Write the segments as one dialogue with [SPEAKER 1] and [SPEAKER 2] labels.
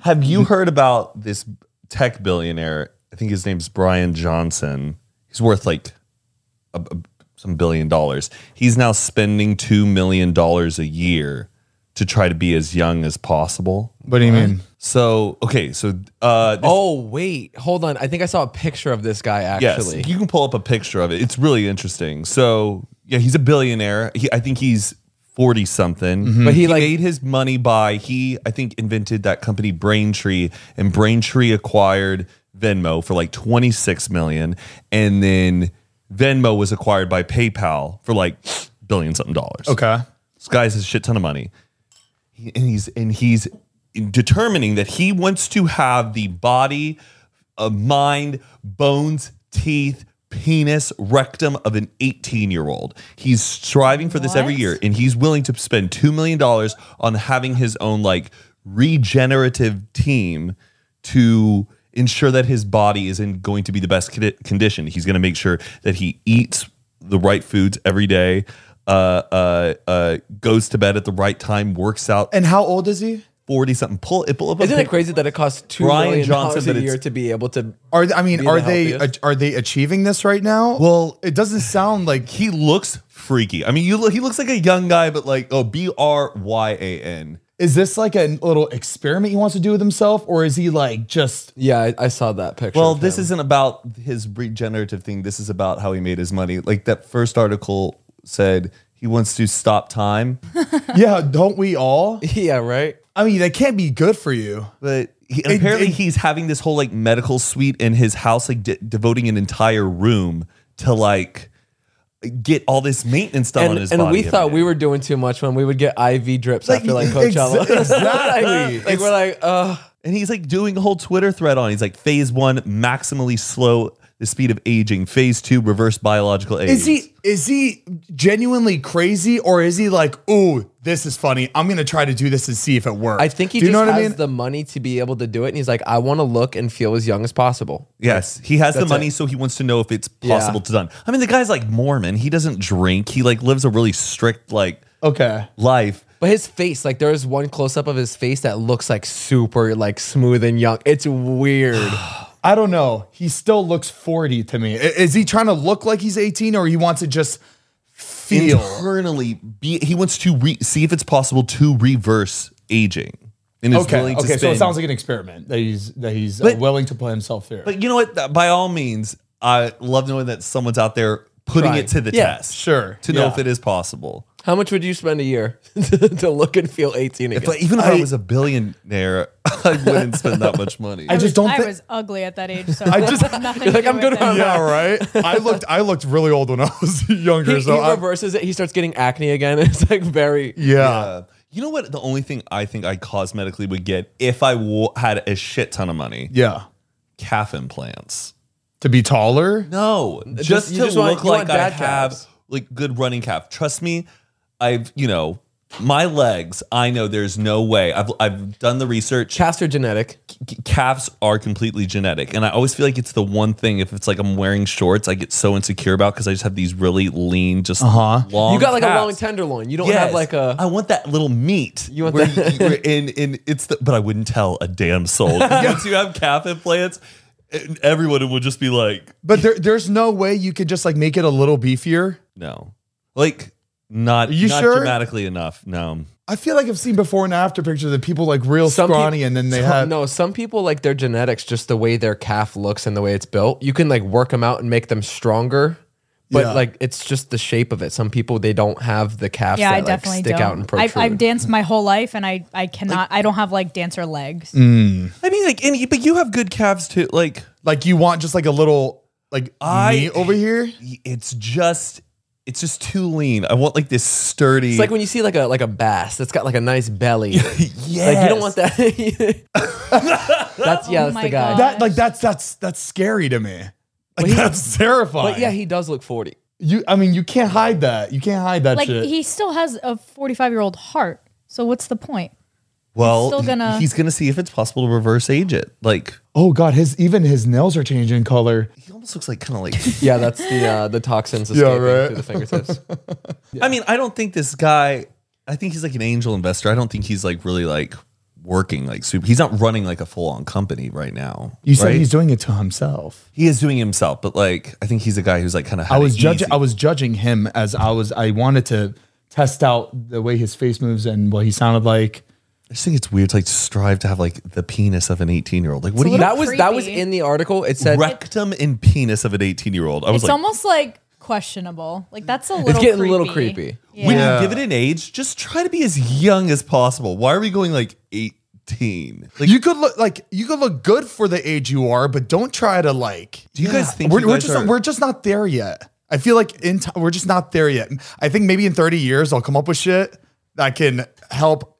[SPEAKER 1] Have you heard about this tech billionaire? I think his name's Brian Johnson. He's worth like a, a- some billion dollars. He's now spending two million dollars a year to try to be as young as possible.
[SPEAKER 2] What do you mean?
[SPEAKER 1] So okay, so uh, this-
[SPEAKER 3] Oh wait, hold on. I think I saw a picture of this guy
[SPEAKER 1] yes,
[SPEAKER 3] actually.
[SPEAKER 1] you can pull up a picture of it. It's really interesting. So yeah, he's a billionaire. He, I think he's forty something,
[SPEAKER 3] But Mm-hmm. he, like-
[SPEAKER 1] made his money by he I think invented that company Braintree, and Braintree acquired Venmo for like twenty six million, and then Venmo was acquired by PayPal for like billion something dollars.
[SPEAKER 2] Okay.
[SPEAKER 1] This guy's a shit ton of money. He- and he's and he's determining that he wants to have the body, uh, mind, bones, teeth, penis, rectum of an 18-year-old. He's striving for this every
[SPEAKER 4] What?
[SPEAKER 1] year and he's willing to spend 2 million dollars on having his own like regenerative team to ensure that his body is in going to be the best condi- condition. He's going to make sure that he eats the right foods every day, uh, uh, uh, goes to bed at the right time, works out
[SPEAKER 2] And how old is he?
[SPEAKER 1] forty something. Pull, it- pull up. a
[SPEAKER 3] Isn't it
[SPEAKER 1] pic-
[SPEAKER 3] crazy that it costs two
[SPEAKER 1] Brian
[SPEAKER 3] million
[SPEAKER 1] Johnson,
[SPEAKER 3] dollars
[SPEAKER 1] but
[SPEAKER 3] a
[SPEAKER 1] it's-
[SPEAKER 3] year to be able to?
[SPEAKER 2] Are th- I mean,
[SPEAKER 3] Be
[SPEAKER 2] are
[SPEAKER 3] the
[SPEAKER 2] they
[SPEAKER 3] healthiest?
[SPEAKER 2] are they achieving this right now?
[SPEAKER 1] Well-
[SPEAKER 2] it doesn't sound like
[SPEAKER 1] He looks freaky. I mean, you look, he looks like a young guy, but like oh, B R Y A N.
[SPEAKER 2] Is this like a little experiment he wants to do with himself, or is he like just?
[SPEAKER 3] Yeah, I, I saw that picture.
[SPEAKER 1] Well,
[SPEAKER 3] of
[SPEAKER 1] this
[SPEAKER 3] him.
[SPEAKER 1] isn't about his regenerative thing. This is about how he made his money. Like that first article said, he wants to stop time,
[SPEAKER 2] Yeah, don't we all?
[SPEAKER 3] yeah, right.
[SPEAKER 2] I mean, that can't be good for you.
[SPEAKER 1] but he, and apparently
[SPEAKER 2] it-
[SPEAKER 1] he's having this whole like medical suite in his house, like de- devoting an entire room to like get all this maintenance done on
[SPEAKER 3] And,
[SPEAKER 1] his
[SPEAKER 3] and
[SPEAKER 1] body.
[SPEAKER 3] we
[SPEAKER 1] every
[SPEAKER 3] thought
[SPEAKER 1] day.
[SPEAKER 3] we were doing too much when we would get IV drips after like
[SPEAKER 2] ex-
[SPEAKER 3] Coachella.
[SPEAKER 2] exactly.
[SPEAKER 3] like, we're like, uh,
[SPEAKER 1] And he's like doing a whole Twitter thread on. it. He's like, phase one, maximally slow the speed of aging. Phase two, reverse biological age.
[SPEAKER 2] Is he is he genuinely crazy, or is he like, ooh, this is funny? I'm gonna try to do this and see if it works.
[SPEAKER 3] I think he
[SPEAKER 2] do
[SPEAKER 3] just has the money to be able to do it, and he's like, I want to look and feel as young as possible.
[SPEAKER 1] Yes, he has the
[SPEAKER 3] That's
[SPEAKER 1] money,
[SPEAKER 3] it.
[SPEAKER 1] so he wants to know if it's possible
[SPEAKER 3] Yeah.
[SPEAKER 1] to done. I mean, the guy's like Mormon. He doesn't drink. He like lives a really strict like
[SPEAKER 2] okay.
[SPEAKER 1] life.
[SPEAKER 3] But his face, like there is one close up of his face that looks like super like smooth and young. It's weird.
[SPEAKER 2] I don't know. He still looks 40 to me. I- Is he trying to look like he's 18, or he wants to just feel?
[SPEAKER 1] Internally, be, he wants to re- see if it's possible to reverse aging. And is
[SPEAKER 2] Okay.
[SPEAKER 1] willing to
[SPEAKER 2] Okay. So it
[SPEAKER 1] spend-
[SPEAKER 2] sounds like an experiment that he's that he's uh,
[SPEAKER 1] But-
[SPEAKER 2] willing to put himself through.
[SPEAKER 1] But you know what? Th- By all means, I love knowing that someone's out there putting
[SPEAKER 3] Trying.
[SPEAKER 1] it to the
[SPEAKER 3] Yeah,
[SPEAKER 1] test.
[SPEAKER 2] sure.
[SPEAKER 1] To know
[SPEAKER 2] Yeah.
[SPEAKER 1] if it is possible.
[SPEAKER 3] How much would you spend a year to look and feel 18 again?
[SPEAKER 1] If, like, even if I, was a billionaire, I wouldn't spend that much money.
[SPEAKER 2] I just don't.
[SPEAKER 4] I
[SPEAKER 2] think-
[SPEAKER 4] was ugly at that age, so I
[SPEAKER 2] just-
[SPEAKER 4] nothing
[SPEAKER 3] You're
[SPEAKER 4] to
[SPEAKER 3] like,
[SPEAKER 4] do
[SPEAKER 3] I'm
[SPEAKER 4] with
[SPEAKER 3] good
[SPEAKER 4] it.
[SPEAKER 3] on
[SPEAKER 2] Yeah, right. I looked I looked really old when I was younger.
[SPEAKER 3] he,
[SPEAKER 2] so
[SPEAKER 3] he
[SPEAKER 2] I,
[SPEAKER 3] reverses it. He starts getting acne again. It's like very.
[SPEAKER 2] yeah.
[SPEAKER 1] Uh, you know what? The only thing I think I cosmetically would get if I wa- had a shit ton of money,
[SPEAKER 2] yeah,
[SPEAKER 1] calf implants.
[SPEAKER 2] To be taller.
[SPEAKER 1] No, just,
[SPEAKER 3] you
[SPEAKER 1] to
[SPEAKER 3] just want-
[SPEAKER 1] look
[SPEAKER 3] you
[SPEAKER 1] like
[SPEAKER 3] want
[SPEAKER 1] I
[SPEAKER 3] dad
[SPEAKER 1] have
[SPEAKER 3] calves.
[SPEAKER 1] like good running calf. Trust me, I've you know my legs. I know there's no way. I've I've done the research.
[SPEAKER 3] Caster genetic.
[SPEAKER 1] C- calves are completely genetic, and I always feel like it's the one thing. If it's like I'm wearing shorts, I get so insecure about because I just have these really lean, just uh-huh. long.
[SPEAKER 3] You got like a long
[SPEAKER 1] calves.
[SPEAKER 3] tenderloin. You don't
[SPEAKER 1] Yes.
[SPEAKER 3] have like a.
[SPEAKER 1] I want that little meat. You
[SPEAKER 3] want
[SPEAKER 1] where,
[SPEAKER 3] that-
[SPEAKER 1] where- and and it's the but I wouldn't tell a damn soul. 'Cause Once you have calf implants, e- everyone would just be like,
[SPEAKER 2] But there, there's no way you could just like make it a little beefier.
[SPEAKER 1] no, like not
[SPEAKER 2] you
[SPEAKER 1] not
[SPEAKER 2] sure?
[SPEAKER 1] dramatically enough. No,
[SPEAKER 2] I feel like I've seen before and after pictures of people like real
[SPEAKER 3] Some peop-
[SPEAKER 2] scrawny, and then they
[SPEAKER 3] some-
[SPEAKER 2] have
[SPEAKER 3] no. Some people like their genetics, just the way their calf looks and the way it's built. You can like work them out and make them stronger, but
[SPEAKER 2] Yeah.
[SPEAKER 3] like it's just the shape of it. Some people they don't have the calves
[SPEAKER 4] Yeah,
[SPEAKER 3] that
[SPEAKER 4] I
[SPEAKER 3] like
[SPEAKER 4] definitely
[SPEAKER 3] stick
[SPEAKER 4] don't.
[SPEAKER 3] out and protrude.
[SPEAKER 4] I've, I've danced my whole life, and I, I cannot. I don't have like dancer legs.
[SPEAKER 3] Mm.
[SPEAKER 1] I mean like and, but you have good calves too. Like
[SPEAKER 2] like you want just like a little like
[SPEAKER 1] I-
[SPEAKER 2] knee over here.
[SPEAKER 1] it's just it's just too lean. I want like this sturdy.
[SPEAKER 3] it's like when you see like a like a bass that's got like a nice belly.
[SPEAKER 1] yes.
[SPEAKER 3] Like you don't want that. that's yeah,
[SPEAKER 4] Oh
[SPEAKER 3] that's
[SPEAKER 4] my
[SPEAKER 3] the guy.
[SPEAKER 4] God.
[SPEAKER 2] That like that's that's that's scary to me. Like that's terrifying.
[SPEAKER 3] But yeah, he does look forty.
[SPEAKER 2] you. I mean, you can't hide that. You can't hide that
[SPEAKER 4] Like
[SPEAKER 2] shit.
[SPEAKER 4] he still has a 45 year old heart. So what's the point?
[SPEAKER 1] Well,
[SPEAKER 4] still gonna-
[SPEAKER 1] he's gonna see if it's possible to reverse age it. Like
[SPEAKER 2] oh god, his even his nails are changing color.
[SPEAKER 1] he almost looks like kind of like
[SPEAKER 3] Yeah, that's the uh, the toxins escaping
[SPEAKER 2] right.
[SPEAKER 3] through the fingertips.
[SPEAKER 1] I mean, I don't think this guy. I think he's like an angel investor. I don't think he's like really like working like super. He's not running like a full on company right now.
[SPEAKER 2] You said
[SPEAKER 1] right?
[SPEAKER 2] he's doing it to himself.
[SPEAKER 1] he is doing it himself, but like I think he's a guy who's like kind of.
[SPEAKER 2] I was judging. I was judging him as I was. I wanted to test out the way his face moves and what he sounded like.
[SPEAKER 1] I just think it's weird to like strive to have like the penis of an eighteen year old. Like what do
[SPEAKER 4] It's a
[SPEAKER 1] you
[SPEAKER 3] That was that was
[SPEAKER 4] creepy.
[SPEAKER 3] in the article. It said
[SPEAKER 1] rectum and penis of an eighteen year old? I was
[SPEAKER 4] It's
[SPEAKER 1] like,
[SPEAKER 4] almost like questionable. Like that's a little.
[SPEAKER 3] it's getting
[SPEAKER 4] creepy.
[SPEAKER 3] a little creepy.
[SPEAKER 1] when
[SPEAKER 4] Yeah.
[SPEAKER 1] you give it an age, just try to be as young as possible. Why are we going like eighteen? Like,
[SPEAKER 2] you could look like you could look good for the age you are, but don't try to like.
[SPEAKER 1] do you guys think
[SPEAKER 2] we're,
[SPEAKER 1] you
[SPEAKER 2] we're
[SPEAKER 1] guys
[SPEAKER 2] just
[SPEAKER 1] are-
[SPEAKER 2] we're just not there yet. I feel like in t- we're just not there yet. I think maybe in 30 years I'll come up with shit that can help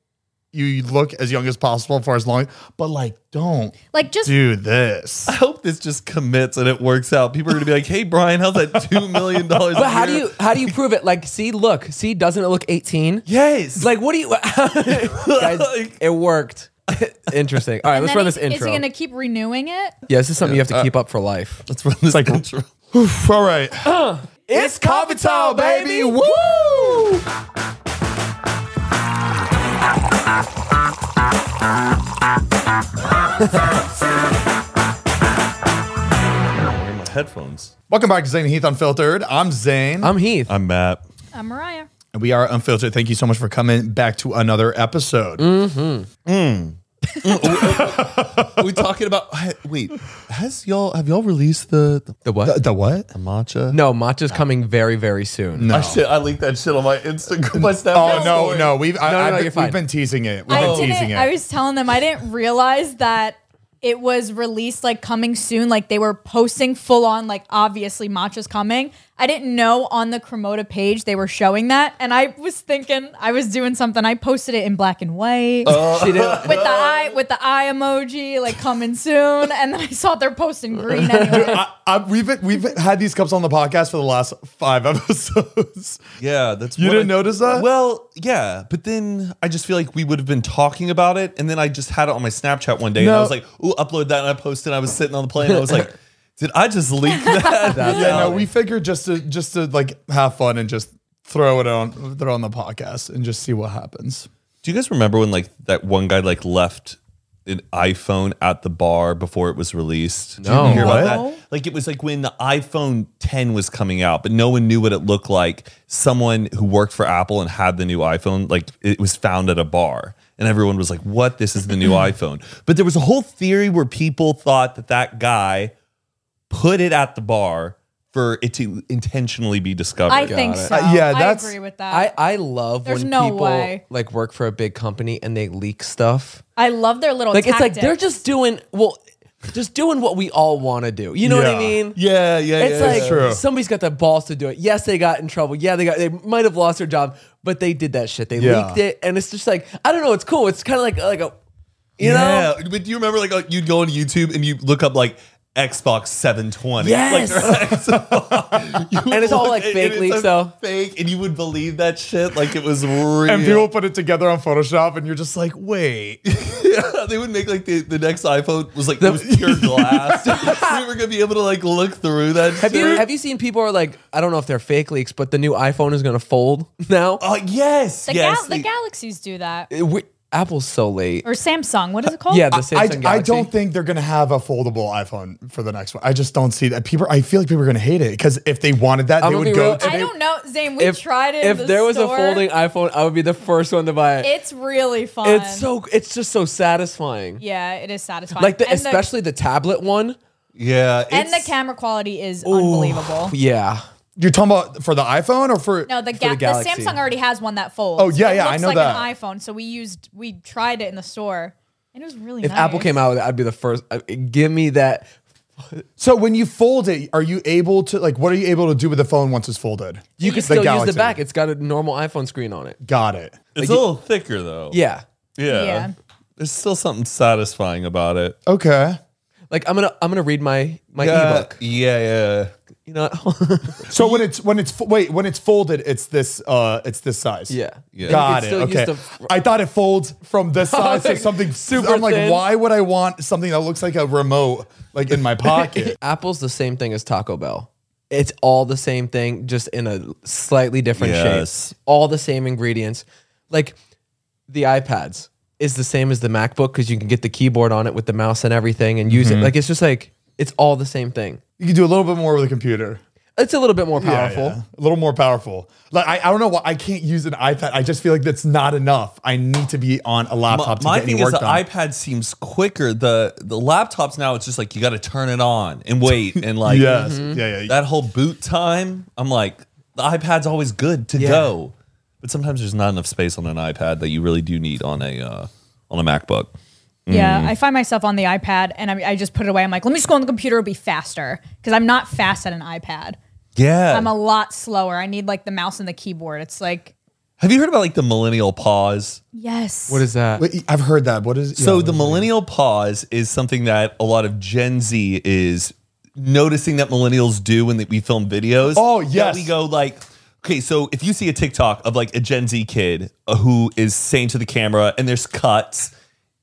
[SPEAKER 2] you look as young as possible for as long. But like, don't
[SPEAKER 4] Like just
[SPEAKER 2] do this.
[SPEAKER 1] I hope this just commits and it works out. People are gonna be like, "Hey, Brian, how's that two million dollars?"
[SPEAKER 3] But how do you how do you prove it? Like, see, look, see, doesn't it look eighteen?
[SPEAKER 1] Yes.
[SPEAKER 3] Like, what do you? guys, it worked. Interesting. All right,
[SPEAKER 4] and
[SPEAKER 3] let's
[SPEAKER 4] then
[SPEAKER 3] run this
[SPEAKER 4] is- Is
[SPEAKER 3] intro.
[SPEAKER 4] he gonna keep renewing it?
[SPEAKER 3] yeah, this is something you have to keep
[SPEAKER 2] uh,
[SPEAKER 3] up for life.
[SPEAKER 1] Let's run this intro.
[SPEAKER 2] Oof, all right.
[SPEAKER 3] It's
[SPEAKER 2] Covetol, baby. Woo!
[SPEAKER 1] Where are my headphones?
[SPEAKER 2] Welcome back to Zane and Heath Unfiltered. I'm Zane.
[SPEAKER 3] I'm Heath.
[SPEAKER 1] I'm Matt.
[SPEAKER 4] Uh, Mariah.
[SPEAKER 2] and we are Unfiltered. Thank you so much for coming back to another episode.
[SPEAKER 1] Are we talking about? Wait, has y'all have y'all released the the,
[SPEAKER 3] the what?
[SPEAKER 2] The, the what?
[SPEAKER 1] matcha?
[SPEAKER 3] no, matcha's coming very very soon.
[SPEAKER 1] I shit, I linked that shit on my Instagram. My
[SPEAKER 2] Oh no, no. We've I,
[SPEAKER 3] No, no,
[SPEAKER 2] I've
[SPEAKER 3] no,
[SPEAKER 2] been-
[SPEAKER 3] you're fine.
[SPEAKER 2] we've been teasing it. We've
[SPEAKER 4] I
[SPEAKER 2] been teasing
[SPEAKER 4] didn't.
[SPEAKER 2] it.
[SPEAKER 4] I was telling them I didn't realize that it was released like coming soon. Like they were posting full on like obviously matcha's coming. I didn't know on the Cremota page they were showing that, and I was thinking I was doing something. I posted it in black and white
[SPEAKER 3] She didn't.
[SPEAKER 4] with the eye with the eye emoji, like coming soon. And then I saw they're posting green anyway.
[SPEAKER 2] I, I, Uh, we've been, we've had these cups on the podcast for the last five episodes.
[SPEAKER 1] Yeah, that's
[SPEAKER 2] You
[SPEAKER 1] what
[SPEAKER 2] didn't
[SPEAKER 1] I-
[SPEAKER 2] notice that?
[SPEAKER 1] Well, yeah, but then I just feel like we would have been talking about it, and then I just had it on my Snapchat one day, and I
[SPEAKER 2] No.
[SPEAKER 1] was like, "Ooh, upload that," and I posted. I was sitting on the plane, and I was like, "Did I just leak that?"
[SPEAKER 2] yeah, no, we figured just to just to like have fun and just throw it on throw on the podcast and just see what happens.
[SPEAKER 1] Do you guys remember when like that one guy like left an iPhone at the bar before it was released? No. Did you hear about
[SPEAKER 4] No.
[SPEAKER 1] that? Like it was like when the iPhone 10 was coming out, but no one knew what it looked like. Someone who worked for Apple and had the new iPhone, like it was found at a bar. And everyone was like, "What? This is the new iPhone." But there was a whole theory where people thought that that guy put it at the bar for it to intentionally be discovered.
[SPEAKER 4] I think so.
[SPEAKER 2] Uh, yeah, that's-
[SPEAKER 4] I agree with that.
[SPEAKER 3] I I love
[SPEAKER 4] There's
[SPEAKER 3] when
[SPEAKER 4] no
[SPEAKER 3] people
[SPEAKER 4] way.
[SPEAKER 3] like work for a big company and they leak stuff.
[SPEAKER 4] I love their little
[SPEAKER 3] Like it's like
[SPEAKER 4] tactics.
[SPEAKER 3] they're just doing well, just doing what we all want to do. You know what I
[SPEAKER 2] Yeah.
[SPEAKER 3] mean?
[SPEAKER 2] Yeah, yeah, yeah.
[SPEAKER 3] It's
[SPEAKER 2] yeah,
[SPEAKER 3] like
[SPEAKER 2] it's true.
[SPEAKER 3] somebody's got the balls to do it. Yes, they got in trouble. Yeah, they got they might have lost their job, but they did that shit. They
[SPEAKER 2] Yeah.
[SPEAKER 3] leaked it, and it's just like I don't know. It's cool. It's kind of like like a you know.
[SPEAKER 1] Yeah, but do you remember like uh, you'd go on YouTube and you look up like Xbox 720?
[SPEAKER 3] Yes.
[SPEAKER 1] and
[SPEAKER 3] it's all, like, fake leaks, though.
[SPEAKER 1] Fake, and you would believe that shit like it was real.
[SPEAKER 2] and people put it together on Photoshop, and you're just like, wait.
[SPEAKER 1] yeah, they would make like the, the next iPhone was like it was pure glass. we were gonna be able to like look through that.
[SPEAKER 3] Have
[SPEAKER 1] shit.
[SPEAKER 3] you have you seen people are like I don't know if they're fake leaks, but the new iPhone is gonna fold now.
[SPEAKER 2] Uh,
[SPEAKER 1] Oh yes,
[SPEAKER 4] the,
[SPEAKER 1] yes.
[SPEAKER 4] gal- the galaxies do that.
[SPEAKER 3] It- we- Apple's so late.
[SPEAKER 4] Or Samsung. What is it called?
[SPEAKER 3] Yeah, the
[SPEAKER 2] I, I
[SPEAKER 3] Samsung Galaxy.
[SPEAKER 2] don't think they're gonna have a foldable iPhone for the next one. I just don't see that. People, I feel like people are gonna hate it because if they wanted that,
[SPEAKER 3] I'm
[SPEAKER 2] they
[SPEAKER 3] gonna
[SPEAKER 2] would
[SPEAKER 3] be
[SPEAKER 2] go.
[SPEAKER 3] real-
[SPEAKER 2] to
[SPEAKER 4] I
[SPEAKER 2] the-
[SPEAKER 4] don't know, Zane. We tried it. in
[SPEAKER 3] if
[SPEAKER 4] the
[SPEAKER 3] there was a
[SPEAKER 4] store.
[SPEAKER 3] folding iPhone, I would be the first one to buy it.
[SPEAKER 4] it's really fun.
[SPEAKER 3] it's so it's just so satisfying.
[SPEAKER 4] yeah, it is satisfying.
[SPEAKER 3] Like the
[SPEAKER 4] And
[SPEAKER 3] especially the, tablet one.
[SPEAKER 1] yeah,
[SPEAKER 4] and the
[SPEAKER 1] it's-
[SPEAKER 4] camera quality is unbelievable.
[SPEAKER 3] Yeah.
[SPEAKER 2] You're talking about for the iPhone or for
[SPEAKER 4] No, the,
[SPEAKER 3] the
[SPEAKER 4] ga- the,
[SPEAKER 3] Galaxy.
[SPEAKER 4] Samsung already has one that folds.
[SPEAKER 2] Oh, yeah,
[SPEAKER 4] It
[SPEAKER 2] yeah, I
[SPEAKER 4] looks
[SPEAKER 2] know
[SPEAKER 4] like
[SPEAKER 2] that.
[SPEAKER 4] an iPhone, so we used we tried it in the store, and it was really.
[SPEAKER 3] If Apple came out with it, I'd be the first. uh, Give me that.
[SPEAKER 2] So when you fold it, are you able to like what are you able to do with the phone once it's folded?
[SPEAKER 3] You can
[SPEAKER 2] The
[SPEAKER 3] still use
[SPEAKER 2] Galaxy.
[SPEAKER 3] the back. It's got a normal iPhone screen on it.
[SPEAKER 2] Got it.
[SPEAKER 1] It's a little thicker though.
[SPEAKER 3] Yeah.
[SPEAKER 1] yeah,
[SPEAKER 4] Yeah.
[SPEAKER 1] There's still something satisfying about it.
[SPEAKER 2] Okay.
[SPEAKER 3] Like I'm gonna I'm gonna read my my
[SPEAKER 1] yeah,
[SPEAKER 3] ebook.
[SPEAKER 1] yeah, yeah.
[SPEAKER 3] You know.
[SPEAKER 2] So when it's when it's fo- wait when it's folded, it's this uh it's this size.
[SPEAKER 3] yeah.
[SPEAKER 1] Yeah.
[SPEAKER 2] Got
[SPEAKER 3] You
[SPEAKER 2] it.
[SPEAKER 3] can still
[SPEAKER 2] Okay.
[SPEAKER 3] use the-
[SPEAKER 2] I thought it folds from this size to
[SPEAKER 3] Like,
[SPEAKER 2] something
[SPEAKER 3] super
[SPEAKER 2] super. I'm like,
[SPEAKER 3] thin.
[SPEAKER 2] why would I want something that looks like a remote like in my pocket?
[SPEAKER 3] Apple's the same thing as Taco Bell. It's all the same thing, just in a slightly different
[SPEAKER 1] Yes.
[SPEAKER 3] shape. All the same ingredients. Like the iPads. is the same as the MacBook because you can get the keyboard on it with the mouse and everything and use
[SPEAKER 2] Mm-hmm.
[SPEAKER 3] it. Like it's just like it's all the same thing.
[SPEAKER 2] You can do a little bit more with a computer.
[SPEAKER 3] It's a little bit more
[SPEAKER 2] Yeah,
[SPEAKER 3] powerful.
[SPEAKER 2] yeah. A little more powerful. Like I, I don't know why I can't use an iPad. I just feel like that's not enough. I need to be on a
[SPEAKER 1] My,
[SPEAKER 2] laptop
[SPEAKER 1] my
[SPEAKER 2] to get
[SPEAKER 1] thing
[SPEAKER 2] any
[SPEAKER 1] is
[SPEAKER 2] work
[SPEAKER 1] the
[SPEAKER 2] done.
[SPEAKER 1] iPad seems quicker. The the laptops now it's just like you got to turn it on and wait and like
[SPEAKER 2] yes.
[SPEAKER 4] Mm-hmm.
[SPEAKER 2] Yeah, yeah.
[SPEAKER 1] that whole boot time. I'm like the iPad's always good to go, but sometimes there's not enough space on an iPad that you really do need on a uh, on a MacBook.
[SPEAKER 3] Mm.
[SPEAKER 4] Yeah, I find myself on the iPad and I, I just put it away. I'm like, let me just go on the computer; it'll be faster because I'm not fast at an iPad.
[SPEAKER 1] Yeah,
[SPEAKER 4] I'm a lot slower. I need like the mouse and the keyboard. It's like
[SPEAKER 1] Have you heard about like the millennial pause?
[SPEAKER 4] yes.
[SPEAKER 3] What is that?
[SPEAKER 2] Wait, I've heard that. What is
[SPEAKER 1] so
[SPEAKER 2] yeah,
[SPEAKER 1] the millennial pause is something that a lot of Gen Z is noticing that millennials do when we film videos.
[SPEAKER 2] Oh,
[SPEAKER 1] That
[SPEAKER 2] yes.
[SPEAKER 1] we go like, okay, so if you see a TikTok of like a Gen Z kid uh, who is saying to the camera and there's cuts,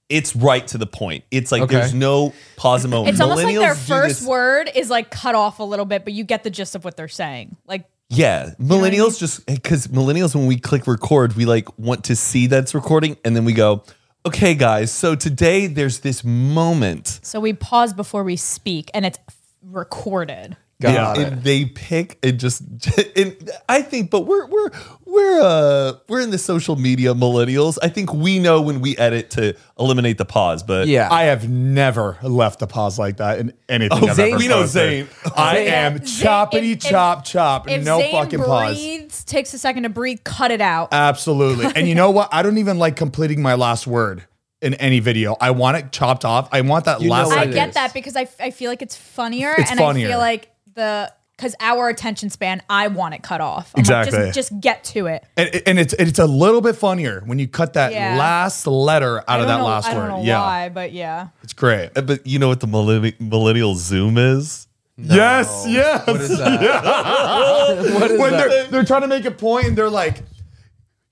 [SPEAKER 1] it's right to the point. It's like
[SPEAKER 3] Okay.
[SPEAKER 1] there's no pause and moment.
[SPEAKER 4] It's almost like their
[SPEAKER 1] Millennials do
[SPEAKER 4] first
[SPEAKER 1] this-
[SPEAKER 4] word is like cut off a little bit, but you get the gist of what they're saying. Like,
[SPEAKER 1] Yeah, millennials just because millennials when we click record, we like want to see that it's recording, and then we go, okay, guys. So today there's this moment,
[SPEAKER 4] so we pause before we speak, and it's recorded.
[SPEAKER 3] Got it.
[SPEAKER 1] and they pick and just. And I think, but we're we're we're uh we're in the social media millennials. I think we know when we edit to eliminate the pause, but
[SPEAKER 3] Yeah.
[SPEAKER 2] I have never left a pause like that in anything.
[SPEAKER 1] Oh,
[SPEAKER 2] I've
[SPEAKER 1] Zayn-
[SPEAKER 2] ever
[SPEAKER 1] we know
[SPEAKER 2] posted.
[SPEAKER 1] Zayn.
[SPEAKER 2] I
[SPEAKER 4] Zayn-
[SPEAKER 2] am
[SPEAKER 4] Zayn-
[SPEAKER 2] choppity
[SPEAKER 4] if- if-
[SPEAKER 2] chop chop.
[SPEAKER 4] If
[SPEAKER 2] no
[SPEAKER 4] Zayn
[SPEAKER 2] fucking pause.
[SPEAKER 4] breathes, takes a second to breathe, cut it out.
[SPEAKER 2] Absolutely. And you know what? I don't even like completing my last word in any video. I want it chopped off. I want that
[SPEAKER 3] You know
[SPEAKER 2] last.
[SPEAKER 3] what
[SPEAKER 4] I
[SPEAKER 3] it
[SPEAKER 4] get
[SPEAKER 3] is.
[SPEAKER 4] that because I, I feel like it's funnier,
[SPEAKER 2] It's
[SPEAKER 4] and
[SPEAKER 2] funnier.
[SPEAKER 4] I feel like the because our attention span, I want it cut off. I'm like,
[SPEAKER 2] Exactly.
[SPEAKER 4] just, just get to it.
[SPEAKER 2] And, and it's it's a little bit funnier when you cut that
[SPEAKER 4] Yeah.
[SPEAKER 2] last letter
[SPEAKER 4] I
[SPEAKER 2] out of
[SPEAKER 4] don't
[SPEAKER 2] that
[SPEAKER 4] know,
[SPEAKER 2] last
[SPEAKER 4] I don't
[SPEAKER 2] word.
[SPEAKER 4] know
[SPEAKER 2] yeah,
[SPEAKER 4] why, but yeah.
[SPEAKER 2] it's great.
[SPEAKER 1] uh, but you know what the millenni- millennial Zoom is?
[SPEAKER 2] Yes, yes.
[SPEAKER 3] What is that? what is
[SPEAKER 2] when
[SPEAKER 3] that?
[SPEAKER 2] they're they're trying to make a point and they're like,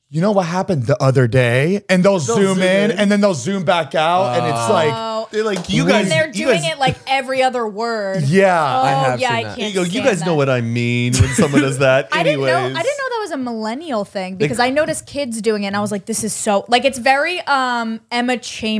[SPEAKER 2] you know what happened the other day, and they'll, zoom,
[SPEAKER 1] zoom
[SPEAKER 2] in,
[SPEAKER 1] in.
[SPEAKER 2] and then they'll zoom back out, and it's like,
[SPEAKER 4] Oh,
[SPEAKER 1] They're like, you
[SPEAKER 4] and
[SPEAKER 1] guys,
[SPEAKER 4] they're
[SPEAKER 1] you
[SPEAKER 4] doing
[SPEAKER 1] guys-
[SPEAKER 4] it like every other word.
[SPEAKER 2] yeah,
[SPEAKER 4] Oh
[SPEAKER 3] have
[SPEAKER 4] yeah,
[SPEAKER 3] seen
[SPEAKER 4] I
[SPEAKER 3] that.
[SPEAKER 4] can't.
[SPEAKER 1] You go, you
[SPEAKER 4] stand
[SPEAKER 1] guys know
[SPEAKER 4] that."
[SPEAKER 1] what I mean when someone does that.
[SPEAKER 4] I didn't
[SPEAKER 1] Anyways.
[SPEAKER 4] know. I didn't know that was a millennial thing because I noticed kids doing it, and I was like, "This is so like it's very um Emma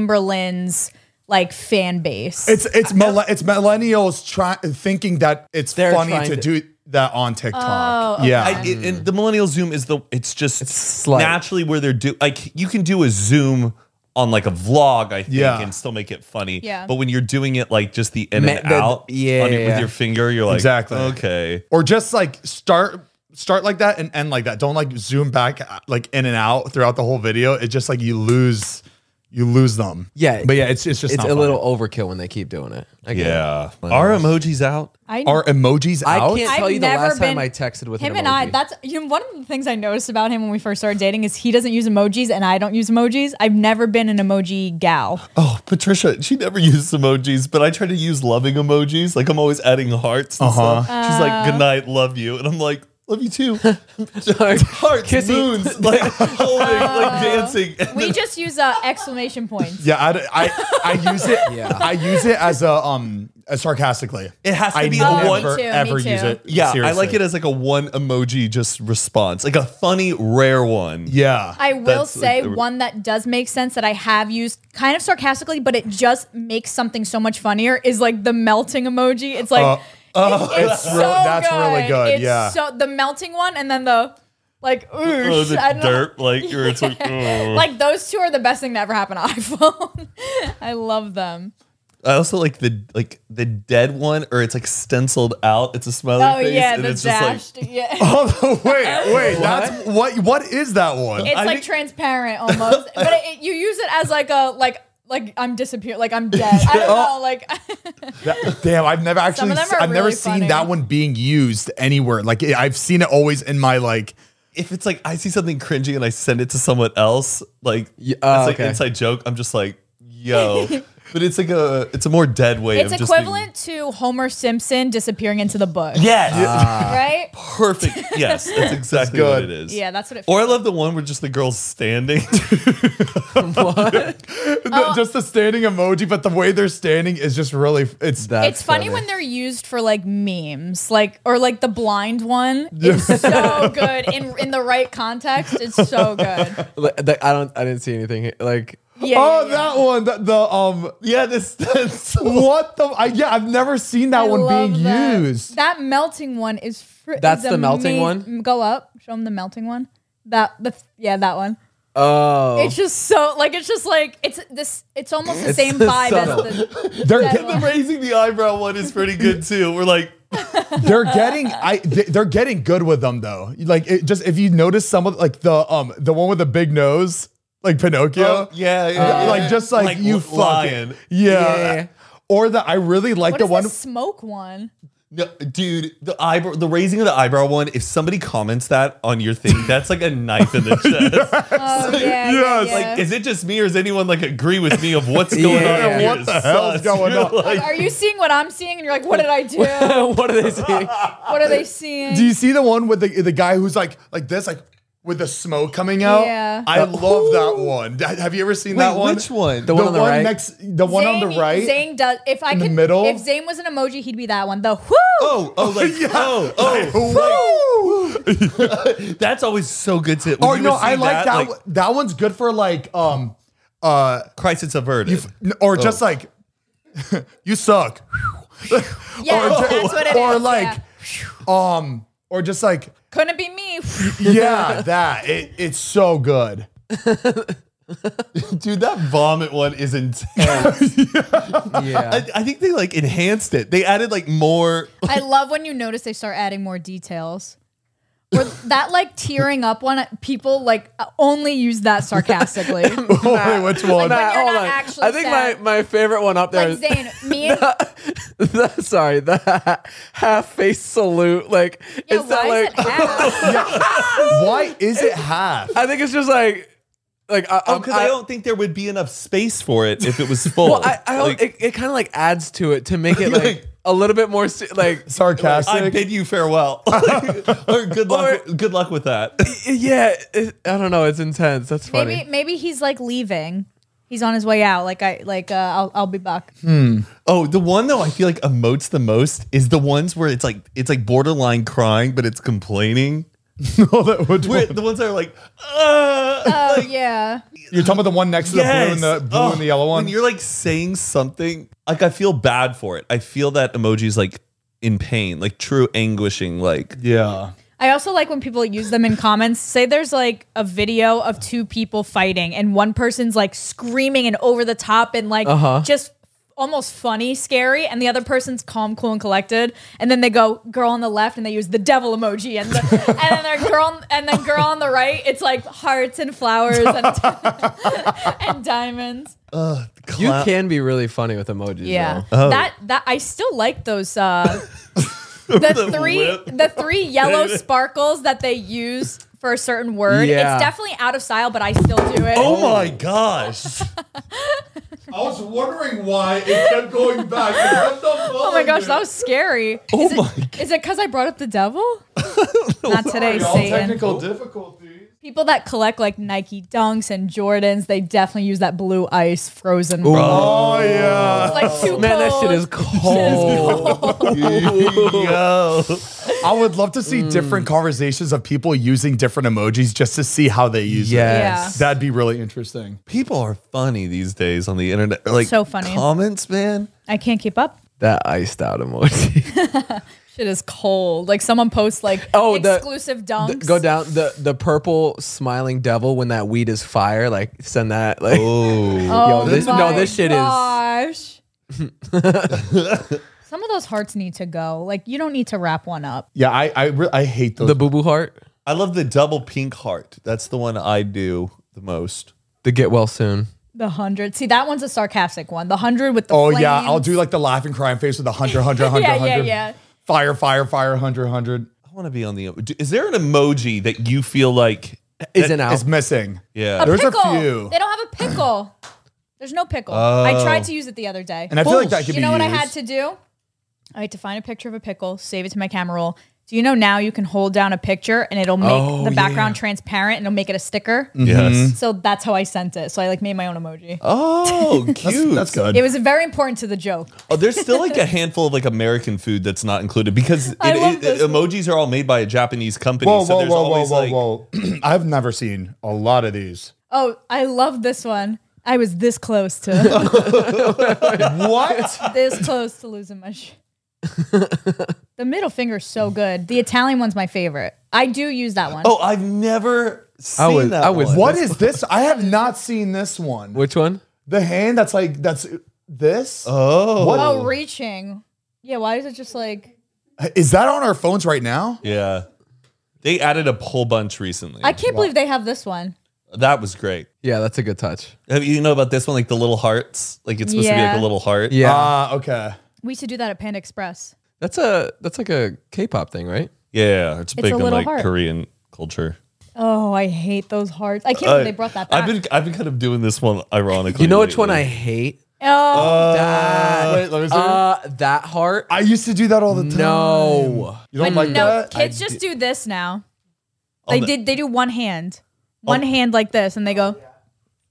[SPEAKER 4] Chamberlain's like fan base."
[SPEAKER 2] it's it's mille- it's millennials trying thinking that it's
[SPEAKER 3] They're
[SPEAKER 2] funny
[SPEAKER 3] trying
[SPEAKER 2] to,
[SPEAKER 3] to-
[SPEAKER 2] do that on TikTok.
[SPEAKER 4] Oh, okay.
[SPEAKER 2] Yeah,
[SPEAKER 1] I, it, and the millennial Zoom is the it's just
[SPEAKER 3] slight.
[SPEAKER 1] naturally where they're do like you can do a Zoom on like a vlog I think
[SPEAKER 2] Yeah.
[SPEAKER 1] and still make it funny.
[SPEAKER 4] Yeah.
[SPEAKER 1] But when you're doing it like just the in
[SPEAKER 3] Ma-
[SPEAKER 1] and
[SPEAKER 3] the-
[SPEAKER 1] out
[SPEAKER 3] yeah,
[SPEAKER 1] on it
[SPEAKER 3] yeah,
[SPEAKER 1] with
[SPEAKER 3] yeah.
[SPEAKER 1] your finger, you're like
[SPEAKER 2] Exactly.
[SPEAKER 1] okay.
[SPEAKER 2] or just like start start like that and end like that. Don't like zoom back uh, like in and out throughout the whole video. It's just like you lose you lose them.
[SPEAKER 3] Yeah.
[SPEAKER 2] but yeah, it's it's just
[SPEAKER 3] it's
[SPEAKER 2] not
[SPEAKER 3] a
[SPEAKER 2] funny.
[SPEAKER 3] little overkill when they keep doing it. I get it.
[SPEAKER 1] Yeah. Are emojis out?
[SPEAKER 4] I
[SPEAKER 2] Are emojis
[SPEAKER 3] I
[SPEAKER 2] out?
[SPEAKER 3] can't tell you the last time I texted with
[SPEAKER 4] him
[SPEAKER 3] an
[SPEAKER 4] and I.
[SPEAKER 3] emoji.
[SPEAKER 4] That's you know, one of the things I noticed about him when we first started dating is he doesn't use emojis and I don't use emojis. I've never been an emoji gal.
[SPEAKER 1] Oh, Patricia, she never uses emojis, but I try to use loving emojis. Like I'm always adding hearts and stuff. She's like, "Good night, love you," and I'm like, "Love you too." hearts,
[SPEAKER 3] Kissy.
[SPEAKER 1] moons, like holding, like dancing. And
[SPEAKER 4] We just use uh, exclamation points.
[SPEAKER 2] Yeah, I, d- I- I use it.
[SPEAKER 3] Yeah.
[SPEAKER 2] I use it as a um as sarcastically.
[SPEAKER 1] It has to
[SPEAKER 2] I
[SPEAKER 1] be a
[SPEAKER 2] never,
[SPEAKER 1] one-
[SPEAKER 4] Me too, me
[SPEAKER 2] ever
[SPEAKER 4] too.
[SPEAKER 2] use it.
[SPEAKER 1] Yeah, I like
[SPEAKER 2] seriously.
[SPEAKER 1] it as like a one emoji just response, like a funny, rare one.
[SPEAKER 2] yeah.
[SPEAKER 4] I will
[SPEAKER 1] That's-
[SPEAKER 4] say
[SPEAKER 1] uh,
[SPEAKER 4] one that does make sense that I have used kind of sarcastically, but it just makes something so much funnier is like the melting emoji. It's like
[SPEAKER 2] Uh,
[SPEAKER 4] it's-
[SPEAKER 2] that's
[SPEAKER 4] it's, so
[SPEAKER 2] real- that's really good,
[SPEAKER 4] It's
[SPEAKER 2] yeah.
[SPEAKER 4] so the melting one and then the like ooh,
[SPEAKER 1] Oh, the
[SPEAKER 4] I don't know.
[SPEAKER 1] derp, like you're it's like, oh.
[SPEAKER 4] Like those two are the best thing to ever happen to iPhone. I love them.
[SPEAKER 1] I also like the like the dead one, or it's like stenciled out. It's a smiley
[SPEAKER 4] Oh
[SPEAKER 1] face,
[SPEAKER 4] yeah,
[SPEAKER 1] and
[SPEAKER 4] the
[SPEAKER 1] it's just
[SPEAKER 4] dashed. yeah,
[SPEAKER 2] Oh wait, wait. That's what? What is that one?
[SPEAKER 4] it's
[SPEAKER 1] I
[SPEAKER 4] like
[SPEAKER 1] think-
[SPEAKER 4] transparent almost, but it, it- you use it as like a like like I'm disappearing, like I'm dead. I don't know, like
[SPEAKER 2] That- damn, I've never actually.
[SPEAKER 4] them
[SPEAKER 2] s-
[SPEAKER 4] are
[SPEAKER 2] I've never
[SPEAKER 4] really
[SPEAKER 2] seen
[SPEAKER 4] funny.
[SPEAKER 2] that one being used anywhere. Like it- I've seen it always in my like.
[SPEAKER 1] like if it's like I see something cringy and I send it to someone else, like
[SPEAKER 3] Yeah, oh,
[SPEAKER 1] it's like
[SPEAKER 3] okay.
[SPEAKER 1] inside joke. I'm just like, yo, but it's like a it's a more dead way.
[SPEAKER 4] it's
[SPEAKER 1] of just being-
[SPEAKER 4] equivalent to Homer Simpson disappearing into the bush,
[SPEAKER 1] yes,
[SPEAKER 4] right?
[SPEAKER 1] perfect. Yes, that's exactly what
[SPEAKER 2] good.
[SPEAKER 1] it is.
[SPEAKER 4] Yeah, that's what it.
[SPEAKER 1] Or I
[SPEAKER 4] feels
[SPEAKER 1] love the one where just the girl's standing.
[SPEAKER 4] Oh.
[SPEAKER 2] The- just the standing emoji, but the way they're standing is just really. It's
[SPEAKER 3] That's
[SPEAKER 4] it's funny, when they're used for like memes, like or like the blind one. It's so good in in the right context. It's so good.
[SPEAKER 3] Like, that- I don't. I didn't see anything. Like
[SPEAKER 4] Yeah,
[SPEAKER 2] oh,
[SPEAKER 4] yeah,
[SPEAKER 2] that one. The, the um.
[SPEAKER 1] Yeah, this. That's,
[SPEAKER 2] What the? I, yeah, I've never seen that
[SPEAKER 4] I
[SPEAKER 2] one
[SPEAKER 4] love
[SPEAKER 2] being
[SPEAKER 4] that.
[SPEAKER 2] used.
[SPEAKER 4] That melting one is. Fr-
[SPEAKER 3] That's
[SPEAKER 4] is
[SPEAKER 3] the melting
[SPEAKER 4] amaz-
[SPEAKER 3] one?
[SPEAKER 4] Mm, Go up. Show them the melting one. That the f- yeah that one.
[SPEAKER 3] Oh,
[SPEAKER 4] It's just so like it's just like it's this. It's almost the
[SPEAKER 3] It's
[SPEAKER 4] same
[SPEAKER 3] so
[SPEAKER 4] vibe
[SPEAKER 3] subtle.
[SPEAKER 4] as the.
[SPEAKER 2] They're
[SPEAKER 4] that
[SPEAKER 2] getting,
[SPEAKER 4] one.
[SPEAKER 1] raising the eyebrow one is pretty good too. We're like,
[SPEAKER 2] they're getting I they- they're getting good with them though. Like it, just if you notice some of like the um the one with the big nose, like Pinocchio.
[SPEAKER 1] oh, yeah, yeah, yeah.
[SPEAKER 2] Like just like, you
[SPEAKER 1] l-
[SPEAKER 2] fucking yeah.
[SPEAKER 3] Yeah.
[SPEAKER 2] Or the I really like
[SPEAKER 4] What
[SPEAKER 2] the
[SPEAKER 4] is
[SPEAKER 2] one
[SPEAKER 4] the smoke one?
[SPEAKER 1] No, dude, the eyebrow, the raising of the eyebrow one. If somebody comments that on your thing, that's like a knife in the chest.
[SPEAKER 4] Oh yeah. yeah,
[SPEAKER 2] Yes.
[SPEAKER 4] yeah.
[SPEAKER 1] Like, is it just me or is anyone like agree with me of what's going
[SPEAKER 3] Yeah.
[SPEAKER 1] on?
[SPEAKER 2] What the hell's going on?
[SPEAKER 4] Like, are you seeing what I'm seeing? And you're like, what did I do? what
[SPEAKER 3] what are they seeing?
[SPEAKER 4] are they seeing?
[SPEAKER 2] Do you see the one with the the guy who's like like this like with the smoke coming out?
[SPEAKER 4] Yeah.
[SPEAKER 2] I love that one. Th- Have you ever seen that one?
[SPEAKER 1] which one?
[SPEAKER 3] The one on the right?
[SPEAKER 2] next the one on the
[SPEAKER 4] Zane-
[SPEAKER 2] right.
[SPEAKER 4] Zane does. If I
[SPEAKER 2] the
[SPEAKER 4] could,
[SPEAKER 2] middle?
[SPEAKER 4] if Zane was an emoji, he'd be that one. The whoo.
[SPEAKER 1] oh, oh, like oh, oh,
[SPEAKER 2] Woo!
[SPEAKER 1] that's always so good to.
[SPEAKER 2] Oh
[SPEAKER 1] when you
[SPEAKER 2] no,
[SPEAKER 1] receive
[SPEAKER 2] I like that.
[SPEAKER 1] like,
[SPEAKER 2] one- that one's good for like um uh
[SPEAKER 1] crisis averted.
[SPEAKER 2] n- or just like you suck.
[SPEAKER 4] Yeah,
[SPEAKER 2] or ju-
[SPEAKER 4] that's what it is.
[SPEAKER 2] or
[SPEAKER 4] yeah.
[SPEAKER 2] like um or just like
[SPEAKER 4] couldn't be me.
[SPEAKER 2] yeah, that it, it's so good.
[SPEAKER 1] dude, that vomit one is intense.
[SPEAKER 3] Yeah.
[SPEAKER 1] I, I think they like enhanced it. They added like more.
[SPEAKER 4] I love when you notice they start adding more details. Or that like tearing up one, people like only use that sarcastically. like
[SPEAKER 2] Wait, which one?
[SPEAKER 4] Matt- you're not actually
[SPEAKER 3] I think my,
[SPEAKER 4] sad.
[SPEAKER 3] my favorite one up there is
[SPEAKER 4] Zane, me and
[SPEAKER 3] the, sorry, the ha- half face salute. Like
[SPEAKER 4] yeah,
[SPEAKER 3] it's not
[SPEAKER 4] why
[SPEAKER 3] like
[SPEAKER 4] is it half?
[SPEAKER 2] Why is it half?
[SPEAKER 3] I think it's just like like I,
[SPEAKER 1] Oh,
[SPEAKER 3] I'm-
[SPEAKER 1] because I,
[SPEAKER 3] I-
[SPEAKER 1] don't think there would be enough space for it if it was full.
[SPEAKER 3] Well, I, I don't,
[SPEAKER 1] Oh, Like,
[SPEAKER 3] it, it kind of like adds to it to make it like, a little bit more se- like
[SPEAKER 2] Sarcastic.
[SPEAKER 1] I bid you farewell. or good luck. good luck with that.
[SPEAKER 3] yeah. It, I don't know. It's intense. That's funny.
[SPEAKER 4] maybe maybe he's like leaving. He's on his way out. Like I like uh, I'll I'll be back.
[SPEAKER 1] Oh, the one though I feel like emotes the most is the ones where it's like it's like borderline crying, but it's complaining.
[SPEAKER 2] No, that- which
[SPEAKER 1] Where
[SPEAKER 2] one?
[SPEAKER 1] the ones that are like, uh,
[SPEAKER 4] Oh yeah.
[SPEAKER 2] You're talking about the one next to
[SPEAKER 1] yes.
[SPEAKER 2] the blue and the blue
[SPEAKER 1] Oh,
[SPEAKER 2] and the yellow one.
[SPEAKER 1] When you're like saying something, like I feel bad for it. I feel that emoji is like in pain, like true anguishing, like
[SPEAKER 2] yeah.
[SPEAKER 4] I also like when people use them in comments. Say there's like a video of two people fighting and one person's like screaming and over the top and like just almost funny, scary, and the other person's calm, cool, and collected. And then they go girl on the left and they use the devil emoji and, the, and then their girl and then girl on the right, it's like hearts and flowers and, and diamonds.
[SPEAKER 3] you
[SPEAKER 1] cla-
[SPEAKER 3] can be really funny with emojis.
[SPEAKER 4] Yeah.
[SPEAKER 3] though.
[SPEAKER 4] That that I still like those uh the, three
[SPEAKER 1] whip.
[SPEAKER 4] the three yellow sparkles that they use for a certain word.
[SPEAKER 3] Yeah.
[SPEAKER 4] It's definitely out of style, but I still do it.
[SPEAKER 1] Oh my gosh!
[SPEAKER 2] I was wondering why it kept going back. What the fuck?
[SPEAKER 4] Oh my gosh, that was scary.
[SPEAKER 1] Oh
[SPEAKER 4] is it,
[SPEAKER 1] my
[SPEAKER 4] Is it because I brought up the devil? Not today, Satan.
[SPEAKER 2] difficulties.
[SPEAKER 4] People that collect like Nike Dunks and Jordans, they definitely use that blue ice frozen. one.
[SPEAKER 2] Oh yeah.
[SPEAKER 4] It's like too
[SPEAKER 3] Man, that shit
[SPEAKER 4] cold.
[SPEAKER 3] is cold.
[SPEAKER 1] Yo,
[SPEAKER 2] I would love to see
[SPEAKER 4] Mm.
[SPEAKER 2] different conversations of people using different emojis just to see how they use it.
[SPEAKER 3] yes.
[SPEAKER 2] That'd be really interesting.
[SPEAKER 1] people are funny these days on the internet. Like
[SPEAKER 4] So funny.
[SPEAKER 1] comments, man.
[SPEAKER 4] I can't keep up.
[SPEAKER 3] That iced out emoji.
[SPEAKER 4] Shit is cold. Like someone posts like
[SPEAKER 3] Oh, the-
[SPEAKER 4] exclusive dunks.
[SPEAKER 3] Go down the the purple smiling devil when that weed is fire. Like send that. Like
[SPEAKER 1] Oh.
[SPEAKER 4] Oh,
[SPEAKER 3] Yo, this- no,
[SPEAKER 4] my
[SPEAKER 3] this shit is-
[SPEAKER 4] gosh. Some of those hearts need to go. Like you don't need to wrap one up.
[SPEAKER 2] Yeah, I I, re- I hate those.
[SPEAKER 3] the boo boo heart.
[SPEAKER 1] I love the double pink heart. That's the one I do the most.
[SPEAKER 3] The get well soon.
[SPEAKER 4] The hundred. See, that one's a sarcastic one. The hundred with the
[SPEAKER 2] oh yeah, I'll
[SPEAKER 4] flames.
[SPEAKER 2] do like the laughing crying face with a hundred, hundred, hundred,
[SPEAKER 4] Yeah, yeah,
[SPEAKER 2] hundred.
[SPEAKER 4] yeah.
[SPEAKER 2] Fire, fire, fire, hundred, hundred.
[SPEAKER 1] I want to be on the. Is there an emoji that you feel like?
[SPEAKER 3] Isn't out.
[SPEAKER 2] It's missing.
[SPEAKER 1] Yeah.
[SPEAKER 2] There's a
[SPEAKER 4] pickle.
[SPEAKER 2] few. Oh.
[SPEAKER 4] They don't have a pickle. There's no pickle. I tried to use it the other day.
[SPEAKER 2] And I feel like that
[SPEAKER 4] Do
[SPEAKER 2] could
[SPEAKER 4] you
[SPEAKER 2] be
[SPEAKER 4] know what I
[SPEAKER 2] used.
[SPEAKER 4] had to do? I had to find a picture of a pickle, save it to my camera roll. Do you know now you can hold down a picture and it'll make
[SPEAKER 3] Oh,
[SPEAKER 4] the background
[SPEAKER 3] yeah.
[SPEAKER 4] transparent and it'll make it a sticker?
[SPEAKER 2] Mm-hmm.
[SPEAKER 1] Yes.
[SPEAKER 4] So that's how I sent it. So I like made my own emoji.
[SPEAKER 1] Oh, cute.
[SPEAKER 2] That's good.
[SPEAKER 4] It was very important to the joke.
[SPEAKER 1] Oh, there's still like a handful of like American food that's not included because it,
[SPEAKER 4] I love
[SPEAKER 1] it-
[SPEAKER 4] this
[SPEAKER 1] emojis are all made by a Japanese company.
[SPEAKER 2] whoa,
[SPEAKER 1] so
[SPEAKER 2] whoa,
[SPEAKER 1] there's
[SPEAKER 2] whoa, whoa,
[SPEAKER 1] always
[SPEAKER 2] whoa,
[SPEAKER 1] like
[SPEAKER 2] whoa. I've never seen a lot of these.
[SPEAKER 4] Oh, I love this one. I was this close to
[SPEAKER 1] What?
[SPEAKER 4] this close to losing my shit. the middle finger's so good. The Italian one's my favorite. I do use that one.
[SPEAKER 1] Oh, I've never seen
[SPEAKER 3] was-
[SPEAKER 1] that
[SPEAKER 3] I was-
[SPEAKER 1] one.
[SPEAKER 2] What is this? I have not seen this one.
[SPEAKER 3] Which one?
[SPEAKER 2] The hand that's like that's this.
[SPEAKER 1] Oh.
[SPEAKER 2] What-
[SPEAKER 4] Oh, reaching. Yeah, why is it just like
[SPEAKER 2] Is that on our phones right now?
[SPEAKER 1] Yeah. They added a whole bunch recently.
[SPEAKER 4] I can't believe they have this one.
[SPEAKER 1] that was great.
[SPEAKER 3] Yeah, that's a good touch.
[SPEAKER 1] Have you know about this one? Like the little hearts. Like it's supposed to be like
[SPEAKER 4] Yeah.
[SPEAKER 1] a little heart.
[SPEAKER 3] Yeah,
[SPEAKER 2] Ah, okay.
[SPEAKER 4] We used to do that at Panda Express.
[SPEAKER 3] that's a that's like a K-pop thing, right?
[SPEAKER 1] Yeah. It's, big
[SPEAKER 4] a
[SPEAKER 1] in
[SPEAKER 4] little
[SPEAKER 1] like
[SPEAKER 4] heart.
[SPEAKER 1] Korean culture.
[SPEAKER 4] Oh, I hate those hearts. I can't
[SPEAKER 1] I-
[SPEAKER 4] believe they brought that back.
[SPEAKER 1] I've been I've been kind of doing this one ironically.
[SPEAKER 3] You know which one I
[SPEAKER 1] lately.
[SPEAKER 3] hate?
[SPEAKER 1] uh,
[SPEAKER 4] oh,
[SPEAKER 3] That-
[SPEAKER 2] Wait, let me see.
[SPEAKER 3] Uh, that heart.
[SPEAKER 2] I used to do that all the time.
[SPEAKER 3] no.
[SPEAKER 2] You don't
[SPEAKER 4] But
[SPEAKER 2] like
[SPEAKER 4] no,
[SPEAKER 2] that?
[SPEAKER 4] kids just do this now.
[SPEAKER 1] On
[SPEAKER 4] They
[SPEAKER 1] the-
[SPEAKER 4] did. They do one hand, one hand like this, and they go.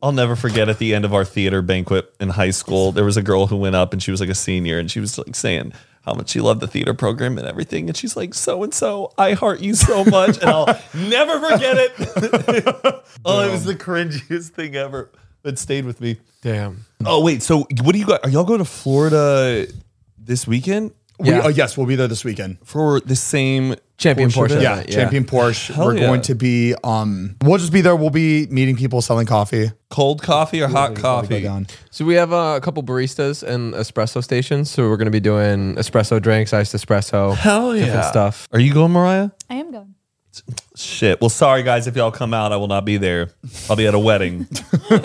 [SPEAKER 1] I'll never forget at the end of our theater banquet in high school, there was a girl who went up and she was like a senior and she was like saying how much she loved the theater program and everything. And she's like, so and so, I heart you so much. And I'll never forget it. oh, it was the cringiest thing ever. It stayed with me.
[SPEAKER 3] Damn.
[SPEAKER 1] Oh, wait. So what do you got? Are y'all going to Florida this weekend
[SPEAKER 2] We-
[SPEAKER 3] Yeah.
[SPEAKER 2] oh, yes, we'll be there this weekend.
[SPEAKER 1] for the same?
[SPEAKER 3] Champion
[SPEAKER 1] Porsche
[SPEAKER 3] Porsche.
[SPEAKER 1] event?
[SPEAKER 2] Yeah,
[SPEAKER 3] event,
[SPEAKER 2] Champion Porsche.
[SPEAKER 1] Hell
[SPEAKER 2] We're
[SPEAKER 1] yeah.
[SPEAKER 2] going to be. Um, we'll just be there. We'll be meeting people, selling coffee.
[SPEAKER 1] Cold coffee or
[SPEAKER 3] oh
[SPEAKER 1] hot
[SPEAKER 2] Go
[SPEAKER 1] coffee?
[SPEAKER 2] down.
[SPEAKER 3] So we have uh, a couple baristas and espresso stations. So we're gonna be doing espresso drinks, iced espresso,
[SPEAKER 1] Hell yeah.
[SPEAKER 3] different stuff.
[SPEAKER 1] Are you going, Mariah?
[SPEAKER 4] I am going.
[SPEAKER 1] Shit. Well, sorry guys, if y'all come out, I will not be there. I'll be at a wedding.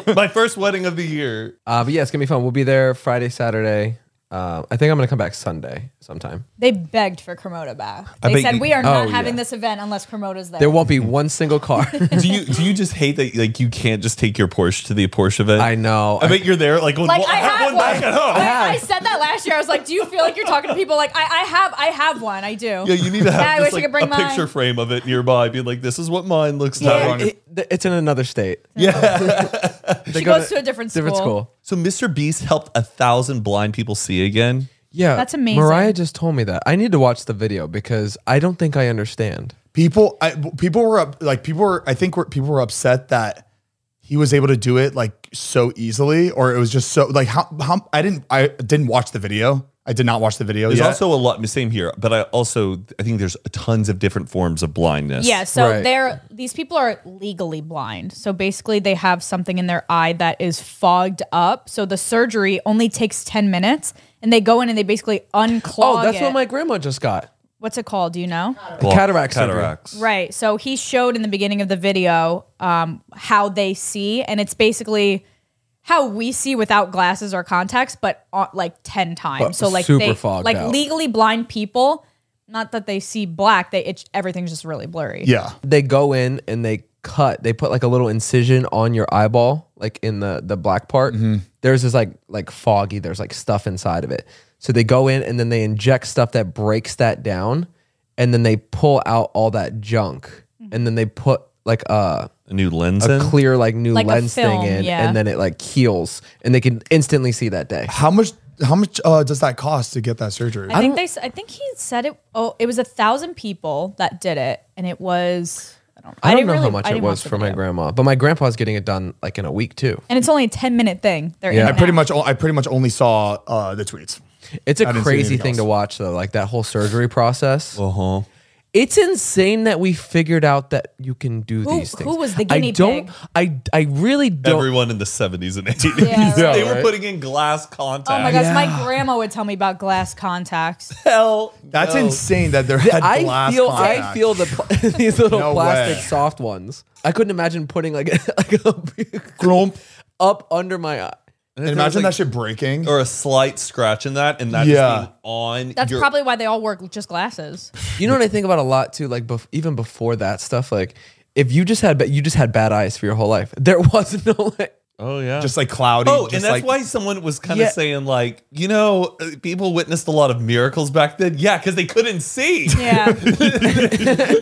[SPEAKER 1] My first wedding of the year.
[SPEAKER 3] Uh, but yeah, it's gonna be fun. We'll be there Friday, Saturday. Uh, I think I'm gonna come back Sunday sometime.
[SPEAKER 4] They begged for Cremota back.
[SPEAKER 1] I
[SPEAKER 4] They
[SPEAKER 1] bet
[SPEAKER 4] said
[SPEAKER 1] you-
[SPEAKER 4] we are not
[SPEAKER 3] Oh,
[SPEAKER 4] having
[SPEAKER 3] yeah.
[SPEAKER 4] this event unless Cremota's there.
[SPEAKER 3] There won't be one single car.
[SPEAKER 1] Do you do you just hate that like you can't just take your Porsche to the Porsche event?
[SPEAKER 3] I know.
[SPEAKER 1] I bet you're there like,
[SPEAKER 4] like
[SPEAKER 1] well,
[SPEAKER 4] I
[SPEAKER 1] have
[SPEAKER 4] have
[SPEAKER 1] one,
[SPEAKER 4] one.
[SPEAKER 1] back at home.
[SPEAKER 4] I, I said that last year. I was like, "Do you feel like you're talking to people?" Like I, I have, I have one. I do.
[SPEAKER 1] Yeah, you need to have
[SPEAKER 4] I
[SPEAKER 1] just,
[SPEAKER 4] wish I
[SPEAKER 1] like,
[SPEAKER 4] could bring
[SPEAKER 1] a
[SPEAKER 4] mine.
[SPEAKER 1] picture frame of it nearby, being like, "This is what mine looks
[SPEAKER 4] Yeah.
[SPEAKER 1] like."
[SPEAKER 3] It- it- it's in another state.
[SPEAKER 4] she
[SPEAKER 3] go
[SPEAKER 4] goes
[SPEAKER 3] to-
[SPEAKER 4] to a different school.
[SPEAKER 3] Different school.
[SPEAKER 1] So, Mr. Beast helped a thousand blind people see again.
[SPEAKER 3] Yeah.
[SPEAKER 4] That's amazing.
[SPEAKER 3] Mariah just told me that. I need to watch the video because I don't think I understand.
[SPEAKER 2] People, I, people were up. Like people were. I think were, people were upset that he was able to do it like so easily, or it was just so like how how I didn't I didn't watch the video. I did not watch the video.
[SPEAKER 1] There's
[SPEAKER 2] yet.
[SPEAKER 1] also a lot. Same here, but I also I think there's tons of different forms of blindness.
[SPEAKER 4] Yeah, so
[SPEAKER 3] Right.
[SPEAKER 4] they're these people are legally blind. So basically they have something in their eye that is fogged up. So the surgery only takes 10 minutes and they go in and they basically unclog
[SPEAKER 3] Oh, that's
[SPEAKER 4] it.
[SPEAKER 3] what my grandma just got.
[SPEAKER 4] What's it called, do you know?
[SPEAKER 1] Well,
[SPEAKER 3] Cataracts.
[SPEAKER 1] Cataracts.
[SPEAKER 4] Right. So he showed in the beginning of the video um, how they see and it's basically how we see without glasses or contacts but uh, like 10 times.
[SPEAKER 3] But
[SPEAKER 4] so like
[SPEAKER 3] super
[SPEAKER 4] they
[SPEAKER 3] fogged
[SPEAKER 4] like
[SPEAKER 3] out.
[SPEAKER 4] legally blind people not that they see black, they it's everything's just really blurry.
[SPEAKER 2] yeah.
[SPEAKER 3] They go in and they cut. They put like a little incision on your eyeball, like in the the black part. There's this like like foggy. There's like stuff inside of it. So they go in and then they inject stuff that breaks that down, and then they pull out all that junk,
[SPEAKER 4] Mm-hmm.
[SPEAKER 3] and then they put like a
[SPEAKER 1] A new lens. in?
[SPEAKER 3] clear like new
[SPEAKER 4] Like a
[SPEAKER 3] lens
[SPEAKER 4] film,
[SPEAKER 3] thing in,
[SPEAKER 4] yeah.
[SPEAKER 3] and then it like heals, and they can instantly see that day.
[SPEAKER 2] How much? How much uh, does that cost to get that surgery?
[SPEAKER 4] I think they. s- I think he said it. Oh, it was a thousand people that did it, and it was. I don't.
[SPEAKER 3] I, don't
[SPEAKER 4] didn't
[SPEAKER 3] know
[SPEAKER 4] really-
[SPEAKER 3] how much
[SPEAKER 4] I
[SPEAKER 3] it
[SPEAKER 4] didn't watch
[SPEAKER 3] was
[SPEAKER 4] the
[SPEAKER 3] for my
[SPEAKER 4] video.
[SPEAKER 3] grandma, but my grandpa's getting it done like in a week too.
[SPEAKER 4] And it's only a ten minute thing. They're
[SPEAKER 3] Yeah.
[SPEAKER 4] in
[SPEAKER 2] I
[SPEAKER 4] and
[SPEAKER 2] pretty
[SPEAKER 4] out.
[SPEAKER 2] much o- I pretty much only saw uh, the tweets.
[SPEAKER 3] It's a
[SPEAKER 2] didn't see
[SPEAKER 3] crazy
[SPEAKER 2] anything
[SPEAKER 3] thing to
[SPEAKER 2] else.
[SPEAKER 3] watch though, like that whole surgery process.
[SPEAKER 1] Uh-huh.
[SPEAKER 3] It's insane that we figured out that you can do
[SPEAKER 4] Who-
[SPEAKER 3] these things.
[SPEAKER 4] who was the
[SPEAKER 3] I
[SPEAKER 4] guinea
[SPEAKER 3] don't, I I really don't.
[SPEAKER 1] Everyone in the 70s and 80s.
[SPEAKER 4] Yeah, Yeah,
[SPEAKER 1] they were
[SPEAKER 3] right.
[SPEAKER 1] putting in glass contact.
[SPEAKER 4] Oh my gosh,
[SPEAKER 3] Yeah.
[SPEAKER 4] my grandma would tell me about glass contacts.
[SPEAKER 1] Hell.
[SPEAKER 2] That's
[SPEAKER 1] no.
[SPEAKER 2] insane that there had
[SPEAKER 3] I
[SPEAKER 2] glass
[SPEAKER 3] feel I
[SPEAKER 2] contact.
[SPEAKER 3] feel the pl- these little
[SPEAKER 2] No
[SPEAKER 3] plastic
[SPEAKER 2] way.
[SPEAKER 3] soft ones. I couldn't imagine putting like a, like a big
[SPEAKER 2] Grump.
[SPEAKER 3] up under my eye.
[SPEAKER 2] And imagine that shit breaking.
[SPEAKER 1] Or a slight scratch in that, and that
[SPEAKER 2] Yeah.
[SPEAKER 1] just being on
[SPEAKER 4] That's
[SPEAKER 1] your.
[SPEAKER 4] probably why they all work with just glasses.
[SPEAKER 3] You know what I think about a lot too, like bef- even before that stuff, like if you just had ba- you just had bad eyes for your whole life, there was no like
[SPEAKER 1] oh, yeah.
[SPEAKER 2] just like cloudy.
[SPEAKER 1] Oh,
[SPEAKER 2] just
[SPEAKER 1] and that's
[SPEAKER 2] like-
[SPEAKER 1] why someone was kind of
[SPEAKER 3] Yeah.
[SPEAKER 1] saying, like, you know, uh, people witnessed a lot of miracles back then. Yeah, because they couldn't see.
[SPEAKER 4] Yeah,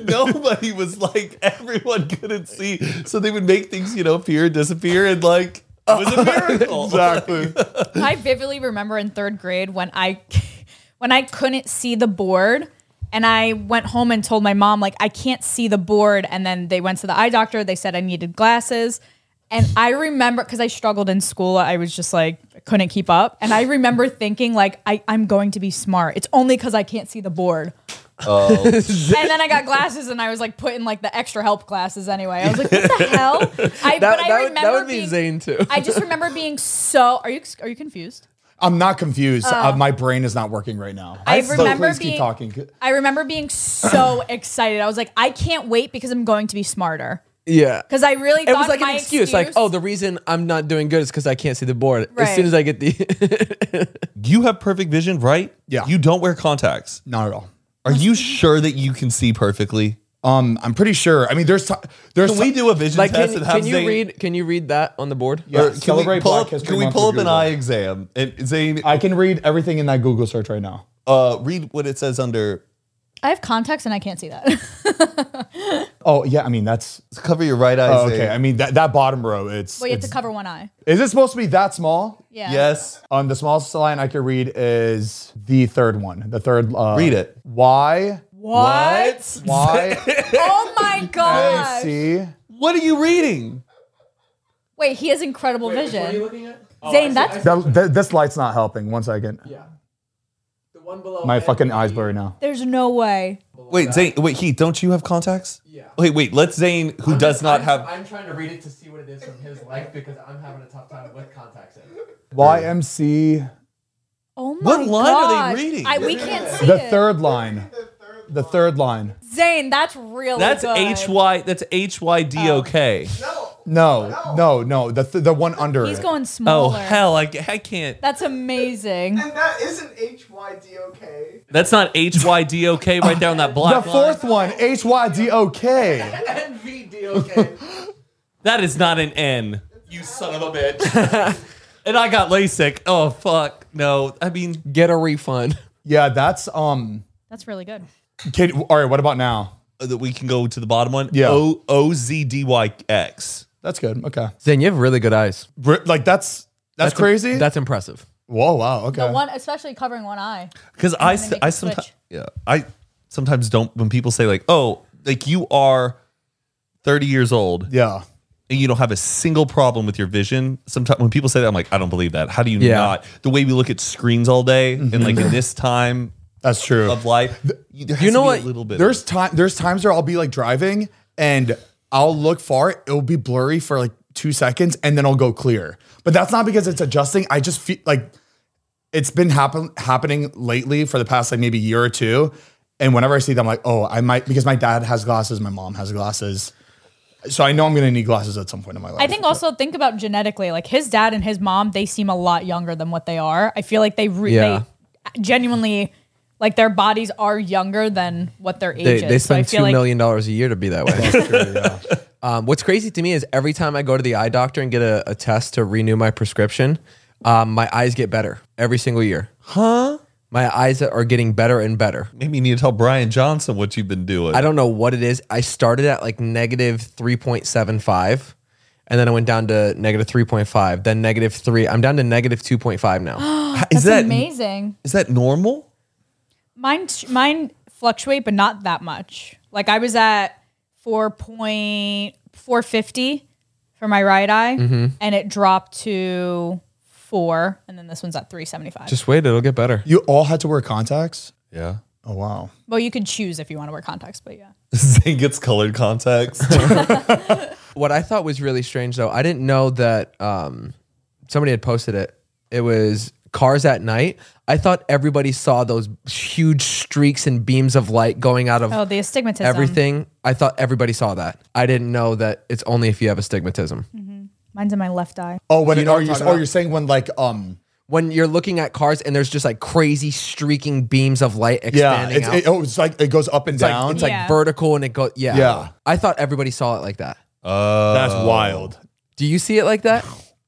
[SPEAKER 1] Nobody was like, everyone couldn't see. So they would make things, you know, appear and disappear, and like, it was a miracle.
[SPEAKER 2] exactly.
[SPEAKER 4] I vividly remember in third grade when I when I couldn't see the board. And I went home and told my mom, like, I can't see the board. And then they went to the eye doctor. They said I needed glasses. And I remember because I struggled in school, I was just like I couldn't keep up. And I remember thinking like I, I'm going to be smart. It's only because I can't see the board.
[SPEAKER 3] Oh.
[SPEAKER 4] and then I got glasses, and I was like put in like the extra help classes anyway. I was like, what the hell? I,
[SPEAKER 3] That,
[SPEAKER 4] but I
[SPEAKER 3] that, would,
[SPEAKER 4] remember
[SPEAKER 3] that would be
[SPEAKER 4] being,
[SPEAKER 3] Zane too.
[SPEAKER 4] I just remember being so. Are you are you confused?
[SPEAKER 2] I'm not confused. Uh, my brain is not working right now.
[SPEAKER 4] Oh. I
[SPEAKER 2] So
[SPEAKER 4] remember
[SPEAKER 2] please
[SPEAKER 4] being-
[SPEAKER 2] keep talking.
[SPEAKER 4] I remember being so excited. I was like, I can't wait because I'm going to be smarter.
[SPEAKER 3] yeah.
[SPEAKER 4] Because I really
[SPEAKER 3] It
[SPEAKER 4] thought
[SPEAKER 3] was like
[SPEAKER 4] my
[SPEAKER 3] an excuse, like, oh, the reason I'm not doing good is because I can't see the board. As soon as
[SPEAKER 4] Right.
[SPEAKER 3] I get the,
[SPEAKER 1] You have perfect vision, right?
[SPEAKER 2] Yeah.
[SPEAKER 1] You don't wear contacts.
[SPEAKER 2] Not at all.
[SPEAKER 1] Are you sure that you can see perfectly?
[SPEAKER 2] Um, I'm pretty sure. I mean, there's t- there's
[SPEAKER 1] Can we
[SPEAKER 2] ti-
[SPEAKER 1] do a vision
[SPEAKER 3] like,
[SPEAKER 1] test
[SPEAKER 3] can,
[SPEAKER 1] and have
[SPEAKER 3] can you
[SPEAKER 1] Zane-
[SPEAKER 3] read? Can you read that on the board?
[SPEAKER 2] Yeah,
[SPEAKER 1] or can we
[SPEAKER 2] celebrate
[SPEAKER 1] pull
[SPEAKER 2] Black
[SPEAKER 1] up,
[SPEAKER 2] History
[SPEAKER 1] can we
[SPEAKER 2] Month
[SPEAKER 1] pull up
[SPEAKER 2] with
[SPEAKER 1] an
[SPEAKER 2] Google.
[SPEAKER 1] eye exam and Zane
[SPEAKER 2] I can read everything in that Google search right now.
[SPEAKER 1] uh, read what it says under
[SPEAKER 4] I have contacts and I can't see that.
[SPEAKER 2] Oh yeah, I mean that's
[SPEAKER 1] cover your right eye.
[SPEAKER 2] oh,
[SPEAKER 1] Zane.
[SPEAKER 2] okay. I mean that, that bottom row. It's,
[SPEAKER 4] well, you have to
[SPEAKER 2] it's-
[SPEAKER 4] cover one eye.
[SPEAKER 2] is it supposed to be that small?
[SPEAKER 4] Yeah.
[SPEAKER 1] Yes.
[SPEAKER 2] Um, the smallest line I could read is the third one. The third. Uh,
[SPEAKER 1] Read it.
[SPEAKER 2] Why?
[SPEAKER 4] What?
[SPEAKER 2] Why?
[SPEAKER 4] Oh my god!
[SPEAKER 2] see.
[SPEAKER 1] What are you reading?
[SPEAKER 4] Wait, he has incredible vision. Zane, that's
[SPEAKER 2] That, that, this light's not helping. One second.
[SPEAKER 3] yeah. The one below.
[SPEAKER 2] My fucking eyes blurry now.
[SPEAKER 4] there's no way.
[SPEAKER 1] Wait, Zane. Wait, Heath. Don't you have contacts? Yeah. Wait, wait. Let's Zane, who does not have.
[SPEAKER 3] I'm trying to read it to see what it is from his life because I'm having a tough time with contacts.
[SPEAKER 2] YMC.
[SPEAKER 4] Oh my
[SPEAKER 1] What line are they
[SPEAKER 4] gosh.
[SPEAKER 1] reading?
[SPEAKER 4] I, we can't see
[SPEAKER 2] The
[SPEAKER 4] it.
[SPEAKER 2] third line. The third line.
[SPEAKER 4] Zane, that's really
[SPEAKER 1] That's
[SPEAKER 4] good.
[SPEAKER 1] H Y. That's H Y D O K.
[SPEAKER 2] No, no, no. The th- the one under
[SPEAKER 4] He's
[SPEAKER 2] it.
[SPEAKER 4] going
[SPEAKER 1] Oh
[SPEAKER 4] smaller.
[SPEAKER 1] hell! I, I can't.
[SPEAKER 4] That's amazing.
[SPEAKER 5] And that isn't H Y D O K.
[SPEAKER 1] That's not H Y D O K right there on that
[SPEAKER 2] the
[SPEAKER 1] black
[SPEAKER 2] fourth
[SPEAKER 1] line.
[SPEAKER 2] one, H Y D O K.
[SPEAKER 5] NVDOK.
[SPEAKER 1] That is not an N. You son of a bitch. and I got LASIK. Oh fuck. No. I mean,
[SPEAKER 3] Get a refund.
[SPEAKER 2] Yeah, that's um.
[SPEAKER 4] That's really good.
[SPEAKER 2] Kid, all right. What about now?
[SPEAKER 1] that we can go to the bottom one.
[SPEAKER 2] Yeah.
[SPEAKER 1] O O Z D Y X.
[SPEAKER 2] That's good. Okay.
[SPEAKER 3] Zane, you have really good eyes.
[SPEAKER 2] Br- Like that's that's, crazy.
[SPEAKER 3] That's impressive.
[SPEAKER 2] Whoa, wow. Okay.
[SPEAKER 4] One, especially covering one eye.
[SPEAKER 1] Because I,
[SPEAKER 4] then make
[SPEAKER 1] I
[SPEAKER 4] a
[SPEAKER 1] sometimes
[SPEAKER 4] switch.
[SPEAKER 1] yeah I sometimes don't when people say like oh like you are thirty years old
[SPEAKER 2] yeah.
[SPEAKER 1] and you don't have a single problem with your vision. Sometimes when people say that I'm like I don't believe that. How do you
[SPEAKER 3] Yeah. Mm-hmm.
[SPEAKER 1] not? The way we look at screens all day and like in this time
[SPEAKER 2] That's true.
[SPEAKER 1] of life, you, there has
[SPEAKER 3] You know
[SPEAKER 1] to be
[SPEAKER 3] what?
[SPEAKER 1] A little bit.
[SPEAKER 2] There's time. There's times where I'll be like driving and I'll look far. It'll be blurry for like two seconds and then I'll go clear. But that's not because it's adjusting. I just feel like it's been happen happening lately for the past like maybe year or two. And whenever I see them, I'm like, oh, I might because my dad has glasses, my mom has glasses, so I know I'm gonna need glasses at some point in my life.
[SPEAKER 4] I think also think about genetically, like his dad and his mom, they seem a lot younger than what they are. I feel like they, re-
[SPEAKER 3] Yeah.
[SPEAKER 4] they genuinely, like their bodies are younger than what their age
[SPEAKER 3] They,
[SPEAKER 4] is.
[SPEAKER 3] they spend
[SPEAKER 4] so
[SPEAKER 3] two
[SPEAKER 4] I feel
[SPEAKER 3] million
[SPEAKER 4] like
[SPEAKER 3] dollars a year to be that way. um, what's crazy to me is every time I go to the eye doctor and get a, a test to renew my prescription, um, my eyes get better every single year. Huh? My eyes are getting better and better.
[SPEAKER 1] maybe you need to tell Brian Johnson what you've been doing.
[SPEAKER 3] I don't know what it is. I started at like negative 3.75 and then I went down to negative 3.5, then negative 3. I'm down to negative 2.5 now.
[SPEAKER 1] is
[SPEAKER 4] that's
[SPEAKER 1] that
[SPEAKER 4] amazing.
[SPEAKER 1] is that normal?
[SPEAKER 4] Mine, mine fluctuate, but not that much. Like I was at four point four fifty for my right eye,
[SPEAKER 3] Mm-hmm.
[SPEAKER 4] and it dropped to four, and then this one's at three seventy five.
[SPEAKER 3] Just wait, it'll get better.
[SPEAKER 2] you all had to wear contacts.
[SPEAKER 1] Yeah.
[SPEAKER 2] Oh wow.
[SPEAKER 4] Well, you could choose if you want to wear contacts, but yeah.
[SPEAKER 1] Zane gets colored contacts.
[SPEAKER 3] What I thought was really strange though, I didn't know that um, somebody had posted it. It was cars at night. I thought everybody saw those huge streaks and beams of light going out of
[SPEAKER 4] Oh, the astigmatism.
[SPEAKER 3] everything. I thought everybody saw that. I didn't know that it's only if you have astigmatism.
[SPEAKER 4] Mine's in my left eye.
[SPEAKER 2] Oh, when
[SPEAKER 3] you know
[SPEAKER 2] are
[SPEAKER 3] what I'm
[SPEAKER 2] you?
[SPEAKER 3] talking
[SPEAKER 2] Oh,
[SPEAKER 3] about?
[SPEAKER 2] you're saying when like um.
[SPEAKER 3] when you're looking at cars and there's just like crazy streaking beams of light
[SPEAKER 2] Yeah,
[SPEAKER 3] expanding
[SPEAKER 2] it's,
[SPEAKER 3] out.
[SPEAKER 2] it, oh, it's like it goes up and
[SPEAKER 3] it's
[SPEAKER 2] down.
[SPEAKER 3] like, it's like
[SPEAKER 4] Yeah.
[SPEAKER 3] vertical and it goes yeah.
[SPEAKER 2] Yeah.
[SPEAKER 3] I thought everybody saw it like that.
[SPEAKER 2] That's wild.
[SPEAKER 3] Do you see it like that?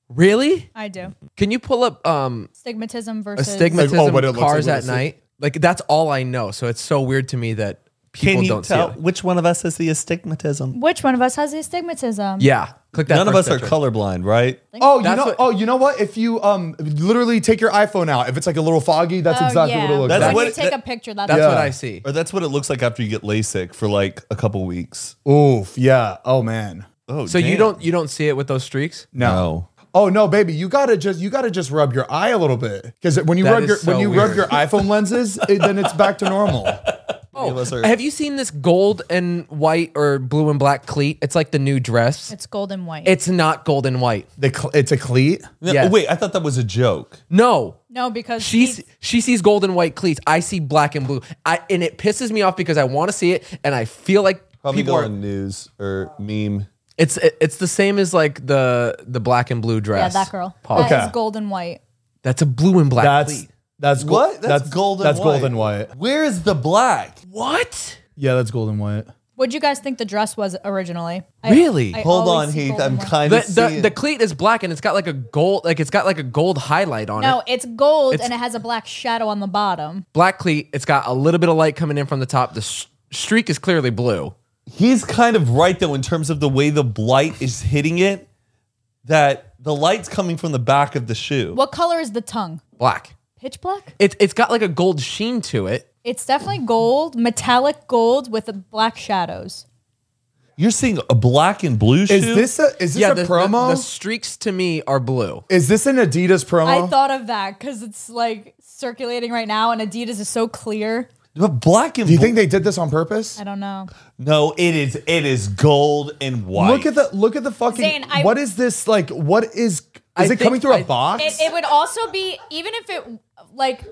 [SPEAKER 3] Really?
[SPEAKER 4] I do.
[SPEAKER 3] Can you pull up um
[SPEAKER 4] Stigmatism versus
[SPEAKER 3] astigmatism
[SPEAKER 2] Like, oh, what it looks
[SPEAKER 3] cars
[SPEAKER 2] like, what
[SPEAKER 3] at
[SPEAKER 2] it's-
[SPEAKER 3] night? Like that's all I know. So it's so weird to me that people
[SPEAKER 1] Can you
[SPEAKER 3] don't
[SPEAKER 1] tell
[SPEAKER 3] see it.
[SPEAKER 1] which one of us is the astigmatism?
[SPEAKER 4] Which one of us has the astigmatism?
[SPEAKER 3] Yeah. Click that.
[SPEAKER 1] None of us
[SPEAKER 3] first
[SPEAKER 1] are
[SPEAKER 3] picture.
[SPEAKER 1] colorblind, right?
[SPEAKER 2] Oh, you
[SPEAKER 3] That's
[SPEAKER 2] know.
[SPEAKER 3] what-
[SPEAKER 2] oh, you know what? If you um, literally take your iPhone out, if it's like a little foggy, that's
[SPEAKER 4] Oh,
[SPEAKER 2] exactly
[SPEAKER 4] yeah.
[SPEAKER 2] what it looks
[SPEAKER 1] That's
[SPEAKER 4] when
[SPEAKER 2] like.
[SPEAKER 1] what-
[SPEAKER 4] you take
[SPEAKER 1] that-
[SPEAKER 4] a picture, that's,
[SPEAKER 3] That's
[SPEAKER 2] Yeah.
[SPEAKER 3] what I see.
[SPEAKER 1] Or that's what it looks like after you get LASIK for like a couple weeks.
[SPEAKER 2] Oof. Yeah. Oh man.
[SPEAKER 1] Oh,
[SPEAKER 3] So you
[SPEAKER 1] damn.
[SPEAKER 3] don't you don't see it with those streaks?
[SPEAKER 2] No.
[SPEAKER 1] No.
[SPEAKER 2] Oh no, baby, you gotta just you gotta just rub your eye a little bit because when you
[SPEAKER 3] That
[SPEAKER 2] rub
[SPEAKER 3] is
[SPEAKER 2] your
[SPEAKER 3] so
[SPEAKER 2] when you rub
[SPEAKER 3] weird.
[SPEAKER 2] your iPhone lenses, it, then it's back to normal.
[SPEAKER 3] Oh,
[SPEAKER 1] us our-
[SPEAKER 3] have you seen this gold and white or blue and black cleat? It's like the new dress.
[SPEAKER 4] It's gold and white.
[SPEAKER 3] It's not gold and white.
[SPEAKER 2] The cl- it's a cleat.
[SPEAKER 1] No,
[SPEAKER 3] Yes.
[SPEAKER 1] Wait, I thought that was a joke.
[SPEAKER 3] No,
[SPEAKER 4] no, because
[SPEAKER 3] she
[SPEAKER 4] he's-
[SPEAKER 3] s- she sees gold and white cleats. I see black and blue. I and it pisses me off because I want to see it and I feel like
[SPEAKER 1] Probably
[SPEAKER 3] people
[SPEAKER 1] go
[SPEAKER 3] are.
[SPEAKER 1] on news or meme.
[SPEAKER 3] It's it- it's the same as like the the black and blue
[SPEAKER 4] yeah,
[SPEAKER 3] dress.
[SPEAKER 4] that girl.
[SPEAKER 3] Paul.
[SPEAKER 2] Okay.
[SPEAKER 4] That is gold and white.
[SPEAKER 3] That's a blue and black
[SPEAKER 2] That's
[SPEAKER 3] cleat.
[SPEAKER 2] that's go-
[SPEAKER 1] What? That's gold and
[SPEAKER 2] that's
[SPEAKER 1] white.
[SPEAKER 2] gold and white.
[SPEAKER 1] Where is the black?
[SPEAKER 3] What?
[SPEAKER 2] Yeah, that's gold and white.
[SPEAKER 4] What'd you guys think the dress was originally?
[SPEAKER 3] Really?
[SPEAKER 1] Hold
[SPEAKER 4] always
[SPEAKER 1] on,
[SPEAKER 4] see
[SPEAKER 1] Heath.
[SPEAKER 4] gold
[SPEAKER 1] I'm
[SPEAKER 4] and white.
[SPEAKER 1] kind
[SPEAKER 3] The,
[SPEAKER 1] of
[SPEAKER 3] the, the cleat is black and it's got like a gold like it's got like a gold highlight on
[SPEAKER 4] No,
[SPEAKER 3] it.
[SPEAKER 4] it's gold
[SPEAKER 3] It's-
[SPEAKER 4] and it has a black shadow on the bottom.
[SPEAKER 3] Black cleat. It's got a little bit of light coming in from the top. The s streak is clearly blue.
[SPEAKER 1] He's kind of right though in terms of the way the light is hitting it. That the light's coming from the back of the shoe.
[SPEAKER 4] What color is the tongue?
[SPEAKER 3] Black.
[SPEAKER 4] Pitch black?
[SPEAKER 3] It's it's got like a gold sheen to it.
[SPEAKER 4] It's definitely gold, metallic gold with the black shadows.
[SPEAKER 1] You're seeing a black and blue shoe.
[SPEAKER 2] Is this a is this a
[SPEAKER 3] the, the-
[SPEAKER 2] promo?
[SPEAKER 3] The, streaks to me are blue.
[SPEAKER 2] is this an Adidas promo?
[SPEAKER 4] I thought of that because it's like circulating right now, and Adidas is so clear.
[SPEAKER 1] but black and
[SPEAKER 2] Do you
[SPEAKER 1] bl-
[SPEAKER 2] think they did this on purpose?
[SPEAKER 4] I don't know.
[SPEAKER 1] No, it is. It is gold and white.
[SPEAKER 2] Look at the look at the fucking.
[SPEAKER 4] Zane, I-
[SPEAKER 2] what is this like? What is is
[SPEAKER 3] I
[SPEAKER 2] it
[SPEAKER 3] think
[SPEAKER 2] coming through a
[SPEAKER 3] I-
[SPEAKER 2] box?
[SPEAKER 4] It, it would also be even if it like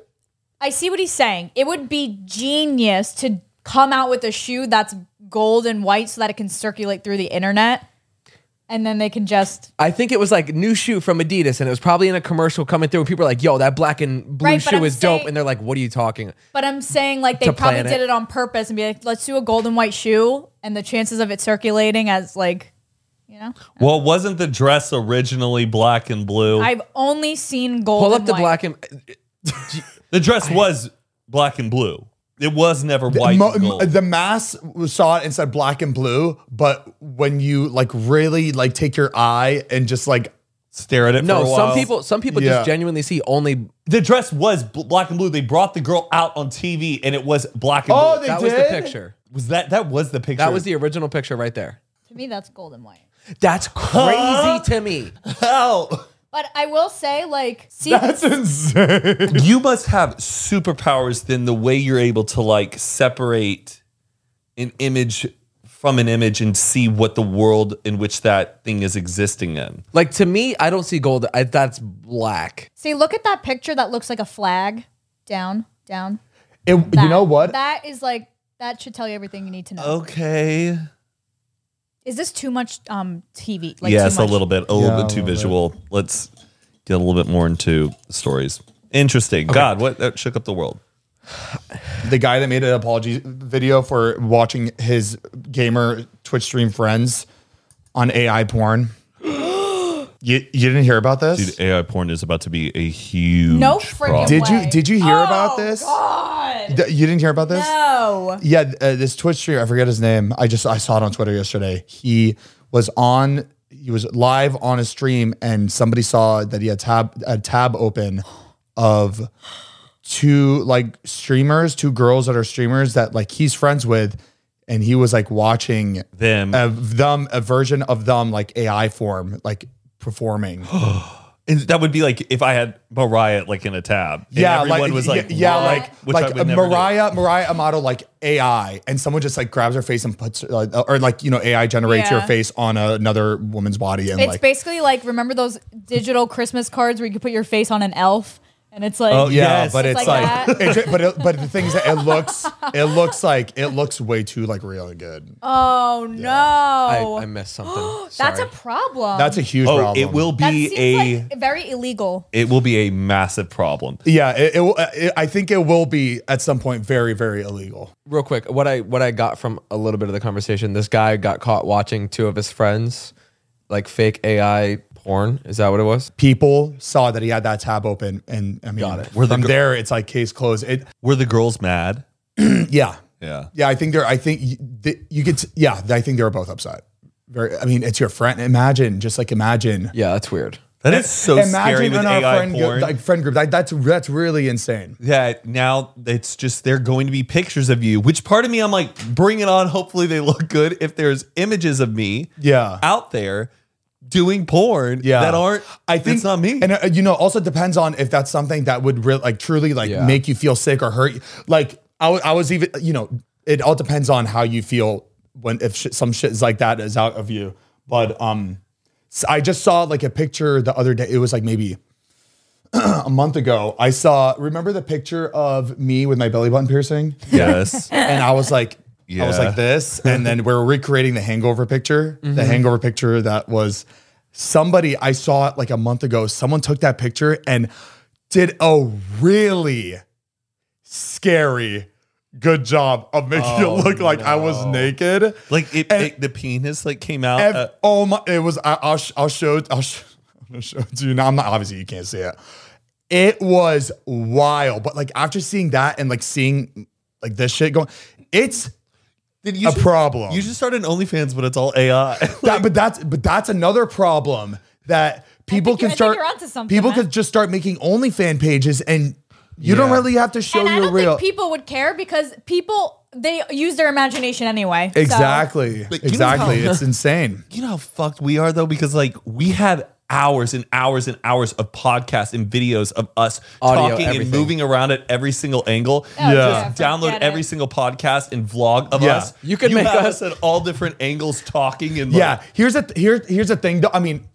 [SPEAKER 4] I see what he's saying. It would be genius to come out with a shoe that's gold and white so that it can circulate through the internet, and then they can just
[SPEAKER 3] I think it was like new shoe from Adidas, and it was probably in a commercial coming through. And people were like, "Yo, that black and blue
[SPEAKER 4] Right, but
[SPEAKER 3] shoe
[SPEAKER 4] I'm
[SPEAKER 3] is dope,"
[SPEAKER 4] saying-
[SPEAKER 3] and they're like, "What are you talking?"
[SPEAKER 4] But I'm saying like they
[SPEAKER 3] To
[SPEAKER 4] probably
[SPEAKER 3] plan it.
[SPEAKER 4] did it on purpose and be like, let's do a gold and white shoe, and the chances of it circulating as like, you know,
[SPEAKER 1] Well, wasn't the dress originally black and blue?
[SPEAKER 4] I've only seen gold.
[SPEAKER 3] Pull
[SPEAKER 4] and
[SPEAKER 3] up the
[SPEAKER 4] white.
[SPEAKER 3] black and
[SPEAKER 1] the dress was black and blue. It was never white.
[SPEAKER 2] Mo-
[SPEAKER 1] and gold.
[SPEAKER 2] the mass saw it and said black and blue, but when you like really like take your eye and just like
[SPEAKER 1] Stare at it.
[SPEAKER 3] no.
[SPEAKER 1] for a
[SPEAKER 3] Some
[SPEAKER 1] while.
[SPEAKER 3] people, some people
[SPEAKER 2] Yeah.
[SPEAKER 3] just genuinely see only.
[SPEAKER 1] The dress was bl- black and blue. They brought the girl out on TV, and it was black and
[SPEAKER 2] oh
[SPEAKER 1] blue.
[SPEAKER 2] they
[SPEAKER 3] That
[SPEAKER 2] did
[SPEAKER 3] was the picture.
[SPEAKER 1] was that that was the picture?
[SPEAKER 3] That was the original picture right there.
[SPEAKER 4] To me, that's gold and white.
[SPEAKER 3] That's crazy to me.
[SPEAKER 1] hell.
[SPEAKER 4] But I will say, like, see,
[SPEAKER 2] That's insane.
[SPEAKER 1] you must have superpowers then the way you're able to like separate an image from an image and see what the world in which that thing is existing in.
[SPEAKER 3] Like to me, I don't see gold. I, that's black.
[SPEAKER 4] see, look at that picture that looks like a flag, down, down.
[SPEAKER 2] It- you
[SPEAKER 4] that.
[SPEAKER 2] know what?
[SPEAKER 4] That is like that should tell you everything you need to know.
[SPEAKER 1] Oh. Okay.
[SPEAKER 4] Is this too much um TV? Like,
[SPEAKER 1] yes,
[SPEAKER 4] too
[SPEAKER 1] a
[SPEAKER 4] much?
[SPEAKER 1] little bit, a
[SPEAKER 2] Yeah,
[SPEAKER 1] little
[SPEAKER 2] a
[SPEAKER 1] bit too
[SPEAKER 2] little bit.
[SPEAKER 1] visual. Let's get a little bit more into the stories. Interesting. God, what that shook up the world.
[SPEAKER 2] the guy that made an apology video for watching his gamer Twitch stream friends on AI porn. you, you didn't hear about this?
[SPEAKER 1] Dude, AI porn is about to be a huge
[SPEAKER 4] No freaking
[SPEAKER 1] problem.
[SPEAKER 2] did you
[SPEAKER 4] way.
[SPEAKER 2] did you hear about
[SPEAKER 4] Oh,
[SPEAKER 2] this?
[SPEAKER 4] God.
[SPEAKER 2] Th- You didn't hear about this?
[SPEAKER 4] No.
[SPEAKER 2] Yeah, uh, this Twitch streamer, I forget his name. I just I saw it on Twitter yesterday. He was on he was live on a stream and somebody saw that he had tab a tab open of two like streamers, two girls that are streamers that like he's friends with and he was like watching
[SPEAKER 1] them
[SPEAKER 2] a, them a version of them like AI form like performing.
[SPEAKER 1] And that would be like if I had Mariah like in a tab. and
[SPEAKER 2] yeah,
[SPEAKER 1] everyone
[SPEAKER 2] like,
[SPEAKER 1] was like,
[SPEAKER 2] yeah, yeah,
[SPEAKER 1] "What?"
[SPEAKER 2] like
[SPEAKER 1] Which I
[SPEAKER 2] like
[SPEAKER 1] would never do.
[SPEAKER 2] Mariah, Mariah Amato, like AI, and someone just like grabs her face and puts, uh, or like you know, AI generates
[SPEAKER 4] Yeah.
[SPEAKER 2] your face on a, another woman's body, and
[SPEAKER 4] It's
[SPEAKER 2] like
[SPEAKER 4] basically like remember those digital Christmas cards where you could put your face on an elf, and it's like
[SPEAKER 1] Oh,
[SPEAKER 2] yeah,
[SPEAKER 1] Yes.
[SPEAKER 2] but
[SPEAKER 4] It's
[SPEAKER 2] it's,
[SPEAKER 4] like
[SPEAKER 2] like, it, but it, but the thing is, that it looks it looks like it looks way too like real and good.
[SPEAKER 4] oh no,
[SPEAKER 3] I, I missed something.
[SPEAKER 4] Oh. that's a
[SPEAKER 3] Sorry.
[SPEAKER 4] problem.
[SPEAKER 2] That's a huge
[SPEAKER 1] Oh,
[SPEAKER 2] problem.
[SPEAKER 1] it will
[SPEAKER 4] that
[SPEAKER 1] be
[SPEAKER 4] seems
[SPEAKER 1] a
[SPEAKER 4] like very illegal.
[SPEAKER 1] it will be a massive problem.
[SPEAKER 2] Yeah, it, it will. uh, It, I think it will be at some point very very illegal.
[SPEAKER 3] real quick what i what i got from a little bit of the conversation this guy got caught watching two of his friends like fake ai porn is that what it was
[SPEAKER 2] People saw that he had that tab open, and I mean,
[SPEAKER 3] Got it.
[SPEAKER 2] from there, it's like case closed. It
[SPEAKER 1] Were the girls mad?
[SPEAKER 2] yeah.
[SPEAKER 1] Yeah.
[SPEAKER 2] Yeah, I think they're. I think you, th- you could. s- Yeah, I think they were both upset. Very. I mean, it's your friend. Imagine, just like imagine.
[SPEAKER 3] yeah that's weird
[SPEAKER 1] That is so scary with
[SPEAKER 2] in our
[SPEAKER 1] AI
[SPEAKER 2] friend group-
[SPEAKER 1] porn.
[SPEAKER 2] like friend group. Like, that's that's really insane.
[SPEAKER 1] yeah, now it's just they're going to be pictures of you, which part of me I'm like, bring it on. Hopefully they look good. If there's images of me
[SPEAKER 2] Yeah.
[SPEAKER 1] out there doing porn
[SPEAKER 2] Yeah.
[SPEAKER 1] that aren't
[SPEAKER 2] I think
[SPEAKER 1] it's not me.
[SPEAKER 2] And uh, you know, also depends on if that's something that would real like truly like
[SPEAKER 3] Yeah.
[SPEAKER 2] make you feel sick or hurt. you. Like I, wa- I was even, you know, it all depends on how you feel when if shit, some shit is like that is out of you. But um, s- I just saw like a picture the other day. It was like maybe a month ago. I saw. Remember the picture of me with my belly button piercing?
[SPEAKER 1] yes.
[SPEAKER 2] and I was like, I was
[SPEAKER 1] Yeah. Mm-hmm.
[SPEAKER 2] like this, and then we're recreating the hangover picture, the hangover picture that was somebody I saw it like a month ago. Someone took that picture and did a really scary good job of making
[SPEAKER 1] Oh,
[SPEAKER 2] it look like I was naked.
[SPEAKER 1] Like it,
[SPEAKER 2] And-
[SPEAKER 1] it- the penis like came out.
[SPEAKER 2] Ev-
[SPEAKER 1] uh,
[SPEAKER 2] oh my! It was. I, I'll. Sh- I'll show. I'll sh- I'm gonna show it to you. Now I'm not. Obviously, you can't see it. It was wild, but like after seeing that and like seeing like this shit going, it's
[SPEAKER 1] Dude, you
[SPEAKER 2] a problem.
[SPEAKER 1] You should start an OnlyFans, but it's all AI.
[SPEAKER 2] that, but that's but that's another problem that people
[SPEAKER 4] think
[SPEAKER 2] can
[SPEAKER 4] you're- I think
[SPEAKER 2] start.
[SPEAKER 4] you're onto something,
[SPEAKER 2] people
[SPEAKER 4] man.
[SPEAKER 2] could just start making OnlyFans pages, and you don't
[SPEAKER 3] Yeah.
[SPEAKER 2] really have to show
[SPEAKER 4] and I
[SPEAKER 2] your
[SPEAKER 4] don't
[SPEAKER 2] real.
[SPEAKER 4] think people would care because people they use their imagination anyway. So-
[SPEAKER 2] exactly.
[SPEAKER 1] But you know
[SPEAKER 2] Exactly.
[SPEAKER 1] how-
[SPEAKER 2] It's insane.
[SPEAKER 1] you know how fucked we are though, because like we have hours and hours and hours of podcasts and videos of us
[SPEAKER 3] Audio,
[SPEAKER 1] talking and
[SPEAKER 3] everything.
[SPEAKER 1] moving around at every single angle.
[SPEAKER 4] Oh,
[SPEAKER 2] Yeah.
[SPEAKER 1] Just
[SPEAKER 4] yeah,
[SPEAKER 1] download
[SPEAKER 4] forget
[SPEAKER 1] every
[SPEAKER 4] it.
[SPEAKER 1] single podcast and vlog of
[SPEAKER 2] Yeah.
[SPEAKER 1] us.
[SPEAKER 3] You could make
[SPEAKER 1] have
[SPEAKER 3] us-
[SPEAKER 1] at all different angles talking and
[SPEAKER 2] Yeah,
[SPEAKER 1] like,
[SPEAKER 2] here's a th- here here's the thing. Though. I mean,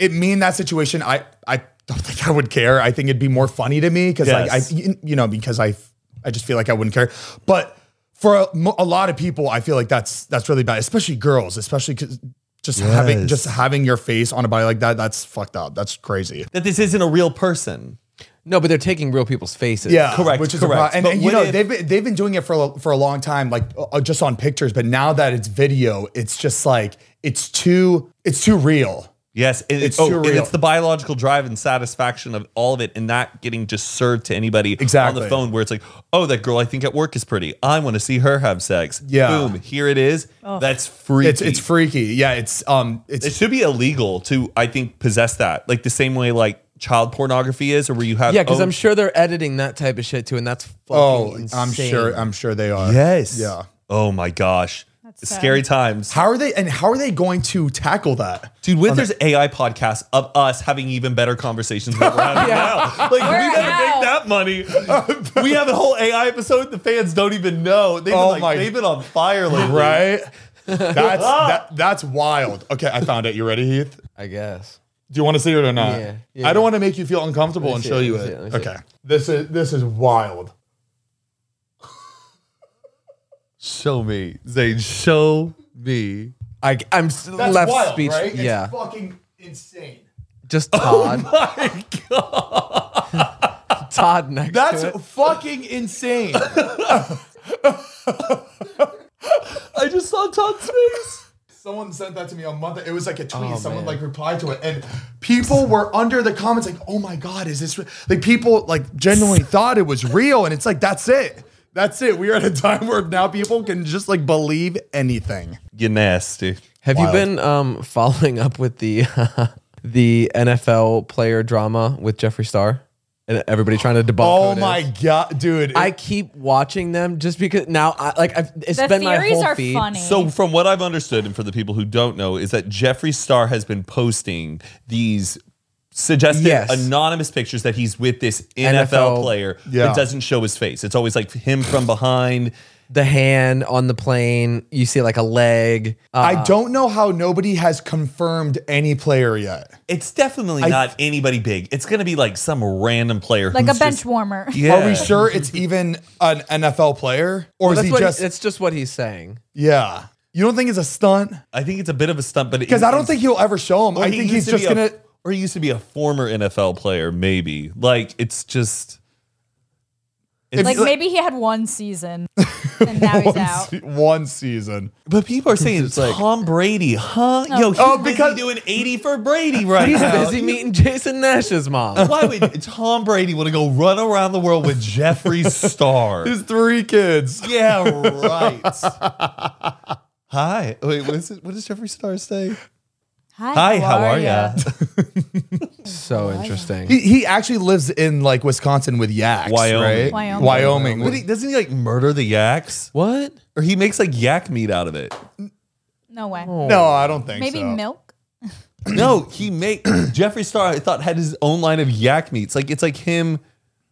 [SPEAKER 2] it me in that situation, I I don't think I would care. I think it'd be more funny to me because like
[SPEAKER 1] Yes.
[SPEAKER 2] I you you know because I I just feel like I wouldn't care. But for a, mo- a lot of people, I feel like that's that's really bad, especially girls, especially 'cause just having
[SPEAKER 1] Yes.
[SPEAKER 2] just having your face on a body like that. That's fucked up. That's crazy.
[SPEAKER 1] that this isn't a real person.
[SPEAKER 3] No, but they're taking real people's faces.
[SPEAKER 2] Yeah,
[SPEAKER 1] Correct,
[SPEAKER 2] Which is A
[SPEAKER 1] correct.
[SPEAKER 2] problem. And,
[SPEAKER 1] But
[SPEAKER 2] and you
[SPEAKER 1] what
[SPEAKER 2] know
[SPEAKER 1] if-
[SPEAKER 2] they've been, they've been doing it for a, for a long time, like uh, just on pictures. But now that it's video, it's just like it's too it's too real.
[SPEAKER 1] Yes, and
[SPEAKER 2] It's
[SPEAKER 1] it's, oh, and
[SPEAKER 2] surreal.
[SPEAKER 1] it's the biological drive and satisfaction of all of it, and not getting just served to anybody on
[SPEAKER 2] Exactly.
[SPEAKER 1] the phone, where it's like, oh, that girl I think at work is pretty. I want to see her have sex.
[SPEAKER 2] Yeah.
[SPEAKER 1] boom, here it is.
[SPEAKER 4] Oh.
[SPEAKER 1] That's free.
[SPEAKER 2] It's it's freaky. Yeah, it's um it's
[SPEAKER 1] It should be illegal to, I think, possess that, like the same way like child pornography is, or where you have
[SPEAKER 3] Yeah, because
[SPEAKER 1] oh,
[SPEAKER 3] I'm sure they're editing that type of shit too, and that's fucking
[SPEAKER 2] oh
[SPEAKER 3] insane.
[SPEAKER 2] I'm sure I'm sure they are.
[SPEAKER 1] Yes.
[SPEAKER 2] Yeah.
[SPEAKER 1] Oh my gosh. Scary times.
[SPEAKER 2] How are they and how are they going to tackle that?
[SPEAKER 1] Dude, what if there's AI podcasts of us having even better conversations than we're having now? Like, we
[SPEAKER 4] We're
[SPEAKER 1] gotta
[SPEAKER 4] out.
[SPEAKER 1] make that money. we have a whole AI episode the fans don't even know. They've,
[SPEAKER 2] Oh
[SPEAKER 1] been,
[SPEAKER 2] my-
[SPEAKER 1] like, they've been on fire lately.
[SPEAKER 2] Right? That's
[SPEAKER 3] Ah!
[SPEAKER 2] that, that's wild. Okay, I found it. You ready, Heath?
[SPEAKER 3] I guess.
[SPEAKER 2] Do you want to see it or not?
[SPEAKER 3] Yeah, yeah.
[SPEAKER 2] I don't want to make you feel uncomfortable and
[SPEAKER 3] see
[SPEAKER 2] show
[SPEAKER 3] it,
[SPEAKER 2] you
[SPEAKER 3] let me
[SPEAKER 2] it.
[SPEAKER 3] see it, let me see
[SPEAKER 2] okay. This is this is wild.
[SPEAKER 1] Show me. Zane, show me.
[SPEAKER 3] I I'm s
[SPEAKER 2] That's
[SPEAKER 3] left
[SPEAKER 2] wild,
[SPEAKER 3] speech.
[SPEAKER 2] right? It's
[SPEAKER 3] Yeah,
[SPEAKER 2] fucking insane.
[SPEAKER 3] just
[SPEAKER 2] Oh
[SPEAKER 3] Todd.
[SPEAKER 1] My God.
[SPEAKER 3] Todd next.
[SPEAKER 2] That's
[SPEAKER 3] to it.
[SPEAKER 2] fucking insane.
[SPEAKER 1] I just saw Todd's face.
[SPEAKER 2] Someone sent that to me a month. It was like a tweet. Someone like replied to it, and people were under the comments like, "Oh my god, is this re-? like people like genuinely thought it was real?" And it's like, that's it. That's it. We are at a time where now people can just like believe anything.
[SPEAKER 1] You nasty.
[SPEAKER 3] Have you been um, following up with the the NFL player drama with Jeffree Star and everybody trying to debunk?
[SPEAKER 2] Oh
[SPEAKER 3] who it
[SPEAKER 2] my
[SPEAKER 3] is?
[SPEAKER 2] god, dude!
[SPEAKER 3] I keep watching them just because now I like I've, it's
[SPEAKER 4] The
[SPEAKER 3] been my
[SPEAKER 4] theories
[SPEAKER 3] whole
[SPEAKER 4] are
[SPEAKER 3] feed.
[SPEAKER 4] funny.
[SPEAKER 1] So, from what I've understood, and for the people who don't know, is that Jeffree Star has been posting these suggested
[SPEAKER 3] Yes.
[SPEAKER 1] anonymous pictures that he's with this NFL,
[SPEAKER 3] NFL
[SPEAKER 1] player
[SPEAKER 2] Yeah.
[SPEAKER 1] that doesn't show his face. It's always like him from behind.
[SPEAKER 3] The hand on the plane, you see like a leg. Uh,
[SPEAKER 2] I don't know how nobody has confirmed any player yet.
[SPEAKER 1] It's definitely not anybody big. It's going to be like some random player,
[SPEAKER 4] like a
[SPEAKER 1] who's
[SPEAKER 4] bench
[SPEAKER 1] just-
[SPEAKER 4] warmer.
[SPEAKER 1] Yeah.
[SPEAKER 2] Are we sure it's even an NFL player, or is
[SPEAKER 3] that's
[SPEAKER 2] he
[SPEAKER 3] what
[SPEAKER 2] just
[SPEAKER 3] that's just what he's saying.
[SPEAKER 2] yeah? You don't think it's a stunt?
[SPEAKER 1] I think it's a bit of a stunt, but
[SPEAKER 2] Because I don't think he'll ever show him. I think he's just gonna.
[SPEAKER 1] or he used to be a former NFL player, maybe. Like it's just. It's,
[SPEAKER 4] Like maybe he had one season and now he's
[SPEAKER 2] one,
[SPEAKER 4] out.
[SPEAKER 2] se- one season.
[SPEAKER 1] But people are saying
[SPEAKER 3] like-
[SPEAKER 1] Tom Brady, huh? Yo, he's
[SPEAKER 2] Oh,
[SPEAKER 1] busy
[SPEAKER 2] because-
[SPEAKER 1] doing 80 for Brady right
[SPEAKER 3] He's
[SPEAKER 1] now.
[SPEAKER 3] busy meeting Jason Nash's mom.
[SPEAKER 1] Why would Tom Brady want to go run around the world with Jeffree Star?
[SPEAKER 2] His three kids.
[SPEAKER 1] yeah, right. Hi. Wait, what is, it, what does Jeffree Star say? Hi, how are
[SPEAKER 4] ya?
[SPEAKER 1] ya?
[SPEAKER 3] So interesting.
[SPEAKER 2] He, he actually lives in like Wisconsin with yaks,
[SPEAKER 1] Wyoming.
[SPEAKER 2] right?
[SPEAKER 4] Wyoming.
[SPEAKER 2] Wyoming.
[SPEAKER 1] But he, doesn't he like murder the yaks?
[SPEAKER 3] what?
[SPEAKER 1] Or he makes like yak meat out of it.
[SPEAKER 4] No way.
[SPEAKER 3] Oh,
[SPEAKER 2] no, I don't think
[SPEAKER 4] Maybe
[SPEAKER 2] so.
[SPEAKER 4] milk.
[SPEAKER 1] No, he made Jeffree Star. I thought had his own line of yak meats. Like it's like him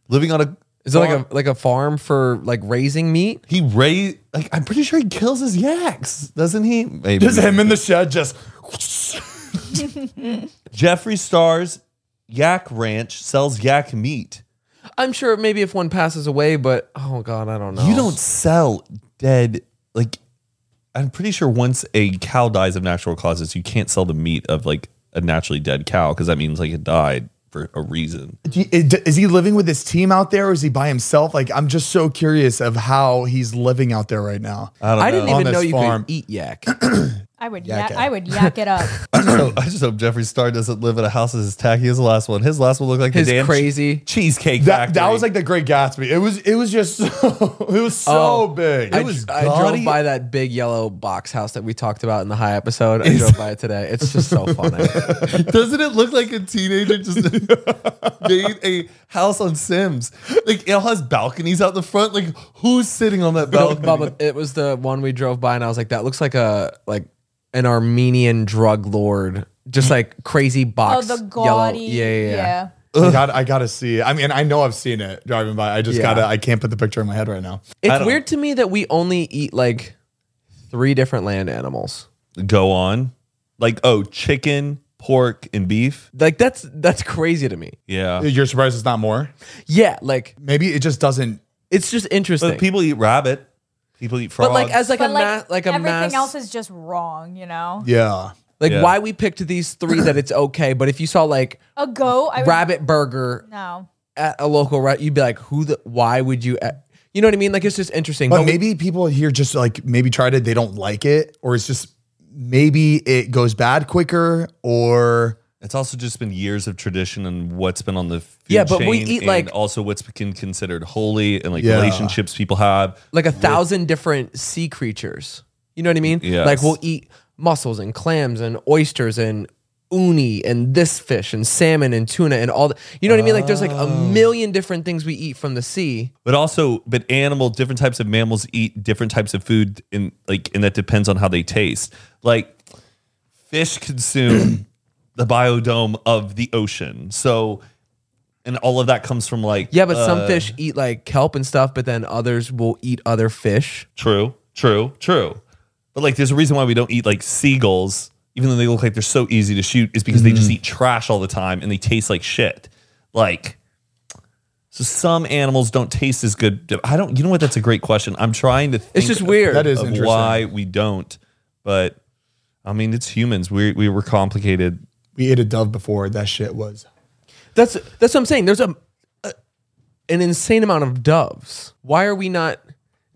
[SPEAKER 1] living on a.
[SPEAKER 3] Is it like a like a farm for like raising meat?
[SPEAKER 1] He raised. Like I'm pretty sure he kills his yaks, doesn't he? Maybe.
[SPEAKER 2] Just him in the shed, just
[SPEAKER 1] Jeffree Star's yak ranch sells yak meat.
[SPEAKER 3] I'm sure maybe if one passes away, but oh god, I don't know.
[SPEAKER 1] You don't sell dead. Like I'm pretty sure once a cow dies of natural causes, you can't sell the meat of like a naturally dead cow because that means like it died for a reason.
[SPEAKER 2] Do you- Is he living with his team out there or is he by himself? Like, I'm just so curious of how he's living out there right now.
[SPEAKER 1] I don't
[SPEAKER 3] I didn't
[SPEAKER 1] know.
[SPEAKER 2] On
[SPEAKER 3] even
[SPEAKER 2] this
[SPEAKER 3] know you
[SPEAKER 2] farm.
[SPEAKER 3] could eat yak.
[SPEAKER 4] I would
[SPEAKER 2] Yak
[SPEAKER 4] yak,
[SPEAKER 2] it.
[SPEAKER 4] I would yak it up.
[SPEAKER 1] I just hope Jeffree Star doesn't live in a house as tacky as the last one. His last one looked like
[SPEAKER 3] His
[SPEAKER 1] the damn
[SPEAKER 3] crazy-
[SPEAKER 1] che- cheesecake
[SPEAKER 2] that, that
[SPEAKER 1] Factory.
[SPEAKER 2] was like the Great Gatsby. It was it was just so, it was so
[SPEAKER 3] Oh.
[SPEAKER 2] big.
[SPEAKER 3] I,
[SPEAKER 1] It was
[SPEAKER 3] I drove
[SPEAKER 1] gaudy.
[SPEAKER 3] by that big yellow box house that we talked about in the high episode. I drove by it today. It's just so funny.
[SPEAKER 1] Doesn't it look like a teenager just made a house on Sims? Like it all has balconies out the front. Like who's sitting on that
[SPEAKER 3] No,
[SPEAKER 1] balcony?
[SPEAKER 3] Bubba, it was the one we drove by, and I was like, "That looks like a like an Armenian drug lord, just
[SPEAKER 1] Hmm.
[SPEAKER 3] like crazy
[SPEAKER 4] oh,
[SPEAKER 3] box,
[SPEAKER 4] the
[SPEAKER 3] yellow."
[SPEAKER 4] gaudy.
[SPEAKER 3] Yeah, yeah, yeah.
[SPEAKER 2] I got I gotta see. it. I mean, I know I've seen it driving by. I just
[SPEAKER 3] Yeah.
[SPEAKER 2] gotta. I can't put the picture in my head right now.
[SPEAKER 3] It's
[SPEAKER 1] don't-
[SPEAKER 3] weird to me that we only eat like three different land animals.
[SPEAKER 1] Go on. Like oh, chicken, pork, and beef.
[SPEAKER 3] Like that's that's crazy to me.
[SPEAKER 1] Yeah.
[SPEAKER 2] You're surprised it's not more.
[SPEAKER 3] Yeah, like
[SPEAKER 2] Maybe it just doesn't.
[SPEAKER 3] it's just interesting.
[SPEAKER 1] But
[SPEAKER 3] But,
[SPEAKER 1] people eat rabbit. People eat frogs.
[SPEAKER 3] like as like
[SPEAKER 4] But
[SPEAKER 3] a
[SPEAKER 4] like,
[SPEAKER 3] mass, like a
[SPEAKER 4] everything
[SPEAKER 3] mass,
[SPEAKER 4] else is just wrong, you know?
[SPEAKER 2] Yeah.
[SPEAKER 3] like
[SPEAKER 1] Yeah.
[SPEAKER 3] why we picked these three that it's okay. But if you saw like
[SPEAKER 4] A goat, I would
[SPEAKER 3] rabbit burger
[SPEAKER 4] no.
[SPEAKER 3] at a local restaurant, you'd be like, who the? Why would you? a- You know what I mean? Like it's just interesting.
[SPEAKER 2] But
[SPEAKER 3] we-
[SPEAKER 2] maybe people here just like maybe tried it. They don't like it, or it's just maybe it goes bad quicker, or
[SPEAKER 1] it's also just been years of tradition and what's been on the food
[SPEAKER 3] Yeah, but we
[SPEAKER 1] chain
[SPEAKER 3] eat,
[SPEAKER 1] and
[SPEAKER 3] like-
[SPEAKER 1] also what's been considered holy and like
[SPEAKER 2] Yeah.
[SPEAKER 1] relationships people have.
[SPEAKER 3] like a thousand different sea creatures. You know what I mean?
[SPEAKER 1] Yes.
[SPEAKER 3] Like we'll eat mussels and clams and oysters and uni and this fish and salmon and tuna and all the, you know what I mean? Like there's like a
[SPEAKER 1] Oh.
[SPEAKER 3] million different things we eat from the sea.
[SPEAKER 1] but also but animal different types of mammals eat different types of food and like and that depends on how they taste like fish consume the biodome of the ocean so and all of that comes from like
[SPEAKER 3] Yeah, but some
[SPEAKER 1] uh,
[SPEAKER 3] fish eat like kelp and stuff, but then others will eat other fish.
[SPEAKER 1] true true true but like there's a reason why we don't eat like seagulls even though they look like they're so easy to shoot is because they just eat trash all the time and they taste like shit like so some animals don't taste as good. I don't. You know what? That's a great question. I'm trying to. Think
[SPEAKER 3] It's just
[SPEAKER 1] of-
[SPEAKER 3] weird.
[SPEAKER 2] That is
[SPEAKER 1] of
[SPEAKER 2] interesting.
[SPEAKER 1] why we don't. But I mean, it's humans. We we were complicated.
[SPEAKER 2] we ate a dove before. That shit was.
[SPEAKER 3] That's that's what I'm saying. There's a, a an insane amount of doves. Why are we not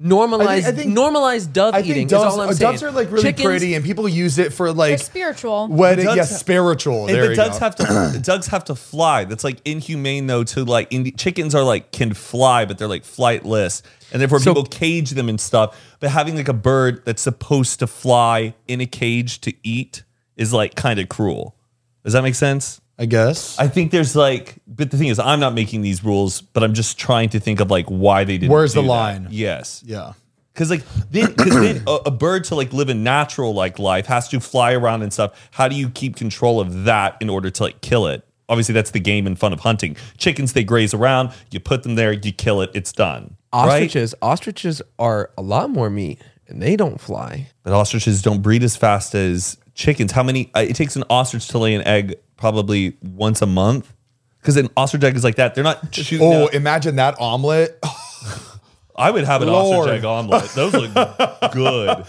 [SPEAKER 3] normalized
[SPEAKER 2] I think-
[SPEAKER 3] normalized dove
[SPEAKER 2] I
[SPEAKER 3] eating
[SPEAKER 2] think doves,
[SPEAKER 3] is all I'm
[SPEAKER 2] uh,
[SPEAKER 3] saying.
[SPEAKER 2] doves are like really
[SPEAKER 3] Chickens-
[SPEAKER 2] pretty, and people use it for
[SPEAKER 4] They're
[SPEAKER 2] like
[SPEAKER 4] spiritual.
[SPEAKER 2] wedding.
[SPEAKER 1] But
[SPEAKER 2] Yes,
[SPEAKER 1] doves-
[SPEAKER 2] spiritual.
[SPEAKER 1] Hey,
[SPEAKER 2] there
[SPEAKER 1] but
[SPEAKER 2] you
[SPEAKER 1] ducks
[SPEAKER 2] go.
[SPEAKER 1] have to ducks have to fly. That's like inhumane though. To like Indi- chickens are like can fly, but they're like flightless, and therefore
[SPEAKER 3] So-
[SPEAKER 1] people cage them and stuff. But having like a bird that's supposed to fly in a cage to eat is like kind of cruel. Does that make sense?
[SPEAKER 2] I guess.
[SPEAKER 1] I think there's like, but the thing is, I'm not making these rules, but I'm just trying to think of like why they didn't.
[SPEAKER 2] Where's the
[SPEAKER 1] do that.
[SPEAKER 2] line?
[SPEAKER 1] Yes.
[SPEAKER 2] yeah.
[SPEAKER 1] Because like then, cause then a, a bird to like live a natural like life has to fly around and stuff. How do you keep control of that in order to like kill it? Obviously, that's the game and fun of hunting. Chickens they graze around. You put them there. You kill it. It's done. Right?
[SPEAKER 3] Ostriches, ostriches are a lot more meat, and they don't fly.
[SPEAKER 1] But ostriches don't breed as fast as chickens. How many? Uh, it takes an ostrich to lay an egg probably once a month. Because an ostrich egg is like that. They're not shooting.
[SPEAKER 2] Oh,
[SPEAKER 1] out-
[SPEAKER 2] imagine that omelet.
[SPEAKER 1] I would have an
[SPEAKER 2] Lord.
[SPEAKER 1] ostrich egg omelet. Those look good.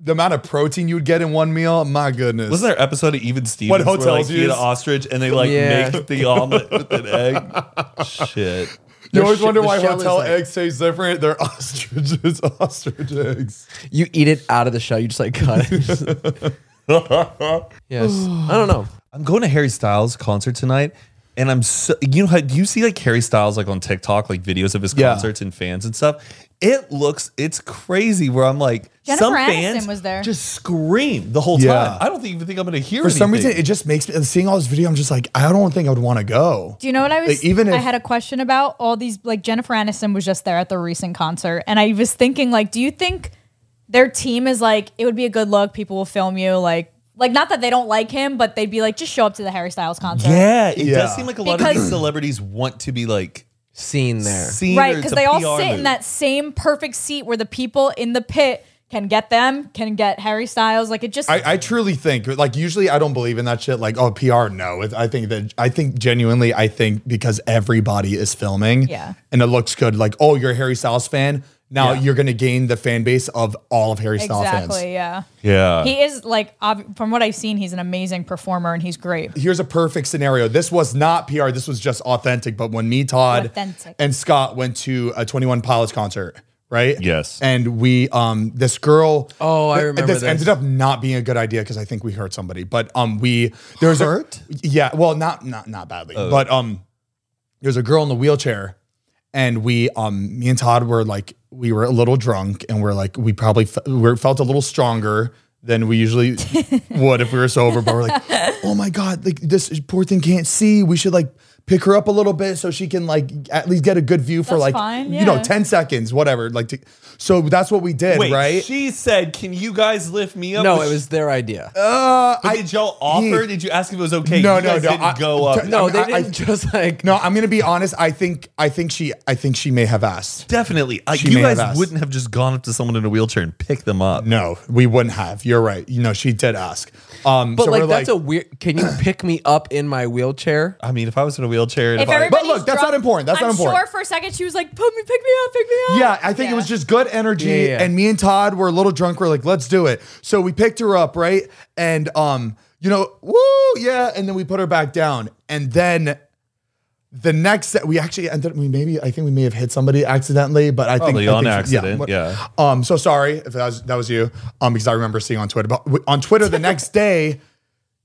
[SPEAKER 2] The amount of protein you would get in one meal. My goodness.
[SPEAKER 1] Wasn't there an episode of Even Stevens where like
[SPEAKER 2] hotels
[SPEAKER 1] you eat an
[SPEAKER 2] use?
[SPEAKER 1] ostrich and they like
[SPEAKER 3] Yeah.
[SPEAKER 1] make the omelet with an egg? Shit.
[SPEAKER 2] you always
[SPEAKER 3] shell-
[SPEAKER 2] wonder
[SPEAKER 3] the
[SPEAKER 2] why
[SPEAKER 3] shell is
[SPEAKER 2] hotel
[SPEAKER 3] like-
[SPEAKER 2] eggs taste different. They're ostriches. Ostrich eggs.
[SPEAKER 3] You eat it out of the shell. You just like cut it. yes, I don't know.
[SPEAKER 1] I'm going to Harry Styles concert tonight, And I'm so you know how do you see like Harry Styles like on TikTok like videos of his
[SPEAKER 2] Yeah.
[SPEAKER 1] concerts and fans and stuff. It looks it's crazy where I'm like
[SPEAKER 4] Jennifer
[SPEAKER 1] some
[SPEAKER 4] Aniston
[SPEAKER 1] fans
[SPEAKER 4] was there.
[SPEAKER 1] just scream the whole
[SPEAKER 2] Yeah.
[SPEAKER 1] time. I don't think, even think I'm gonna hear
[SPEAKER 2] For some
[SPEAKER 1] anything.
[SPEAKER 2] reason, it just makes me and seeing all this video. I'm just like, I don't think I would want to go.
[SPEAKER 4] Do you know what I was?
[SPEAKER 2] Like, even
[SPEAKER 4] I
[SPEAKER 2] if-
[SPEAKER 4] had a question about all these. Like Jennifer Aniston was just there at the recent concert, and I was thinking, like, do you think their team is like it would be a good look? People will film you, like, like not that they don't like him, but they'd be like, just show up to the Harry Styles concert,
[SPEAKER 1] yeah, it
[SPEAKER 2] Yeah.
[SPEAKER 1] does seem like a lot of
[SPEAKER 4] Because-
[SPEAKER 1] these celebrities want to be like
[SPEAKER 3] Seen there.
[SPEAKER 1] seen or
[SPEAKER 4] right?
[SPEAKER 1] it's
[SPEAKER 4] Because
[SPEAKER 1] a
[SPEAKER 4] they all
[SPEAKER 1] PR
[SPEAKER 4] sit in
[SPEAKER 1] move.
[SPEAKER 4] that same perfect seat where the people in the pit can get them, can get Harry Styles. Like it just
[SPEAKER 2] I, I truly think, like, usually I don't believe in that shit. Like, oh, PR, no. It, I think that, I think genuinely, I think because everybody is filming
[SPEAKER 4] Yeah.
[SPEAKER 2] and it looks good, like, oh, you're a Harry Styles fan. Now
[SPEAKER 1] Yeah.
[SPEAKER 2] you're going to gain the fan base of all of Harry Styles
[SPEAKER 4] exactly,
[SPEAKER 2] fans.
[SPEAKER 4] yeah.
[SPEAKER 1] Yeah.
[SPEAKER 4] He is like, ob- from what I've seen, he's an amazing performer and he's great.
[SPEAKER 2] Here's a perfect scenario. This was not PR. This was just authentic. But when me, Todd,
[SPEAKER 4] Authentic.
[SPEAKER 2] and Scott went to a 21 Pilots concert, right?
[SPEAKER 1] Yes.
[SPEAKER 2] And we, um, this girl.
[SPEAKER 3] Oh, I
[SPEAKER 2] th-
[SPEAKER 3] remember
[SPEAKER 2] This
[SPEAKER 3] this.
[SPEAKER 2] ended up not being a good idea because I think we hurt somebody. But um, we there was
[SPEAKER 1] Hurt? Oh.
[SPEAKER 2] A, yeah, well, not not not badly, but um, there's a girl in the wheelchair, and we um, me and Todd were like we were a little drunk, and we're like we probably f- we felt a little stronger. Than we usually would if we were sober, but we're like, oh my god, like this poor thing can't see. We should like pick her up a little bit so she can like at least get a good view for
[SPEAKER 4] That's
[SPEAKER 2] like
[SPEAKER 4] fine,
[SPEAKER 2] you know
[SPEAKER 4] yeah.
[SPEAKER 2] ten seconds, whatever. Like, to, so that's what we did,
[SPEAKER 1] Wait,
[SPEAKER 2] right?
[SPEAKER 1] she said, "Can you guys lift me up?"
[SPEAKER 3] No,
[SPEAKER 1] But
[SPEAKER 3] it
[SPEAKER 1] she-
[SPEAKER 3] was their idea.
[SPEAKER 2] Um, Uh,
[SPEAKER 1] But did y'all offer?
[SPEAKER 2] he-
[SPEAKER 1] did you ask if it was okay?
[SPEAKER 2] No,
[SPEAKER 1] You
[SPEAKER 2] no,
[SPEAKER 1] guys
[SPEAKER 2] no,
[SPEAKER 1] Didn't
[SPEAKER 2] I-
[SPEAKER 1] go up.
[SPEAKER 2] t-
[SPEAKER 3] no,
[SPEAKER 2] I-
[SPEAKER 3] they
[SPEAKER 2] I-
[SPEAKER 3] didn't just like.
[SPEAKER 2] No, I'm gonna be honest. I think I think she I think she may have asked.
[SPEAKER 1] Definitely. Like,
[SPEAKER 2] She
[SPEAKER 1] you
[SPEAKER 2] may have
[SPEAKER 1] guys
[SPEAKER 2] asked.
[SPEAKER 1] wouldn't have just gone up to someone in a wheelchair and picked them up.
[SPEAKER 2] No, we wouldn't have. You're right. You know, she did ask. Um,
[SPEAKER 3] But
[SPEAKER 2] so
[SPEAKER 3] like
[SPEAKER 2] we're
[SPEAKER 3] that's a weird. Can you pick me up in my wheelchair?
[SPEAKER 1] I mean, if I was in a wheelchair, and if, I,
[SPEAKER 2] everybody- But look, that's not important. That's
[SPEAKER 4] I'm
[SPEAKER 2] not important.
[SPEAKER 4] sure for a second she was like, "Put me, pick me up, pick me up."
[SPEAKER 2] yeah, I think it was just good energy.
[SPEAKER 3] Yeah, yeah.
[SPEAKER 2] And me and Todd were a little drunk. We're like, let's do it. So we picked her up, right? And um, you know, woo, yeah. And then we put her back down. And then the next set, we actually ended. We maybe I think we may have hit somebody accidentally, but I
[SPEAKER 1] Probably
[SPEAKER 2] think I
[SPEAKER 1] on
[SPEAKER 2] think-
[SPEAKER 1] accident,
[SPEAKER 2] what-
[SPEAKER 1] yeah.
[SPEAKER 2] Um, so sorry if that was that was you. Um, because I remember seeing on Twitter, but w- on Twitter the next day,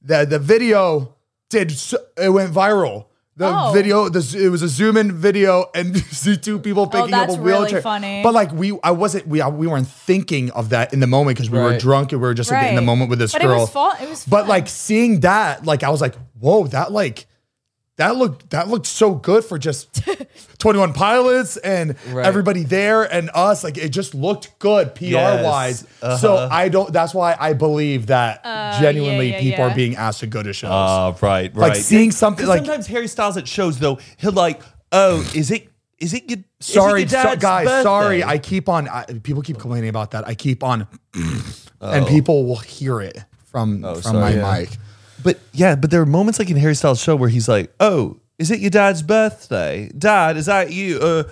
[SPEAKER 2] the the video did so, it went viral. The
[SPEAKER 4] Oh.
[SPEAKER 2] video, the z- it was a zoom in video, and you see two people picking up
[SPEAKER 4] Oh, that's
[SPEAKER 2] a
[SPEAKER 4] really
[SPEAKER 2] wheelchair.
[SPEAKER 4] funny.
[SPEAKER 2] But like we, I wasn't we I, we weren't thinking of that in the moment because we were
[SPEAKER 3] Right.
[SPEAKER 2] drunk and we were just like in the
[SPEAKER 4] Right.
[SPEAKER 2] moment with this
[SPEAKER 4] But it
[SPEAKER 2] girl.
[SPEAKER 4] was fun- it was
[SPEAKER 2] But
[SPEAKER 4] fun.
[SPEAKER 2] like seeing that, like I was like, whoa, that like. That looked that looked so good for just Twenty One Pilots and
[SPEAKER 3] Right.
[SPEAKER 2] everybody there and us. Like it just looked good PR wise.
[SPEAKER 1] Yes. Uh-huh.
[SPEAKER 2] So I don't. That's why I believe that genuinely
[SPEAKER 4] Uh, yeah,
[SPEAKER 2] people
[SPEAKER 4] yeah.
[SPEAKER 2] are being asked to go to shows.
[SPEAKER 1] Ah, right, right.
[SPEAKER 2] like seeing something
[SPEAKER 1] 'Cause
[SPEAKER 2] like
[SPEAKER 1] sometimes Harry Styles at shows though, he'll like, oh, is it, is it, your- is it
[SPEAKER 2] sorry,
[SPEAKER 1] your
[SPEAKER 2] so-
[SPEAKER 1] dad's
[SPEAKER 2] guys.
[SPEAKER 1] birthday?"
[SPEAKER 2] Sorry, I keep on. I, people keep complaining about that. I keep on, and people will hear it from from
[SPEAKER 1] Oh. sorry.
[SPEAKER 2] my
[SPEAKER 1] Yeah.
[SPEAKER 2] mic.
[SPEAKER 1] But yeah, but there are moments like in Harry Styles' show where he's like, "Oh, is it your dad's birthday? Dad, is that you? Uh,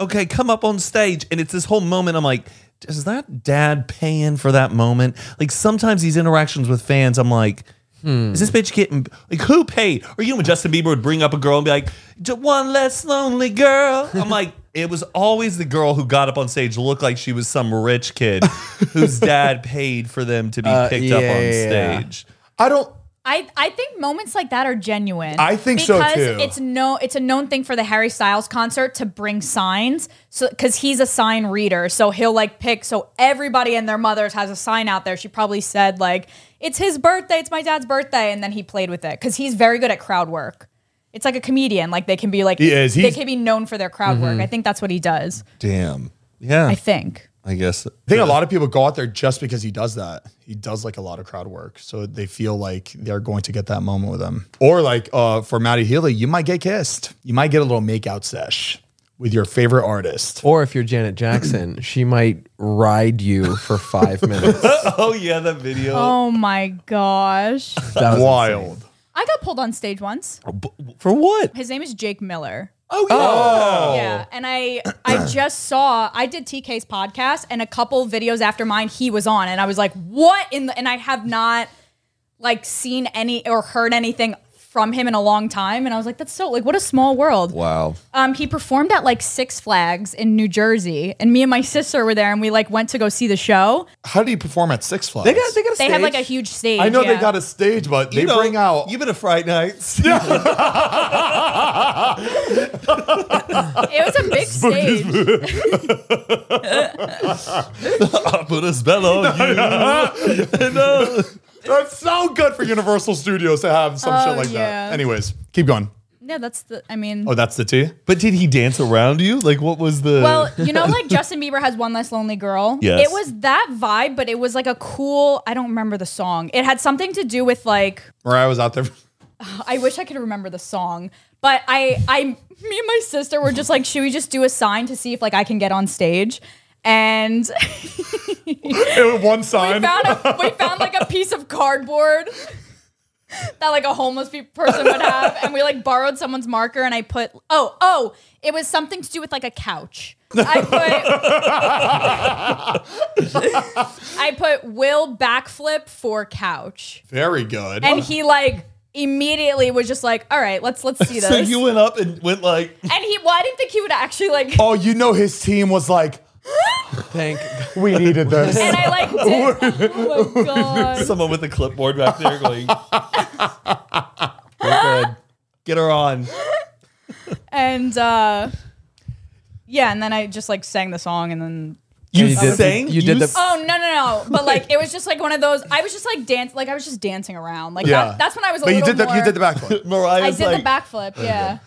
[SPEAKER 1] okay, come up on stage." And it's this whole moment. I'm like, "Is that dad paying for that moment?" Like sometimes these interactions with fans, I'm like. Is this bitch getting like who paid? Or you know when Justin Bieber would bring up a girl and be like, "J- "One less lonely girl." I'm like, it was always the girl who got up on stage looked like she was some rich kid whose dad paid for them to be
[SPEAKER 3] Uh,
[SPEAKER 1] picked up
[SPEAKER 3] yeah,
[SPEAKER 1] on
[SPEAKER 3] yeah, yeah.
[SPEAKER 1] stage.
[SPEAKER 2] I don't.
[SPEAKER 4] I, I think moments like that are genuine.
[SPEAKER 2] I think so, too.
[SPEAKER 4] Because it's no it's a known thing for the Harry Styles concert to bring signs. So cuz he's a sign reader, so he'll like pick so everybody and their mothers has a sign out there. She probably said like it's his birthday, it's my dad's birthday and then he played with it cuz he's very good at crowd work. It's like a comedian, like they can be like
[SPEAKER 2] He is.
[SPEAKER 4] they
[SPEAKER 2] He's-
[SPEAKER 4] can be known for their crowd work. I think that's what he does.
[SPEAKER 1] Damn. Yeah.
[SPEAKER 4] I think.
[SPEAKER 1] I guess.
[SPEAKER 2] I think a lot of people go out there just because he does that. He does like a lot of crowd work, so they feel like they're going to get that moment with him. Or like uh, for Maddie Healy, you might get kissed. You might get a little makeout sesh with your favorite artist.
[SPEAKER 3] Or if you're Janet Jackson, she might ride you for five minutes.
[SPEAKER 1] Oh yeah, that video.
[SPEAKER 4] Oh my gosh.
[SPEAKER 3] That was
[SPEAKER 2] Wild.
[SPEAKER 4] I got pulled on stage once.
[SPEAKER 1] For what?
[SPEAKER 4] His name is Jake Miller.
[SPEAKER 1] Oh yeah.
[SPEAKER 4] Yeah, and I I just saw I did TK's podcast and a couple videos after mine he was on and I was like what in the and I have not like seen any or heard anything from him in a long time, and I was like, that's so like what a small world.
[SPEAKER 1] Wow.
[SPEAKER 4] Um, he performed at like Six Flags in New Jersey, and me and my sister were there, and we like went to go see the show.
[SPEAKER 2] How do you perform at Six Flags?
[SPEAKER 3] They got they got a
[SPEAKER 4] They had like a
[SPEAKER 3] stage.
[SPEAKER 4] huge stage.
[SPEAKER 2] I know
[SPEAKER 4] yeah.
[SPEAKER 2] they got a stage, but they bring out.
[SPEAKER 1] You've been to Fright Nights.
[SPEAKER 4] It was a big stage.
[SPEAKER 1] I put a spell on you. No.
[SPEAKER 2] that's so good for Universal Studios to have some
[SPEAKER 4] Oh,
[SPEAKER 2] shit like
[SPEAKER 4] yeah.
[SPEAKER 2] that. Anyways, keep going.
[SPEAKER 4] yeah, that's the. I mean,
[SPEAKER 2] Oh, that's the T.
[SPEAKER 1] But did he dance around you? Like, what was the?
[SPEAKER 4] Well, you know, like Justin Bieber has One Less Lonely Girl.
[SPEAKER 1] Yes.
[SPEAKER 4] It was that vibe, but it was like a cool, I don't remember the song. It had something to do with like,
[SPEAKER 2] Mariah was out there.
[SPEAKER 4] I wish I could remember the song, but I, I, me and my sister were just like, should we just do a sign to see if like I can get on stage? And
[SPEAKER 2] It was one
[SPEAKER 4] we
[SPEAKER 2] sign.
[SPEAKER 4] found, a, we found like a piece of cardboard that like a homeless pe- person would have. And we like borrowed someone's marker and I put, oh, oh, it was something to do with like a couch. I put, I put will backflip for couch.
[SPEAKER 2] Very good.
[SPEAKER 4] And he like immediately was just like, all right, let's, let's see this.
[SPEAKER 1] so you went up and went like,
[SPEAKER 4] and he, well, I didn't think he would actually like,
[SPEAKER 2] oh, you know his team was like,
[SPEAKER 3] Thank
[SPEAKER 2] we needed this.
[SPEAKER 4] and I like, did, oh my God.
[SPEAKER 1] someone with a clipboard back there going, "We're good. Get her on."
[SPEAKER 4] and uh yeah and then i just like sang the song and then
[SPEAKER 1] You
[SPEAKER 3] you did-
[SPEAKER 1] sang.
[SPEAKER 3] you did the-
[SPEAKER 1] s-
[SPEAKER 4] oh no no no but like it was just like one of those i was just like dance like i was just dancing around like
[SPEAKER 2] yeah,
[SPEAKER 4] that, that's when i was a
[SPEAKER 2] But you
[SPEAKER 4] little
[SPEAKER 2] did the you
[SPEAKER 4] more-
[SPEAKER 2] did the backflip.
[SPEAKER 4] Oh, i
[SPEAKER 1] Mariah's
[SPEAKER 4] did
[SPEAKER 1] like,
[SPEAKER 4] the backflip yeah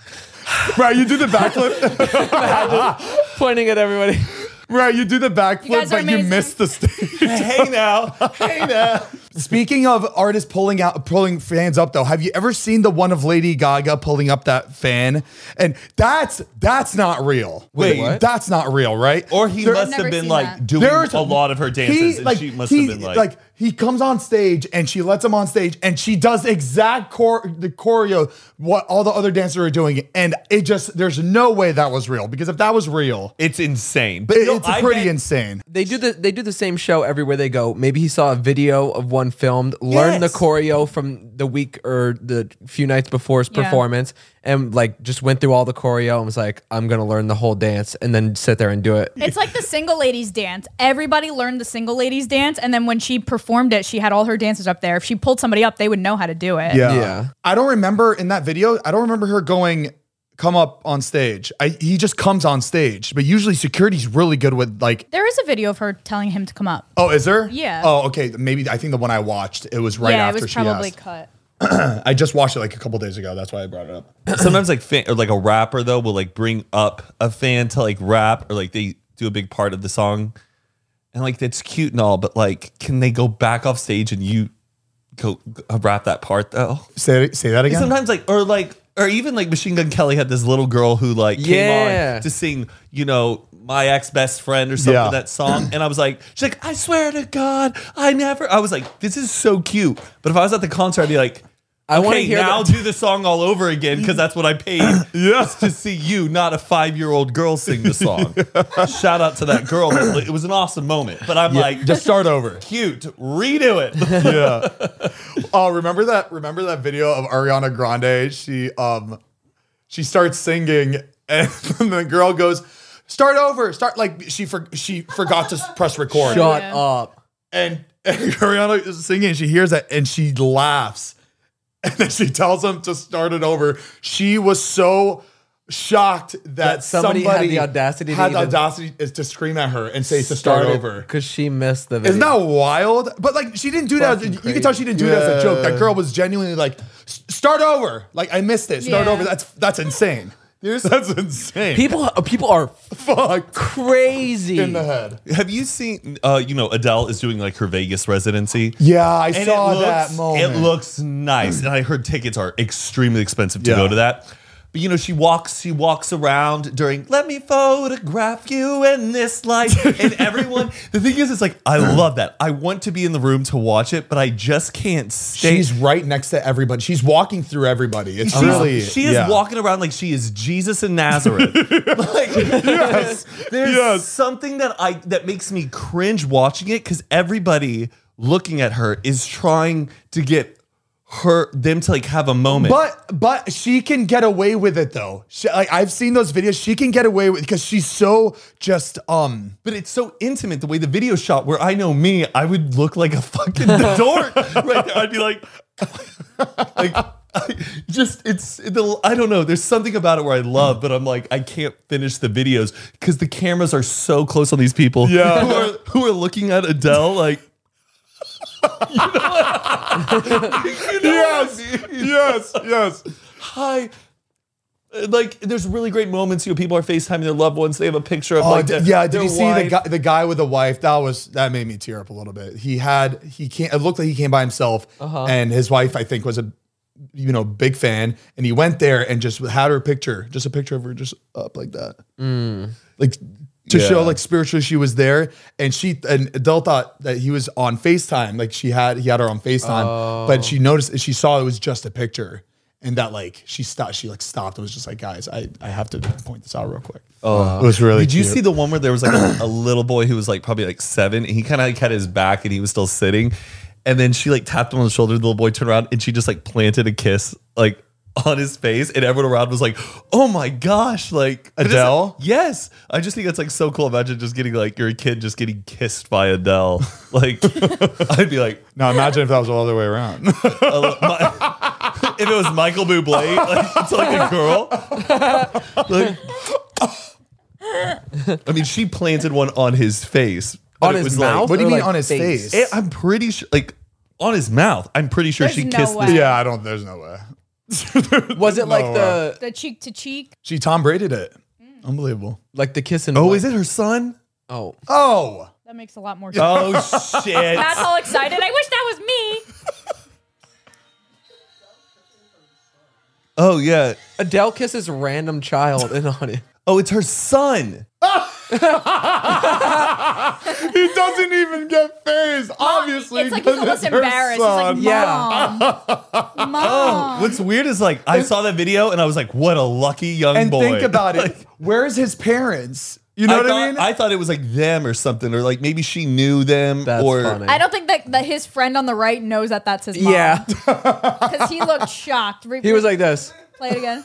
[SPEAKER 2] right, you did the backflip.
[SPEAKER 3] pointing at everybody.
[SPEAKER 2] Right, you do the
[SPEAKER 4] guys
[SPEAKER 2] backflip,
[SPEAKER 4] are
[SPEAKER 2] but you
[SPEAKER 4] amazing.
[SPEAKER 2] missed the stage.
[SPEAKER 1] "Hey now, hey now."
[SPEAKER 2] Speaking of artists pulling out, pulling fans up though, have you ever seen the one of Lady Gaga pulling up that fan? And that's that's not real.
[SPEAKER 1] Wait, what?
[SPEAKER 2] that's not real, right?
[SPEAKER 1] Or he
[SPEAKER 2] There-
[SPEAKER 1] must
[SPEAKER 4] never
[SPEAKER 1] have been
[SPEAKER 4] seen
[SPEAKER 1] like
[SPEAKER 4] that.
[SPEAKER 1] doing
[SPEAKER 2] there's-
[SPEAKER 1] a lot of her dances,
[SPEAKER 2] he,
[SPEAKER 1] and
[SPEAKER 2] like,
[SPEAKER 1] she must
[SPEAKER 2] he,
[SPEAKER 1] have been like,
[SPEAKER 2] he comes on stage and she lets him on stage and she does exact cor- the choreo what all the other dancers are doing and it just there's no way that was real because if that was real,
[SPEAKER 1] "It's insane." But
[SPEAKER 2] it-
[SPEAKER 1] no,
[SPEAKER 2] it's
[SPEAKER 1] I
[SPEAKER 2] pretty
[SPEAKER 1] bet-
[SPEAKER 2] insane.
[SPEAKER 3] They do the they do the same show everywhere they go. Maybe he saw a video of one filmed, learned
[SPEAKER 1] Yes.
[SPEAKER 3] the choreo from the week or the few nights before his
[SPEAKER 4] Yeah.
[SPEAKER 3] performance, and like just went through all the choreo and was like, "I'm gonna learn the whole dance," and then sit there and do it.
[SPEAKER 4] it's like the single ladies dance everybody learned the single ladies dance and then when she performed it she had all her dances up there if she pulled somebody up they would know how to do it
[SPEAKER 2] Yeah.
[SPEAKER 3] Yeah.
[SPEAKER 2] I don't remember in that video, I don't remember her going come up on stage. I, he just comes on stage, but usually security's really good with like
[SPEAKER 4] there is a video of her telling him to come up
[SPEAKER 2] Oh, is there?
[SPEAKER 4] Yeah.
[SPEAKER 2] Oh, okay. Maybe I think the one I watched, it was right
[SPEAKER 4] yeah it
[SPEAKER 2] after
[SPEAKER 4] was
[SPEAKER 2] she
[SPEAKER 4] probably
[SPEAKER 2] asked.
[SPEAKER 4] cut
[SPEAKER 2] I just watched it like a couple days ago. That's why I brought it up.
[SPEAKER 1] sometimes like fan, or like a rapper though will like bring up a fan to like rap or like they do a big part of the song and like that's cute and all but like can they go back off stage and you go uh, rap that part though
[SPEAKER 2] Say say that again.
[SPEAKER 1] sometimes like or like or even like machine gun kelly had this little girl who like came
[SPEAKER 3] Yeah.
[SPEAKER 1] on to sing you know my ex best friend or something
[SPEAKER 2] Yeah.
[SPEAKER 1] that song and i was like she's like i swear to god i never i was like this is so cute but if i was at the concert i'd be like
[SPEAKER 3] I wanna
[SPEAKER 1] okay,
[SPEAKER 3] hear
[SPEAKER 1] now
[SPEAKER 3] the-
[SPEAKER 1] do the song all over again because that's what I paid yes. to see you, not a five year old girl sing the song. Shout out to that girl. It was an awesome moment. But I'm like,
[SPEAKER 2] Just
[SPEAKER 1] just
[SPEAKER 2] start over.
[SPEAKER 1] cute, redo it.
[SPEAKER 2] yeah. Oh, remember that? Remember that video of Ariana Grande? She um, she starts singing, and the girl goes, "Start over, start." Like she for, she forgot to s- press record,
[SPEAKER 3] Shut
[SPEAKER 4] Yeah.
[SPEAKER 3] up.
[SPEAKER 2] and, and Ariana is singing. She hears that, and she laughs, and then she tells him to start it over. She was so. Shocked that,
[SPEAKER 3] That somebody
[SPEAKER 2] somebody,
[SPEAKER 3] had the audacity to
[SPEAKER 2] had the
[SPEAKER 3] even-
[SPEAKER 2] audacity is to scream at her and say to start over.
[SPEAKER 3] because she missed the video.
[SPEAKER 2] Isn't that wild? But like, she didn't do that.
[SPEAKER 3] Fucking
[SPEAKER 2] You can tell she didn't do that as a joke.
[SPEAKER 1] Yeah.
[SPEAKER 2] That girl was genuinely like, "S- "Start over." Like, I missed it. Start
[SPEAKER 4] Yeah.
[SPEAKER 2] over. That's that's insane. that's insane.
[SPEAKER 3] people uh, people are
[SPEAKER 2] Fuck
[SPEAKER 3] crazy.
[SPEAKER 2] in the head.
[SPEAKER 1] Have you seen, uh, you know, Adele is doing like her Vegas residency?
[SPEAKER 2] Yeah, I
[SPEAKER 1] And
[SPEAKER 2] saw
[SPEAKER 1] it looks,
[SPEAKER 2] that moment.
[SPEAKER 1] It looks nice, and I heard tickets are extremely expensive to
[SPEAKER 2] Yeah.
[SPEAKER 1] go to that. But you know, she walks, she walks around during "Let me photograph you in this light," and everyone. The thing is, it's like I love that. I want to be in the room to watch it, but I just can't stay.
[SPEAKER 2] She's right next to everybody. She's walking through everybody. It's
[SPEAKER 1] She's-
[SPEAKER 2] really
[SPEAKER 1] she is
[SPEAKER 2] yeah.
[SPEAKER 1] walking around like she is Jesus in Nazareth. like there's, there's
[SPEAKER 2] yes.
[SPEAKER 1] something that I that makes me cringe watching it because everybody looking at her is trying to get her them to like have a moment.
[SPEAKER 2] But but she can get away with it though. She, like I've seen those videos, she can get away with because she's so just um.
[SPEAKER 1] But it's so intimate the way the video shot. Where I know me, I would look like a fucking dork right there. I'd be like, like, I, just it's the I don't know. There's something about it where I love, but I'm like I can't finish the videos because the cameras are so close on these people.
[SPEAKER 2] Yeah.
[SPEAKER 1] who are who are looking at Adele like. you know what? you know what I mean?
[SPEAKER 2] Yes, yes.
[SPEAKER 1] hi. Uh, Like, there's really great moments. You know, people are FaceTiming their loved ones. They have a picture of
[SPEAKER 2] Oh,
[SPEAKER 1] like,
[SPEAKER 2] d-
[SPEAKER 1] their-
[SPEAKER 2] yeah. Did
[SPEAKER 1] their
[SPEAKER 2] you see the
[SPEAKER 1] wife.
[SPEAKER 2] guy, the guy with the wife? That was that made me tear up a little bit. He had he came. It looked like he came by himself,
[SPEAKER 1] Uh-huh.
[SPEAKER 2] and his wife I think was a you know big fan, and he went there and just had her picture, just a picture of her, just up like that, like to
[SPEAKER 1] Mm. Yeah.
[SPEAKER 2] show like spiritually she was there. And she and Adele thought that he was on Facetime, like she had he had her on Facetime, but
[SPEAKER 1] Oh.
[SPEAKER 2] she noticed she saw it was just a picture. And that like she stopped, she like stopped. It was just like, guys, I, I have to point this out real quick. Oh,
[SPEAKER 1] Uh-huh.
[SPEAKER 2] it was really.
[SPEAKER 1] Did you
[SPEAKER 2] cute.
[SPEAKER 1] see the one where there was like a, a little boy who was like probably like seven, and he kind of like had his back, and he was still sitting, and then she like tapped him on the shoulder. The little boy turned around, and she just like planted a kiss like on his face, and everyone around was like, "Oh my gosh!" Like and it's like-
[SPEAKER 2] Adele?
[SPEAKER 1] yes, I just think that's like so cool. Imagine just getting like your kid just getting kissed by Adele. Like I'd be like,
[SPEAKER 2] Now imagine if that was all the other way around.
[SPEAKER 1] Uh, my- if it was Michael Bublé, like, it's like a girl. Like- I mean, she planted one on his face. but
[SPEAKER 3] On
[SPEAKER 1] it
[SPEAKER 3] his
[SPEAKER 1] was
[SPEAKER 3] mouth?
[SPEAKER 1] Like,
[SPEAKER 2] what do you
[SPEAKER 3] Or,
[SPEAKER 2] mean
[SPEAKER 3] like,
[SPEAKER 2] on his face?
[SPEAKER 3] face.
[SPEAKER 1] it- I'm pretty sure, like, on his mouth. I'm pretty sure
[SPEAKER 4] There's
[SPEAKER 1] she
[SPEAKER 4] no
[SPEAKER 1] kissed
[SPEAKER 4] way.
[SPEAKER 1] this.
[SPEAKER 2] yeah, I don't. There's no way.
[SPEAKER 3] Was it like
[SPEAKER 2] No,
[SPEAKER 3] the
[SPEAKER 4] The cheek to cheek.
[SPEAKER 2] She Tom Braided it. Mm. Unbelievable.
[SPEAKER 3] like the kiss and
[SPEAKER 1] Oh,
[SPEAKER 3] what?
[SPEAKER 1] is it her son?
[SPEAKER 3] Oh,
[SPEAKER 2] Oh,
[SPEAKER 4] That makes a lot more sense.
[SPEAKER 1] Oh, shit.
[SPEAKER 4] Matt's all excited. I wish that was me.
[SPEAKER 1] Oh, yeah.
[SPEAKER 3] Adele kisses random child and on it.
[SPEAKER 1] Oh, it's her son.
[SPEAKER 2] he doesn't even get phased. Obviously,
[SPEAKER 4] It's like he's
[SPEAKER 2] 'cause
[SPEAKER 4] almost
[SPEAKER 2] her
[SPEAKER 4] embarrassed. He's like,
[SPEAKER 2] son. Oh.
[SPEAKER 3] Yeah.
[SPEAKER 4] Mom. Mom.
[SPEAKER 1] What's weird is like I saw that video and I was like, "What a lucky young
[SPEAKER 2] and
[SPEAKER 1] boy!"
[SPEAKER 2] think about
[SPEAKER 1] Like,
[SPEAKER 2] it. Where's his parents? You know
[SPEAKER 1] I
[SPEAKER 2] what
[SPEAKER 1] thought,
[SPEAKER 2] I mean?
[SPEAKER 1] I thought it was like them or something, or like maybe she knew them.
[SPEAKER 3] That's
[SPEAKER 1] or
[SPEAKER 3] funny.
[SPEAKER 4] I don't think that, that his friend on the right knows that that's his mom.
[SPEAKER 3] Yeah,
[SPEAKER 4] Because he looked shocked. Re-
[SPEAKER 3] he was like this.
[SPEAKER 4] play it again.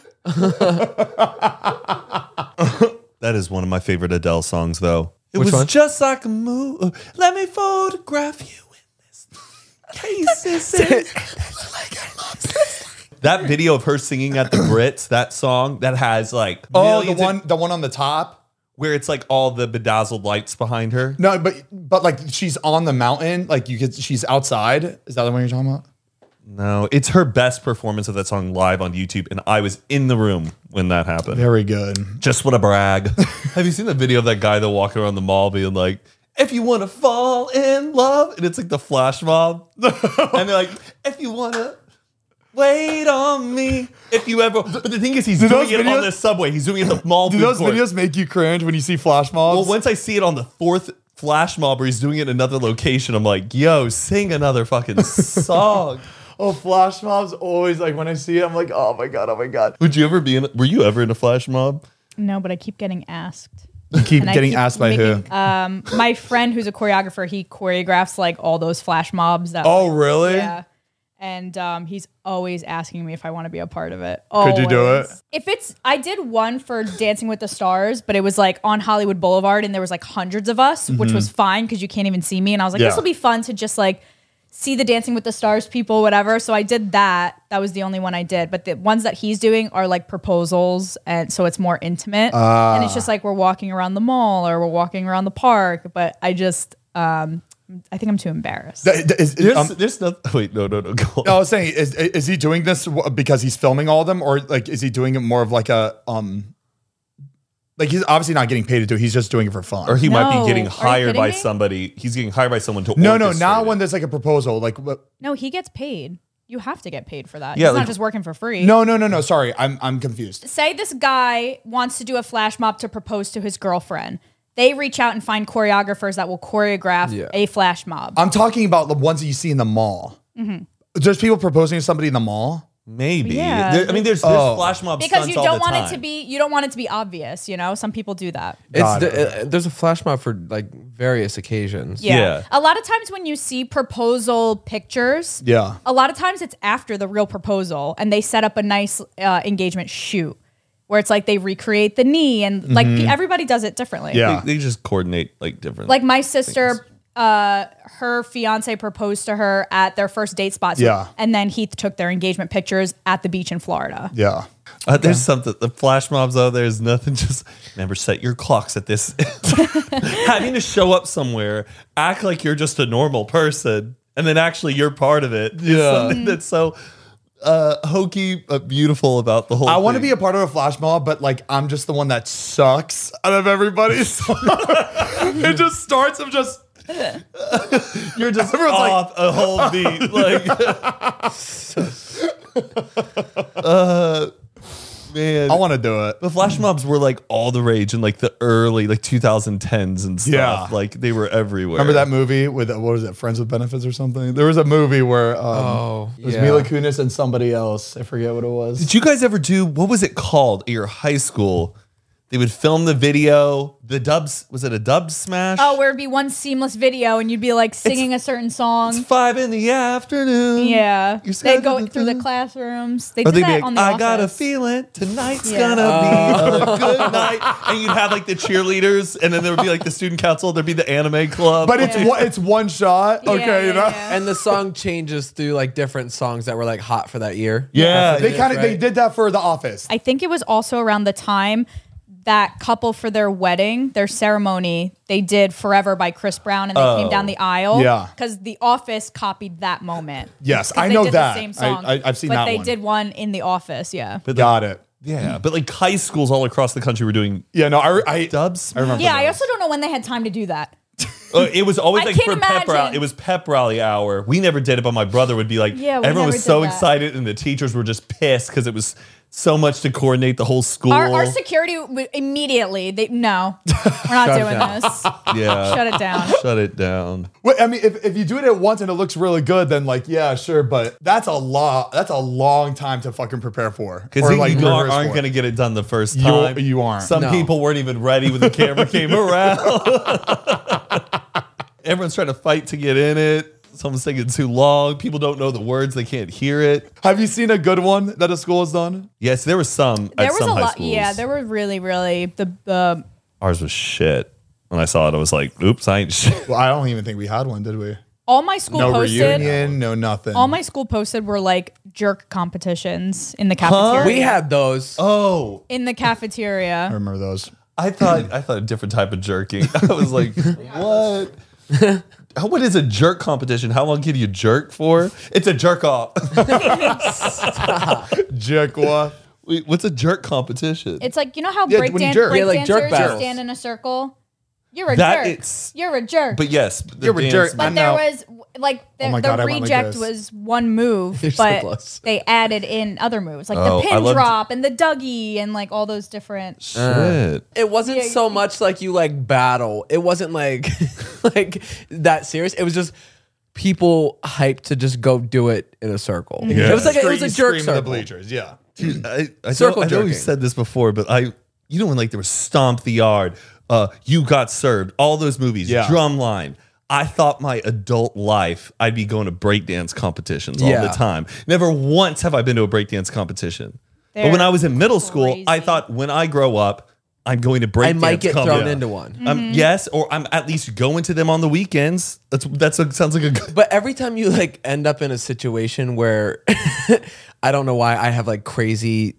[SPEAKER 1] That is one of my favorite Adele songs, though. It
[SPEAKER 3] Which
[SPEAKER 1] was
[SPEAKER 3] one?
[SPEAKER 1] just like a move. Let me photograph you in this cases. that video of her singing at the Brits, that song that has like
[SPEAKER 2] oh, the
[SPEAKER 1] millions of-
[SPEAKER 2] one, the one on the top.
[SPEAKER 1] where it's like all the bedazzled lights behind her.
[SPEAKER 2] No, but but like she's on the mountain. Like you could, she's outside. Is that the one you're talking about?
[SPEAKER 1] No, it's her best performance of that song live on YouTube, and I was in the room when that happened.
[SPEAKER 2] Very good.
[SPEAKER 1] Just want to brag. Have you seen the video of that guy that walking around the mall being like, if you want to fall in love? And it's like the flash mob. and they're like, if you want to wait on me, if you ever. But the thing is, he's doing
[SPEAKER 2] those
[SPEAKER 1] it on
[SPEAKER 2] videos-
[SPEAKER 1] the subway. He's doing it at the mall.
[SPEAKER 2] Do
[SPEAKER 1] food
[SPEAKER 2] those
[SPEAKER 1] court.
[SPEAKER 2] videos make you cringe when you see flash mobs?
[SPEAKER 1] Well, once I see it on the fourth flash mob where he's doing it in another location, I'm like, yo, sing another fucking song.
[SPEAKER 2] oh, flash mobs always like when I see it, I'm like, oh my god, oh my god.
[SPEAKER 1] Would you ever be in? Were you ever in a flash mob?
[SPEAKER 4] No, but I keep getting asked.
[SPEAKER 2] You keep
[SPEAKER 4] And I
[SPEAKER 2] getting
[SPEAKER 4] keep
[SPEAKER 2] asked by who?
[SPEAKER 4] making- Um, my friend who's a choreographer, he choreographs like all those flash mobs that.
[SPEAKER 2] Oh, really?
[SPEAKER 4] Yeah. And um, he's always asking me if I want to be a part of it.
[SPEAKER 2] Could you do
[SPEAKER 4] Always.
[SPEAKER 2] it?
[SPEAKER 4] If it's, I did one for Dancing with the Stars, but it was like on Hollywood Boulevard, and there was like hundreds of us, which was fine because you can't even see me. And I was like,
[SPEAKER 2] Mm-hmm. Yeah.
[SPEAKER 4] this will be fun to just like see the Dancing with the Stars people, whatever. So I did that. That was the only one I did. But the ones that he's doing are like proposals, and so it's more intimate, and
[SPEAKER 2] Ah.
[SPEAKER 4] it's just like we're walking around the mall or we're walking around the park. But I just, um, I think I'm too embarrassed.
[SPEAKER 2] Th- th- is-
[SPEAKER 1] There's,
[SPEAKER 2] um,
[SPEAKER 1] there's nothing. Wait, no, no, no. Go on.
[SPEAKER 2] I was saying, is is he doing this w- because he's filming all of them, or like is he doing it more of like a um, like he's obviously not getting paid to do. it. He's just doing it for fun.
[SPEAKER 1] or he might
[SPEAKER 4] No.
[SPEAKER 1] be getting
[SPEAKER 4] Are you
[SPEAKER 1] hired
[SPEAKER 4] kidding
[SPEAKER 1] by
[SPEAKER 4] me?
[SPEAKER 1] somebody. He's getting hired by someone to
[SPEAKER 2] no, no,
[SPEAKER 1] orchestrate
[SPEAKER 2] not
[SPEAKER 1] it.
[SPEAKER 2] when there's like a proposal. Like what?
[SPEAKER 4] No, he gets paid. You have to get paid for that.
[SPEAKER 1] Yeah,
[SPEAKER 4] He's
[SPEAKER 1] like-
[SPEAKER 4] not just working for free.
[SPEAKER 2] No, no, no, no. Sorry, I'm I'm confused.
[SPEAKER 4] Say this guy wants to do a flash mob to propose to his girlfriend. They reach out and find choreographers that will choreograph
[SPEAKER 3] Yeah.
[SPEAKER 4] a flash mob.
[SPEAKER 2] I'm talking about the ones that you see in the mall. There's people proposing to somebody in the mall.
[SPEAKER 1] Maybe.
[SPEAKER 4] Yeah.
[SPEAKER 1] There- I mean, there's, there's
[SPEAKER 2] Oh.
[SPEAKER 1] flash mob
[SPEAKER 4] because
[SPEAKER 1] stunts
[SPEAKER 4] you
[SPEAKER 1] all
[SPEAKER 4] don't
[SPEAKER 1] the
[SPEAKER 4] want it
[SPEAKER 1] time.
[SPEAKER 4] to be you don't want it to be obvious, you know? Some people do that.
[SPEAKER 3] It's
[SPEAKER 2] Got
[SPEAKER 3] the, uh, there's a flash mob for like various occasions.
[SPEAKER 4] Yeah.
[SPEAKER 1] Yeah.
[SPEAKER 4] A lot of times when you see proposal pictures,
[SPEAKER 2] Yeah.
[SPEAKER 4] a lot of times it's after the real proposal and they set up a nice uh, engagement shoot where it's like they recreate the knee and like pe-
[SPEAKER 1] Mm-hmm.
[SPEAKER 4] everybody does it differently.
[SPEAKER 2] Yeah.
[SPEAKER 1] They, they just coordinate like different.
[SPEAKER 4] Like my sister, uh, her fiance proposed to her at their first date spot. So-
[SPEAKER 2] Yeah.
[SPEAKER 4] And then he took their engagement pictures at the beach in Florida.
[SPEAKER 2] Yeah.
[SPEAKER 1] Uh, There's something. The flash mobs out there is nothing. Just remember, set your clocks at this. Having to show up somewhere, act like you're just a normal person, and then actually you're part of it. Yeah, something that's so uh, hokey but beautiful about the whole.
[SPEAKER 2] I want to
[SPEAKER 1] thing.
[SPEAKER 2] be a part of a flash mob, but like I'm just the one that sucks out of everybody. So it just starts of just
[SPEAKER 1] You're just
[SPEAKER 2] Everyone's like-
[SPEAKER 1] off a whole beat. Like, uh, man,
[SPEAKER 2] I want to do it.
[SPEAKER 1] the flash mobs were like all the rage in like the early like 2010s and stuff.
[SPEAKER 2] Yeah.
[SPEAKER 1] Like they were everywhere.
[SPEAKER 2] Remember that movie with what was it, Friends with Benefits or something? There was a movie where um,
[SPEAKER 3] Oh,
[SPEAKER 2] it was
[SPEAKER 3] yeah.
[SPEAKER 2] Mila Kunis and somebody else. I forget what it was.
[SPEAKER 1] Did you guys ever do what was it called at your high school? They would film the video. The dubs was it a dub smash?
[SPEAKER 4] Oh, where it'd be one seamless video and you'd be like singing a certain song.
[SPEAKER 1] it's five in the afternoon.
[SPEAKER 4] Yeah.
[SPEAKER 1] You
[SPEAKER 4] They
[SPEAKER 1] said-
[SPEAKER 4] go through the classrooms. They
[SPEAKER 1] Or
[SPEAKER 4] do
[SPEAKER 1] they'd
[SPEAKER 4] that
[SPEAKER 1] be like,
[SPEAKER 4] on the
[SPEAKER 1] I
[SPEAKER 4] office.
[SPEAKER 1] got a feeling tonight's
[SPEAKER 4] Yeah.
[SPEAKER 1] gonna be a
[SPEAKER 2] Oh.
[SPEAKER 1] good night. And you'd have like the cheerleaders, and then there would be like the student council. There'd be the anime club.
[SPEAKER 2] But it's
[SPEAKER 4] Yeah.
[SPEAKER 2] one, it's one shot.
[SPEAKER 4] Yeah,
[SPEAKER 2] okay, you
[SPEAKER 4] yeah,
[SPEAKER 2] know.
[SPEAKER 4] yeah.
[SPEAKER 3] And the song changes through like different songs that were like hot for that year.
[SPEAKER 1] yeah,
[SPEAKER 2] They kind of they
[SPEAKER 3] right.
[SPEAKER 2] did that for The Office.
[SPEAKER 4] I think it was also around the time that couple for their wedding, their ceremony, they did Forever by Chris Brown and they came down the aisle.
[SPEAKER 2] Yeah.
[SPEAKER 4] Because The Office copied that moment.
[SPEAKER 2] Yes,
[SPEAKER 4] 'Cause
[SPEAKER 2] I
[SPEAKER 4] they
[SPEAKER 2] know
[SPEAKER 4] did
[SPEAKER 2] that.
[SPEAKER 4] The same
[SPEAKER 2] I-
[SPEAKER 4] song,
[SPEAKER 2] I- I've seen
[SPEAKER 4] but
[SPEAKER 2] that
[SPEAKER 4] they
[SPEAKER 2] one.
[SPEAKER 4] did one in The Office, yeah.
[SPEAKER 2] Got it.
[SPEAKER 1] yeah. But like high schools all across the country were doing
[SPEAKER 2] Yeah, no, I, I
[SPEAKER 1] dub smash.
[SPEAKER 2] remember.
[SPEAKER 4] Yeah, I also don't know when they had time to do that.
[SPEAKER 1] Uh, it was always
[SPEAKER 4] I
[SPEAKER 1] like for
[SPEAKER 4] can't
[SPEAKER 1] pep rally.
[SPEAKER 4] imagine.
[SPEAKER 1] It was pep rally hour. We never did it, but my brother would be like,
[SPEAKER 4] Yeah, we
[SPEAKER 1] everyone was
[SPEAKER 4] never
[SPEAKER 1] so
[SPEAKER 4] did that.
[SPEAKER 1] excited, and the teachers were just pissed because it was so much to coordinate the whole school.
[SPEAKER 4] Our, our security w- immediately, they, no, we're not
[SPEAKER 3] Shut it
[SPEAKER 4] doing
[SPEAKER 3] down.
[SPEAKER 4] this.
[SPEAKER 1] yeah,
[SPEAKER 4] Shut it down.
[SPEAKER 1] Shut it down.
[SPEAKER 2] Wait, I mean, if, if you do it at once and it looks really good, then like, yeah, sure, but that's a lot. That's a long time to fucking prepare for.
[SPEAKER 1] Because you
[SPEAKER 2] like
[SPEAKER 1] aren't,
[SPEAKER 2] rehearse
[SPEAKER 1] aren't
[SPEAKER 2] for.
[SPEAKER 1] going to get it done the first
[SPEAKER 2] You-
[SPEAKER 1] time.
[SPEAKER 2] you aren't.
[SPEAKER 1] Some
[SPEAKER 3] No.
[SPEAKER 1] people weren't even ready when the camera came around. Everyone's trying to fight to get in it. Someone's taking too long. People don't know the words. They can't hear it.
[SPEAKER 2] Have you seen a good one that a school has done?
[SPEAKER 1] Yes, there was some.
[SPEAKER 4] There
[SPEAKER 1] at
[SPEAKER 4] was
[SPEAKER 1] some
[SPEAKER 4] a
[SPEAKER 1] high
[SPEAKER 4] lot.
[SPEAKER 1] Schools.
[SPEAKER 4] Yeah, there were really, really the the
[SPEAKER 1] Ours was shit. When I saw it, I was like, oops, I ain't shit.
[SPEAKER 2] Well, I don't even think we had one, did we?
[SPEAKER 4] all my school
[SPEAKER 2] No
[SPEAKER 4] posted.
[SPEAKER 2] reunion, no nothing.
[SPEAKER 4] All my school posted were like jerk competitions in the cafeteria.
[SPEAKER 3] We had those.
[SPEAKER 1] Oh,
[SPEAKER 4] in the
[SPEAKER 2] I
[SPEAKER 4] cafeteria.
[SPEAKER 2] remember those.
[SPEAKER 1] I thought I thought a different type of jerking. I was like, what? How- What is a jerk competition? How long can you jerk for? It's a jerk off.
[SPEAKER 2] Jerk what?
[SPEAKER 1] Wait, what's a jerk competition?
[SPEAKER 4] It's like you know how
[SPEAKER 2] Yeah, when you
[SPEAKER 4] break, dan-
[SPEAKER 2] jerk.
[SPEAKER 4] break
[SPEAKER 3] Yeah, like jerk
[SPEAKER 4] dancers just
[SPEAKER 3] battles.
[SPEAKER 4] stand in a circle. You're a
[SPEAKER 1] That
[SPEAKER 4] jerk.
[SPEAKER 1] it's-
[SPEAKER 4] You're a jerk.
[SPEAKER 1] but yes, the
[SPEAKER 2] You're a
[SPEAKER 1] dance-
[SPEAKER 2] jerk.
[SPEAKER 4] but
[SPEAKER 2] I
[SPEAKER 4] there
[SPEAKER 2] know.
[SPEAKER 4] was like the,
[SPEAKER 2] Oh my
[SPEAKER 4] the
[SPEAKER 2] God, I went like
[SPEAKER 4] reject
[SPEAKER 2] this.
[SPEAKER 4] was one move,
[SPEAKER 3] You're so
[SPEAKER 4] but
[SPEAKER 3] close.
[SPEAKER 4] they added in other moves like
[SPEAKER 1] Oh, I
[SPEAKER 4] the pin
[SPEAKER 1] loved-
[SPEAKER 4] drop and the dougie and like all those different.
[SPEAKER 1] Shit.
[SPEAKER 3] it wasn't
[SPEAKER 4] Yeah,
[SPEAKER 3] so much like you like battle. It wasn't like like that serious. It was just people hyped to just go do it in a circle. It was like a, it was
[SPEAKER 2] Scream-
[SPEAKER 3] a
[SPEAKER 2] scream
[SPEAKER 3] jerk
[SPEAKER 2] at the
[SPEAKER 3] circle.
[SPEAKER 2] bleachers, yeah.
[SPEAKER 1] I, I
[SPEAKER 3] Circle
[SPEAKER 1] know, I know you
[SPEAKER 3] jerking.
[SPEAKER 1] said this before, but I, you know, when like there was Stomp the Yard, uh, You Got Served, all those movies,
[SPEAKER 2] Yeah.
[SPEAKER 1] Drumline. I thought my adult life I'd be going to breakdance competitions all the
[SPEAKER 3] Yeah.
[SPEAKER 1] time. Never once have I been to a breakdance competition. but
[SPEAKER 4] They're
[SPEAKER 1] when I was in middle school, I
[SPEAKER 4] crazy.
[SPEAKER 1] thought when I grow up, I'm going to breakdance.
[SPEAKER 3] I might get
[SPEAKER 1] competition.
[SPEAKER 3] thrown into one.
[SPEAKER 4] Mm-hmm.
[SPEAKER 1] Um, yes, or I'm at least going to them on the weekends. That's that's a, sounds like a good.
[SPEAKER 3] But every time you like end up in a situation where I don't know why I have like crazy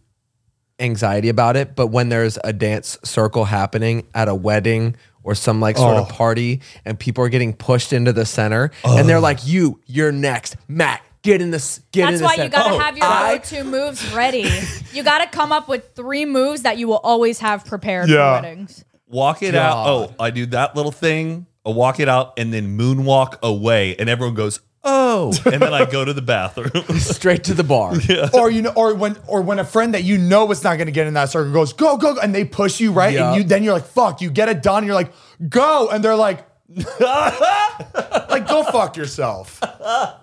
[SPEAKER 3] anxiety about it, but when there's a dance circle happening at a wedding or some like sort
[SPEAKER 2] Oh.
[SPEAKER 3] of party and people are getting pushed into the center and
[SPEAKER 2] Oh.
[SPEAKER 3] they're like, "You, you're next, Matt." Get in this. Get in
[SPEAKER 4] That's
[SPEAKER 3] the
[SPEAKER 4] why
[SPEAKER 3] center."
[SPEAKER 4] you gotta have your
[SPEAKER 3] Oh, I-
[SPEAKER 4] go-to moves ready. you gotta come up with three moves that you will always have prepared
[SPEAKER 2] Yeah.
[SPEAKER 4] for weddings.
[SPEAKER 1] walk it out. Oh, I do that little thing. I walk it out and then moonwalk away, and everyone goes, "Oh!" And then I go to the bathroom.
[SPEAKER 3] Oh, straight to the bar.
[SPEAKER 2] or you know, or when or when a friend that you know is not going to get in that circle goes go go, go and they push you right,
[SPEAKER 3] Yeah.
[SPEAKER 2] and you then you're like fuck, you get it done, and you're like go, and they're like Like, go fuck yourself.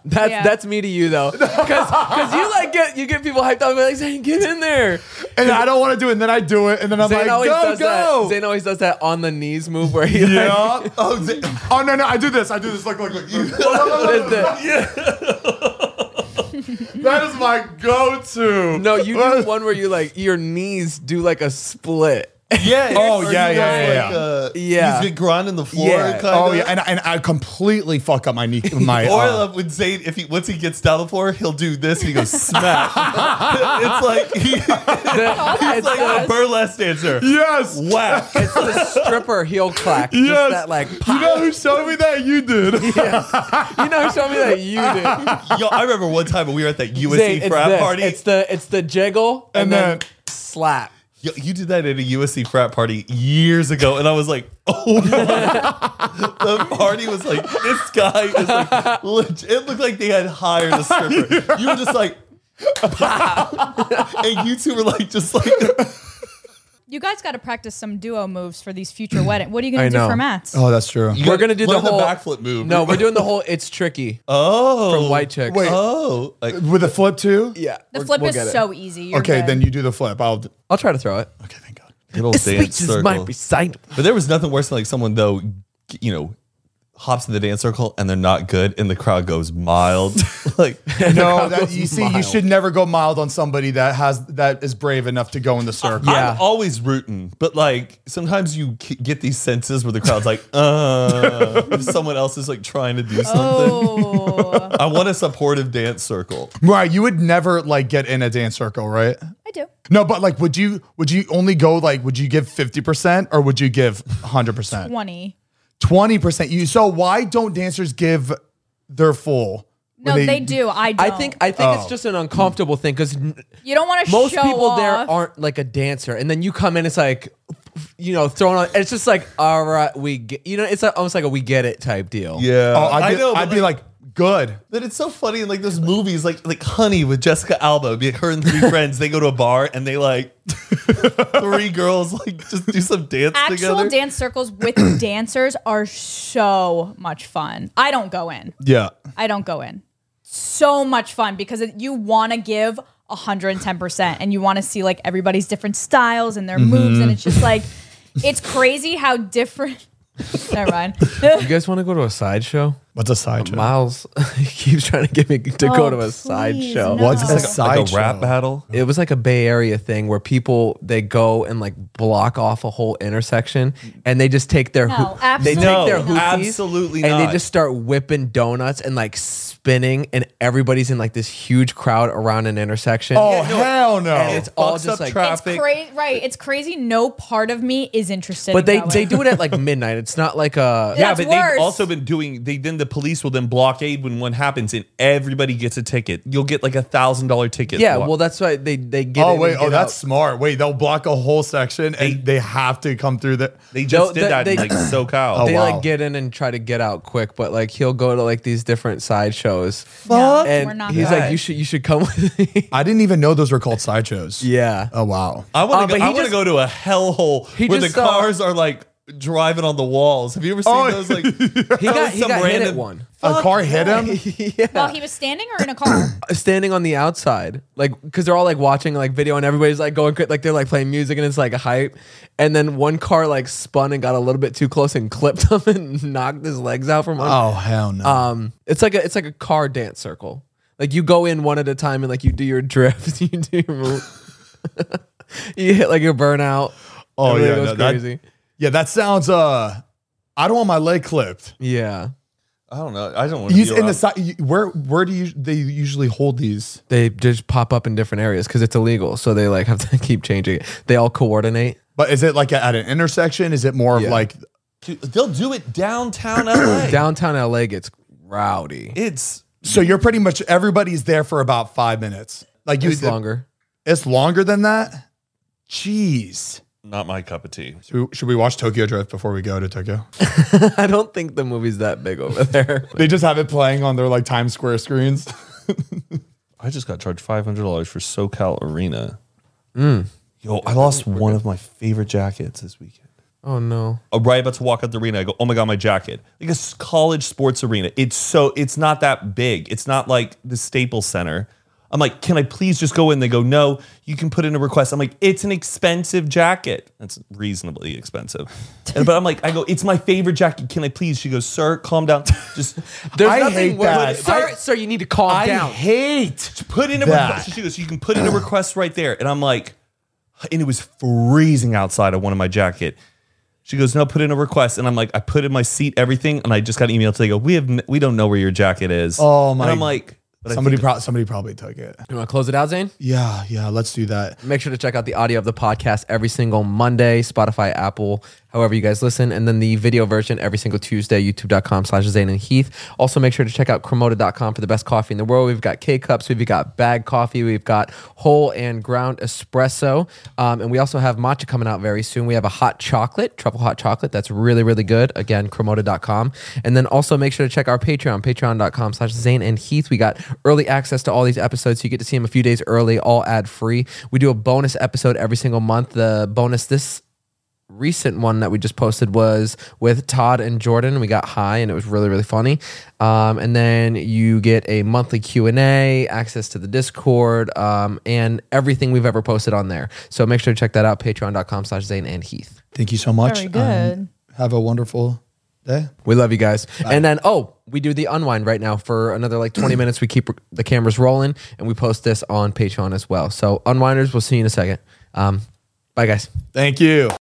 [SPEAKER 3] That's
[SPEAKER 4] Yeah.
[SPEAKER 3] that's me to you though, because you like get you get people hyped up and be like Zane, get in there.
[SPEAKER 2] And I don't want to do it. And then I do it. And then I'm
[SPEAKER 3] Zane
[SPEAKER 2] like,
[SPEAKER 3] always
[SPEAKER 2] go,
[SPEAKER 3] does
[SPEAKER 2] go.
[SPEAKER 3] that. Zane always does that on the knees move where he like,
[SPEAKER 2] yeah. Oh, Z- oh, no, no. I do this. I do this. Look, look, look. look.
[SPEAKER 3] does the-
[SPEAKER 2] that is my go to.
[SPEAKER 3] no, you do one where you like your knees do like a split.
[SPEAKER 1] Yeah.
[SPEAKER 2] Oh,
[SPEAKER 1] it's-
[SPEAKER 2] yeah,
[SPEAKER 1] or you guys,
[SPEAKER 2] yeah, yeah,
[SPEAKER 1] like,
[SPEAKER 2] yeah.
[SPEAKER 1] uh,
[SPEAKER 3] Yeah.
[SPEAKER 1] He's been grinding the floor.
[SPEAKER 3] Yeah.
[SPEAKER 1] Kind
[SPEAKER 2] Oh,
[SPEAKER 1] of.
[SPEAKER 2] yeah. And, and I completely fuck up my knee. My,
[SPEAKER 1] Or I
[SPEAKER 2] uh,
[SPEAKER 1] love when Zayn, if he once he gets down the floor, he'll do this and he goes smack. it's like he, it's
[SPEAKER 4] Oh,
[SPEAKER 3] The- it's,
[SPEAKER 1] like a
[SPEAKER 3] the,
[SPEAKER 1] burlesque dancer.
[SPEAKER 2] yes.
[SPEAKER 1] Whack.
[SPEAKER 3] it's the stripper heel clack. Yes.
[SPEAKER 2] Yes.
[SPEAKER 3] Just that like
[SPEAKER 2] You know who showed me that? You did.
[SPEAKER 3] you know who showed me that you did.
[SPEAKER 1] Yo, I remember one time when we were at that USC
[SPEAKER 3] Zane, it's,
[SPEAKER 1] frat
[SPEAKER 3] this.
[SPEAKER 1] party.
[SPEAKER 3] it's the it's the jiggle and,
[SPEAKER 2] And
[SPEAKER 3] then,
[SPEAKER 2] then-
[SPEAKER 3] slap.
[SPEAKER 1] Yo, you did that at a USC frat party years ago, and I was like, oh my. the party was like, this guy is like, legit. it looked like they had hired a stripper. You were just like, and you two were like, just like,
[SPEAKER 4] You guys got to practice some duo moves for these future wedding. What are you going
[SPEAKER 3] I
[SPEAKER 4] to do
[SPEAKER 3] know.
[SPEAKER 4] for Matt's?
[SPEAKER 2] Oh, that's true.
[SPEAKER 3] We're gonna do the
[SPEAKER 1] learn
[SPEAKER 3] whole
[SPEAKER 1] backflip move.
[SPEAKER 3] No, we're doing the whole it's tricky
[SPEAKER 1] oh,
[SPEAKER 3] from white chicks.
[SPEAKER 2] Wait.
[SPEAKER 1] Oh, like,
[SPEAKER 2] With a flip too?
[SPEAKER 3] Yeah.
[SPEAKER 4] The
[SPEAKER 3] we're-
[SPEAKER 4] flip
[SPEAKER 3] we'll
[SPEAKER 4] is
[SPEAKER 3] get it.
[SPEAKER 4] so easy. You're
[SPEAKER 2] Okay,
[SPEAKER 4] good.
[SPEAKER 2] then you do the flip. I'll. d-
[SPEAKER 3] I'll try to throw it.
[SPEAKER 2] Okay, thank God.
[SPEAKER 1] good old dance circle.
[SPEAKER 3] signed.
[SPEAKER 1] But there was nothing worse than like someone though, g- you know, hops in the dance circle and they're not good, and the crowd goes mild. like,
[SPEAKER 2] No, that, you see, you
[SPEAKER 3] mild.
[SPEAKER 2] should never go mild on somebody that has that is brave enough to go in the circle.
[SPEAKER 3] Yeah.
[SPEAKER 1] I'm always rooting, but like sometimes you k- get these senses where the crowd's like, uh, if someone else is like trying to do something.
[SPEAKER 4] Oh,
[SPEAKER 1] I want a supportive dance circle.
[SPEAKER 2] Right, you would never like get in a dance circle, right?
[SPEAKER 4] I do.
[SPEAKER 2] No, but like, would you would you only go like would you give fifty percent or would you give hundred percent,
[SPEAKER 4] 20.
[SPEAKER 2] twenty percent? You so why don't dancers give their full?
[SPEAKER 4] No,
[SPEAKER 2] when
[SPEAKER 4] they, do. I don't.
[SPEAKER 3] I think I think
[SPEAKER 1] Oh.
[SPEAKER 3] it's just an uncomfortable thing because
[SPEAKER 4] you don't want to show
[SPEAKER 3] most people there
[SPEAKER 4] off.
[SPEAKER 3] aren't like a dancer, and then you come in, it's like, you know, throwing on. It's just like, all right, we get, you know, it's like, almost like a we get it type deal.
[SPEAKER 1] Yeah,
[SPEAKER 2] Oh, I'd
[SPEAKER 1] I
[SPEAKER 2] be,
[SPEAKER 1] know. but,
[SPEAKER 2] I'd be like, good.
[SPEAKER 1] But it's so funny in like those movies, like like Honey with Jessica Alba, be- her and three friends, they go to a bar and they like three girls like just do some dance
[SPEAKER 4] Actual
[SPEAKER 1] together.
[SPEAKER 4] dance circles with dancers are so much fun. I don't go in.
[SPEAKER 2] Yeah.
[SPEAKER 4] I don't go in. So much fun because it- you want to give 110% and you want to see like everybody's different styles and their
[SPEAKER 3] Mm-hmm.
[SPEAKER 4] moves. And it's just like, it's crazy how different. Never mind.
[SPEAKER 3] You guys want to go to a sideshow?
[SPEAKER 2] What's a side joke?
[SPEAKER 3] Miles keeps trying to get me to
[SPEAKER 4] Oh,
[SPEAKER 3] go to a
[SPEAKER 4] please,
[SPEAKER 3] sideshow.
[SPEAKER 4] no.
[SPEAKER 2] What's
[SPEAKER 4] It's
[SPEAKER 2] a
[SPEAKER 4] like
[SPEAKER 2] side
[SPEAKER 1] like a rap battle.
[SPEAKER 3] It was like a Bay Area thing where people they go and like block off a whole intersection and they just take their
[SPEAKER 4] No,
[SPEAKER 3] they take
[SPEAKER 4] absolutely
[SPEAKER 3] their
[SPEAKER 4] not.
[SPEAKER 3] hooties
[SPEAKER 1] Absolutely
[SPEAKER 3] and
[SPEAKER 1] not.
[SPEAKER 3] they just start whipping donuts and like spinning and everybody's in like this huge crowd around an intersection.
[SPEAKER 2] Oh hell no!
[SPEAKER 3] and it's all
[SPEAKER 1] fucks up
[SPEAKER 3] just like
[SPEAKER 1] traffic.
[SPEAKER 4] It's crazy. Right. It's crazy. No part of me is interested.
[SPEAKER 3] but they
[SPEAKER 4] in going.
[SPEAKER 3] they do it at like midnight. It's not like a
[SPEAKER 4] Yeah.
[SPEAKER 1] Yeah,
[SPEAKER 4] That's
[SPEAKER 1] but
[SPEAKER 4] worse.
[SPEAKER 1] they've also been doing. They then the police will then blockade when one happens, and everybody gets a ticket. You'll get like a thousand dollar ticket.
[SPEAKER 3] yeah.
[SPEAKER 1] block-
[SPEAKER 3] Well, that's why they they get. in
[SPEAKER 2] Oh
[SPEAKER 3] and
[SPEAKER 2] wait, oh
[SPEAKER 3] get
[SPEAKER 2] that's
[SPEAKER 3] out.
[SPEAKER 2] smart. Wait, they'll block a whole section and they have to come through the
[SPEAKER 1] they just
[SPEAKER 3] they-
[SPEAKER 1] did that in
[SPEAKER 3] they-
[SPEAKER 1] like SoCal.
[SPEAKER 2] Oh,
[SPEAKER 3] they
[SPEAKER 2] wow.
[SPEAKER 3] like get in and try to get out quick, but like he'll go to like these different sideshows.
[SPEAKER 4] No,
[SPEAKER 3] And
[SPEAKER 4] we're not
[SPEAKER 3] he's
[SPEAKER 4] good.
[SPEAKER 3] like, you should you should come with me.
[SPEAKER 2] I didn't even know those were called sideshows.
[SPEAKER 3] yeah.
[SPEAKER 2] Oh wow.
[SPEAKER 1] I
[SPEAKER 3] Uh,
[SPEAKER 1] want to.
[SPEAKER 3] but he
[SPEAKER 1] I want
[SPEAKER 3] just-
[SPEAKER 1] to go to a hellhole
[SPEAKER 3] He
[SPEAKER 1] where the
[SPEAKER 3] just saw-
[SPEAKER 1] cars are like driving on the walls. Have you ever seen
[SPEAKER 2] Oh,
[SPEAKER 1] those? Like he
[SPEAKER 3] He got, he got hit at one.
[SPEAKER 2] a car hit him?
[SPEAKER 4] While he was standing or in a car?
[SPEAKER 3] Standing on the outside, like, because they're all like watching like video and everybody's like going, cra- like, they're like playing music and it's like hype. And then one car like spun and got a little bit too close and clipped him and knocked his legs out from under.
[SPEAKER 2] Oh hell no.
[SPEAKER 3] Um, it's like a, it's like a car dance circle. Like, you go in one at a time and like you do your drift, you do your move. you hit like your burnout.
[SPEAKER 2] oh
[SPEAKER 3] Everybody
[SPEAKER 2] yeah,
[SPEAKER 3] goes
[SPEAKER 2] no, that-
[SPEAKER 3] crazy.
[SPEAKER 2] yeah, that sounds uh I don't want my leg clipped.
[SPEAKER 3] yeah.
[SPEAKER 1] I don't know. I don't want to
[SPEAKER 2] He's
[SPEAKER 1] be
[SPEAKER 2] in the
[SPEAKER 1] around-
[SPEAKER 2] side you- where where do you they usually hold these?
[SPEAKER 3] They just pop up in different areas because it's illegal. So they like have to keep changing it. They all coordinate.
[SPEAKER 2] But is it like at an intersection? Is it more
[SPEAKER 3] Yeah.
[SPEAKER 2] of like
[SPEAKER 1] Dude, They'll do it downtown LA.
[SPEAKER 3] Downtown LA gets rowdy.
[SPEAKER 1] it's
[SPEAKER 2] so you're pretty much everybody's there for about five minutes. Like you
[SPEAKER 3] It's longer.
[SPEAKER 2] It's longer than that? Jeez.
[SPEAKER 1] not my cup of tea.
[SPEAKER 2] Should we, should we watch Tokyo Drift before we go to Tokyo?
[SPEAKER 3] I don't think the movie's that big over there.
[SPEAKER 2] They just have it playing on their like Times Square screens.
[SPEAKER 1] I just got charged five hundred dollars for
[SPEAKER 3] Mm.
[SPEAKER 1] SoCal Arena. Yo, I lost one of my favorite jackets this weekend.
[SPEAKER 3] Oh no.
[SPEAKER 1] uh, right about to walk out the arena, I go, oh my god, my jacket. Like a s- college sports arena. It's so it's not that big. It's not like the Staples Center. I'm like, can I please just go in? They go, no, you can put in a request. I'm like, it's an expensive jacket. That's reasonably expensive. And, but I'm like, I go, it's my favorite jacket. Can I please? She goes, sir, calm down. Just
[SPEAKER 3] There's
[SPEAKER 2] I
[SPEAKER 3] nothing
[SPEAKER 2] hate
[SPEAKER 3] worse-
[SPEAKER 2] that.
[SPEAKER 3] Sir, sir, you need to calm
[SPEAKER 2] I
[SPEAKER 3] down.
[SPEAKER 2] hate.
[SPEAKER 1] put in a
[SPEAKER 2] That.
[SPEAKER 1] request. She goes, you can put in a request right there. And I'm like, and it was freezing outside. I wanted my jacket. She goes, no, put in a request. And I'm like, I put in my seat, everything, and I just got an email. So they go, we have, n- we don't know where your jacket is.
[SPEAKER 2] Oh, my-
[SPEAKER 1] And I'm like, but
[SPEAKER 2] Somebody,
[SPEAKER 1] I think-
[SPEAKER 2] pro- somebody probably took it.
[SPEAKER 3] You want to close it out, Zane?
[SPEAKER 2] Yeah, yeah. Let's do that.
[SPEAKER 3] Make sure to check out the audio of the podcast every single Monday, Spotify, Apple, however you guys listen. And then the video version every single Tuesday, youtube.com slash Zane and Heath. Also, make sure to check out Cremota.com for the best coffee in the world. We've got K cups, we've got bag coffee, we've got whole and ground espresso. Um, and we also have matcha coming out very soon. We have a hot chocolate, truffle hot chocolate. That's really, really good. Again, Cremota.com. And then also make sure to check our Patreon, patreon.com slash Zane and Heath. We got early access to all these episodes. You get to see them a few days early, all ad free. We do a bonus episode every single month. The bonus this recent one that we just posted was with Todd and Jordan. We got high and it was really really funny. Um, and then you get a monthly Q and A, access to the Discord, um, and everything we've ever posted on there. So make sure to check that out. Patreon.com/slash Zane and Heath.
[SPEAKER 2] Thank you so much.
[SPEAKER 4] Very good.
[SPEAKER 2] have a wonderful day.
[SPEAKER 3] We love you guys. And then oh, we do the unwind right now for another like 20 minutes. We keep the cameras rolling and we post this on Patreon as well. So unwinders, we'll see you in a second. Um, bye guys.
[SPEAKER 2] Thank you.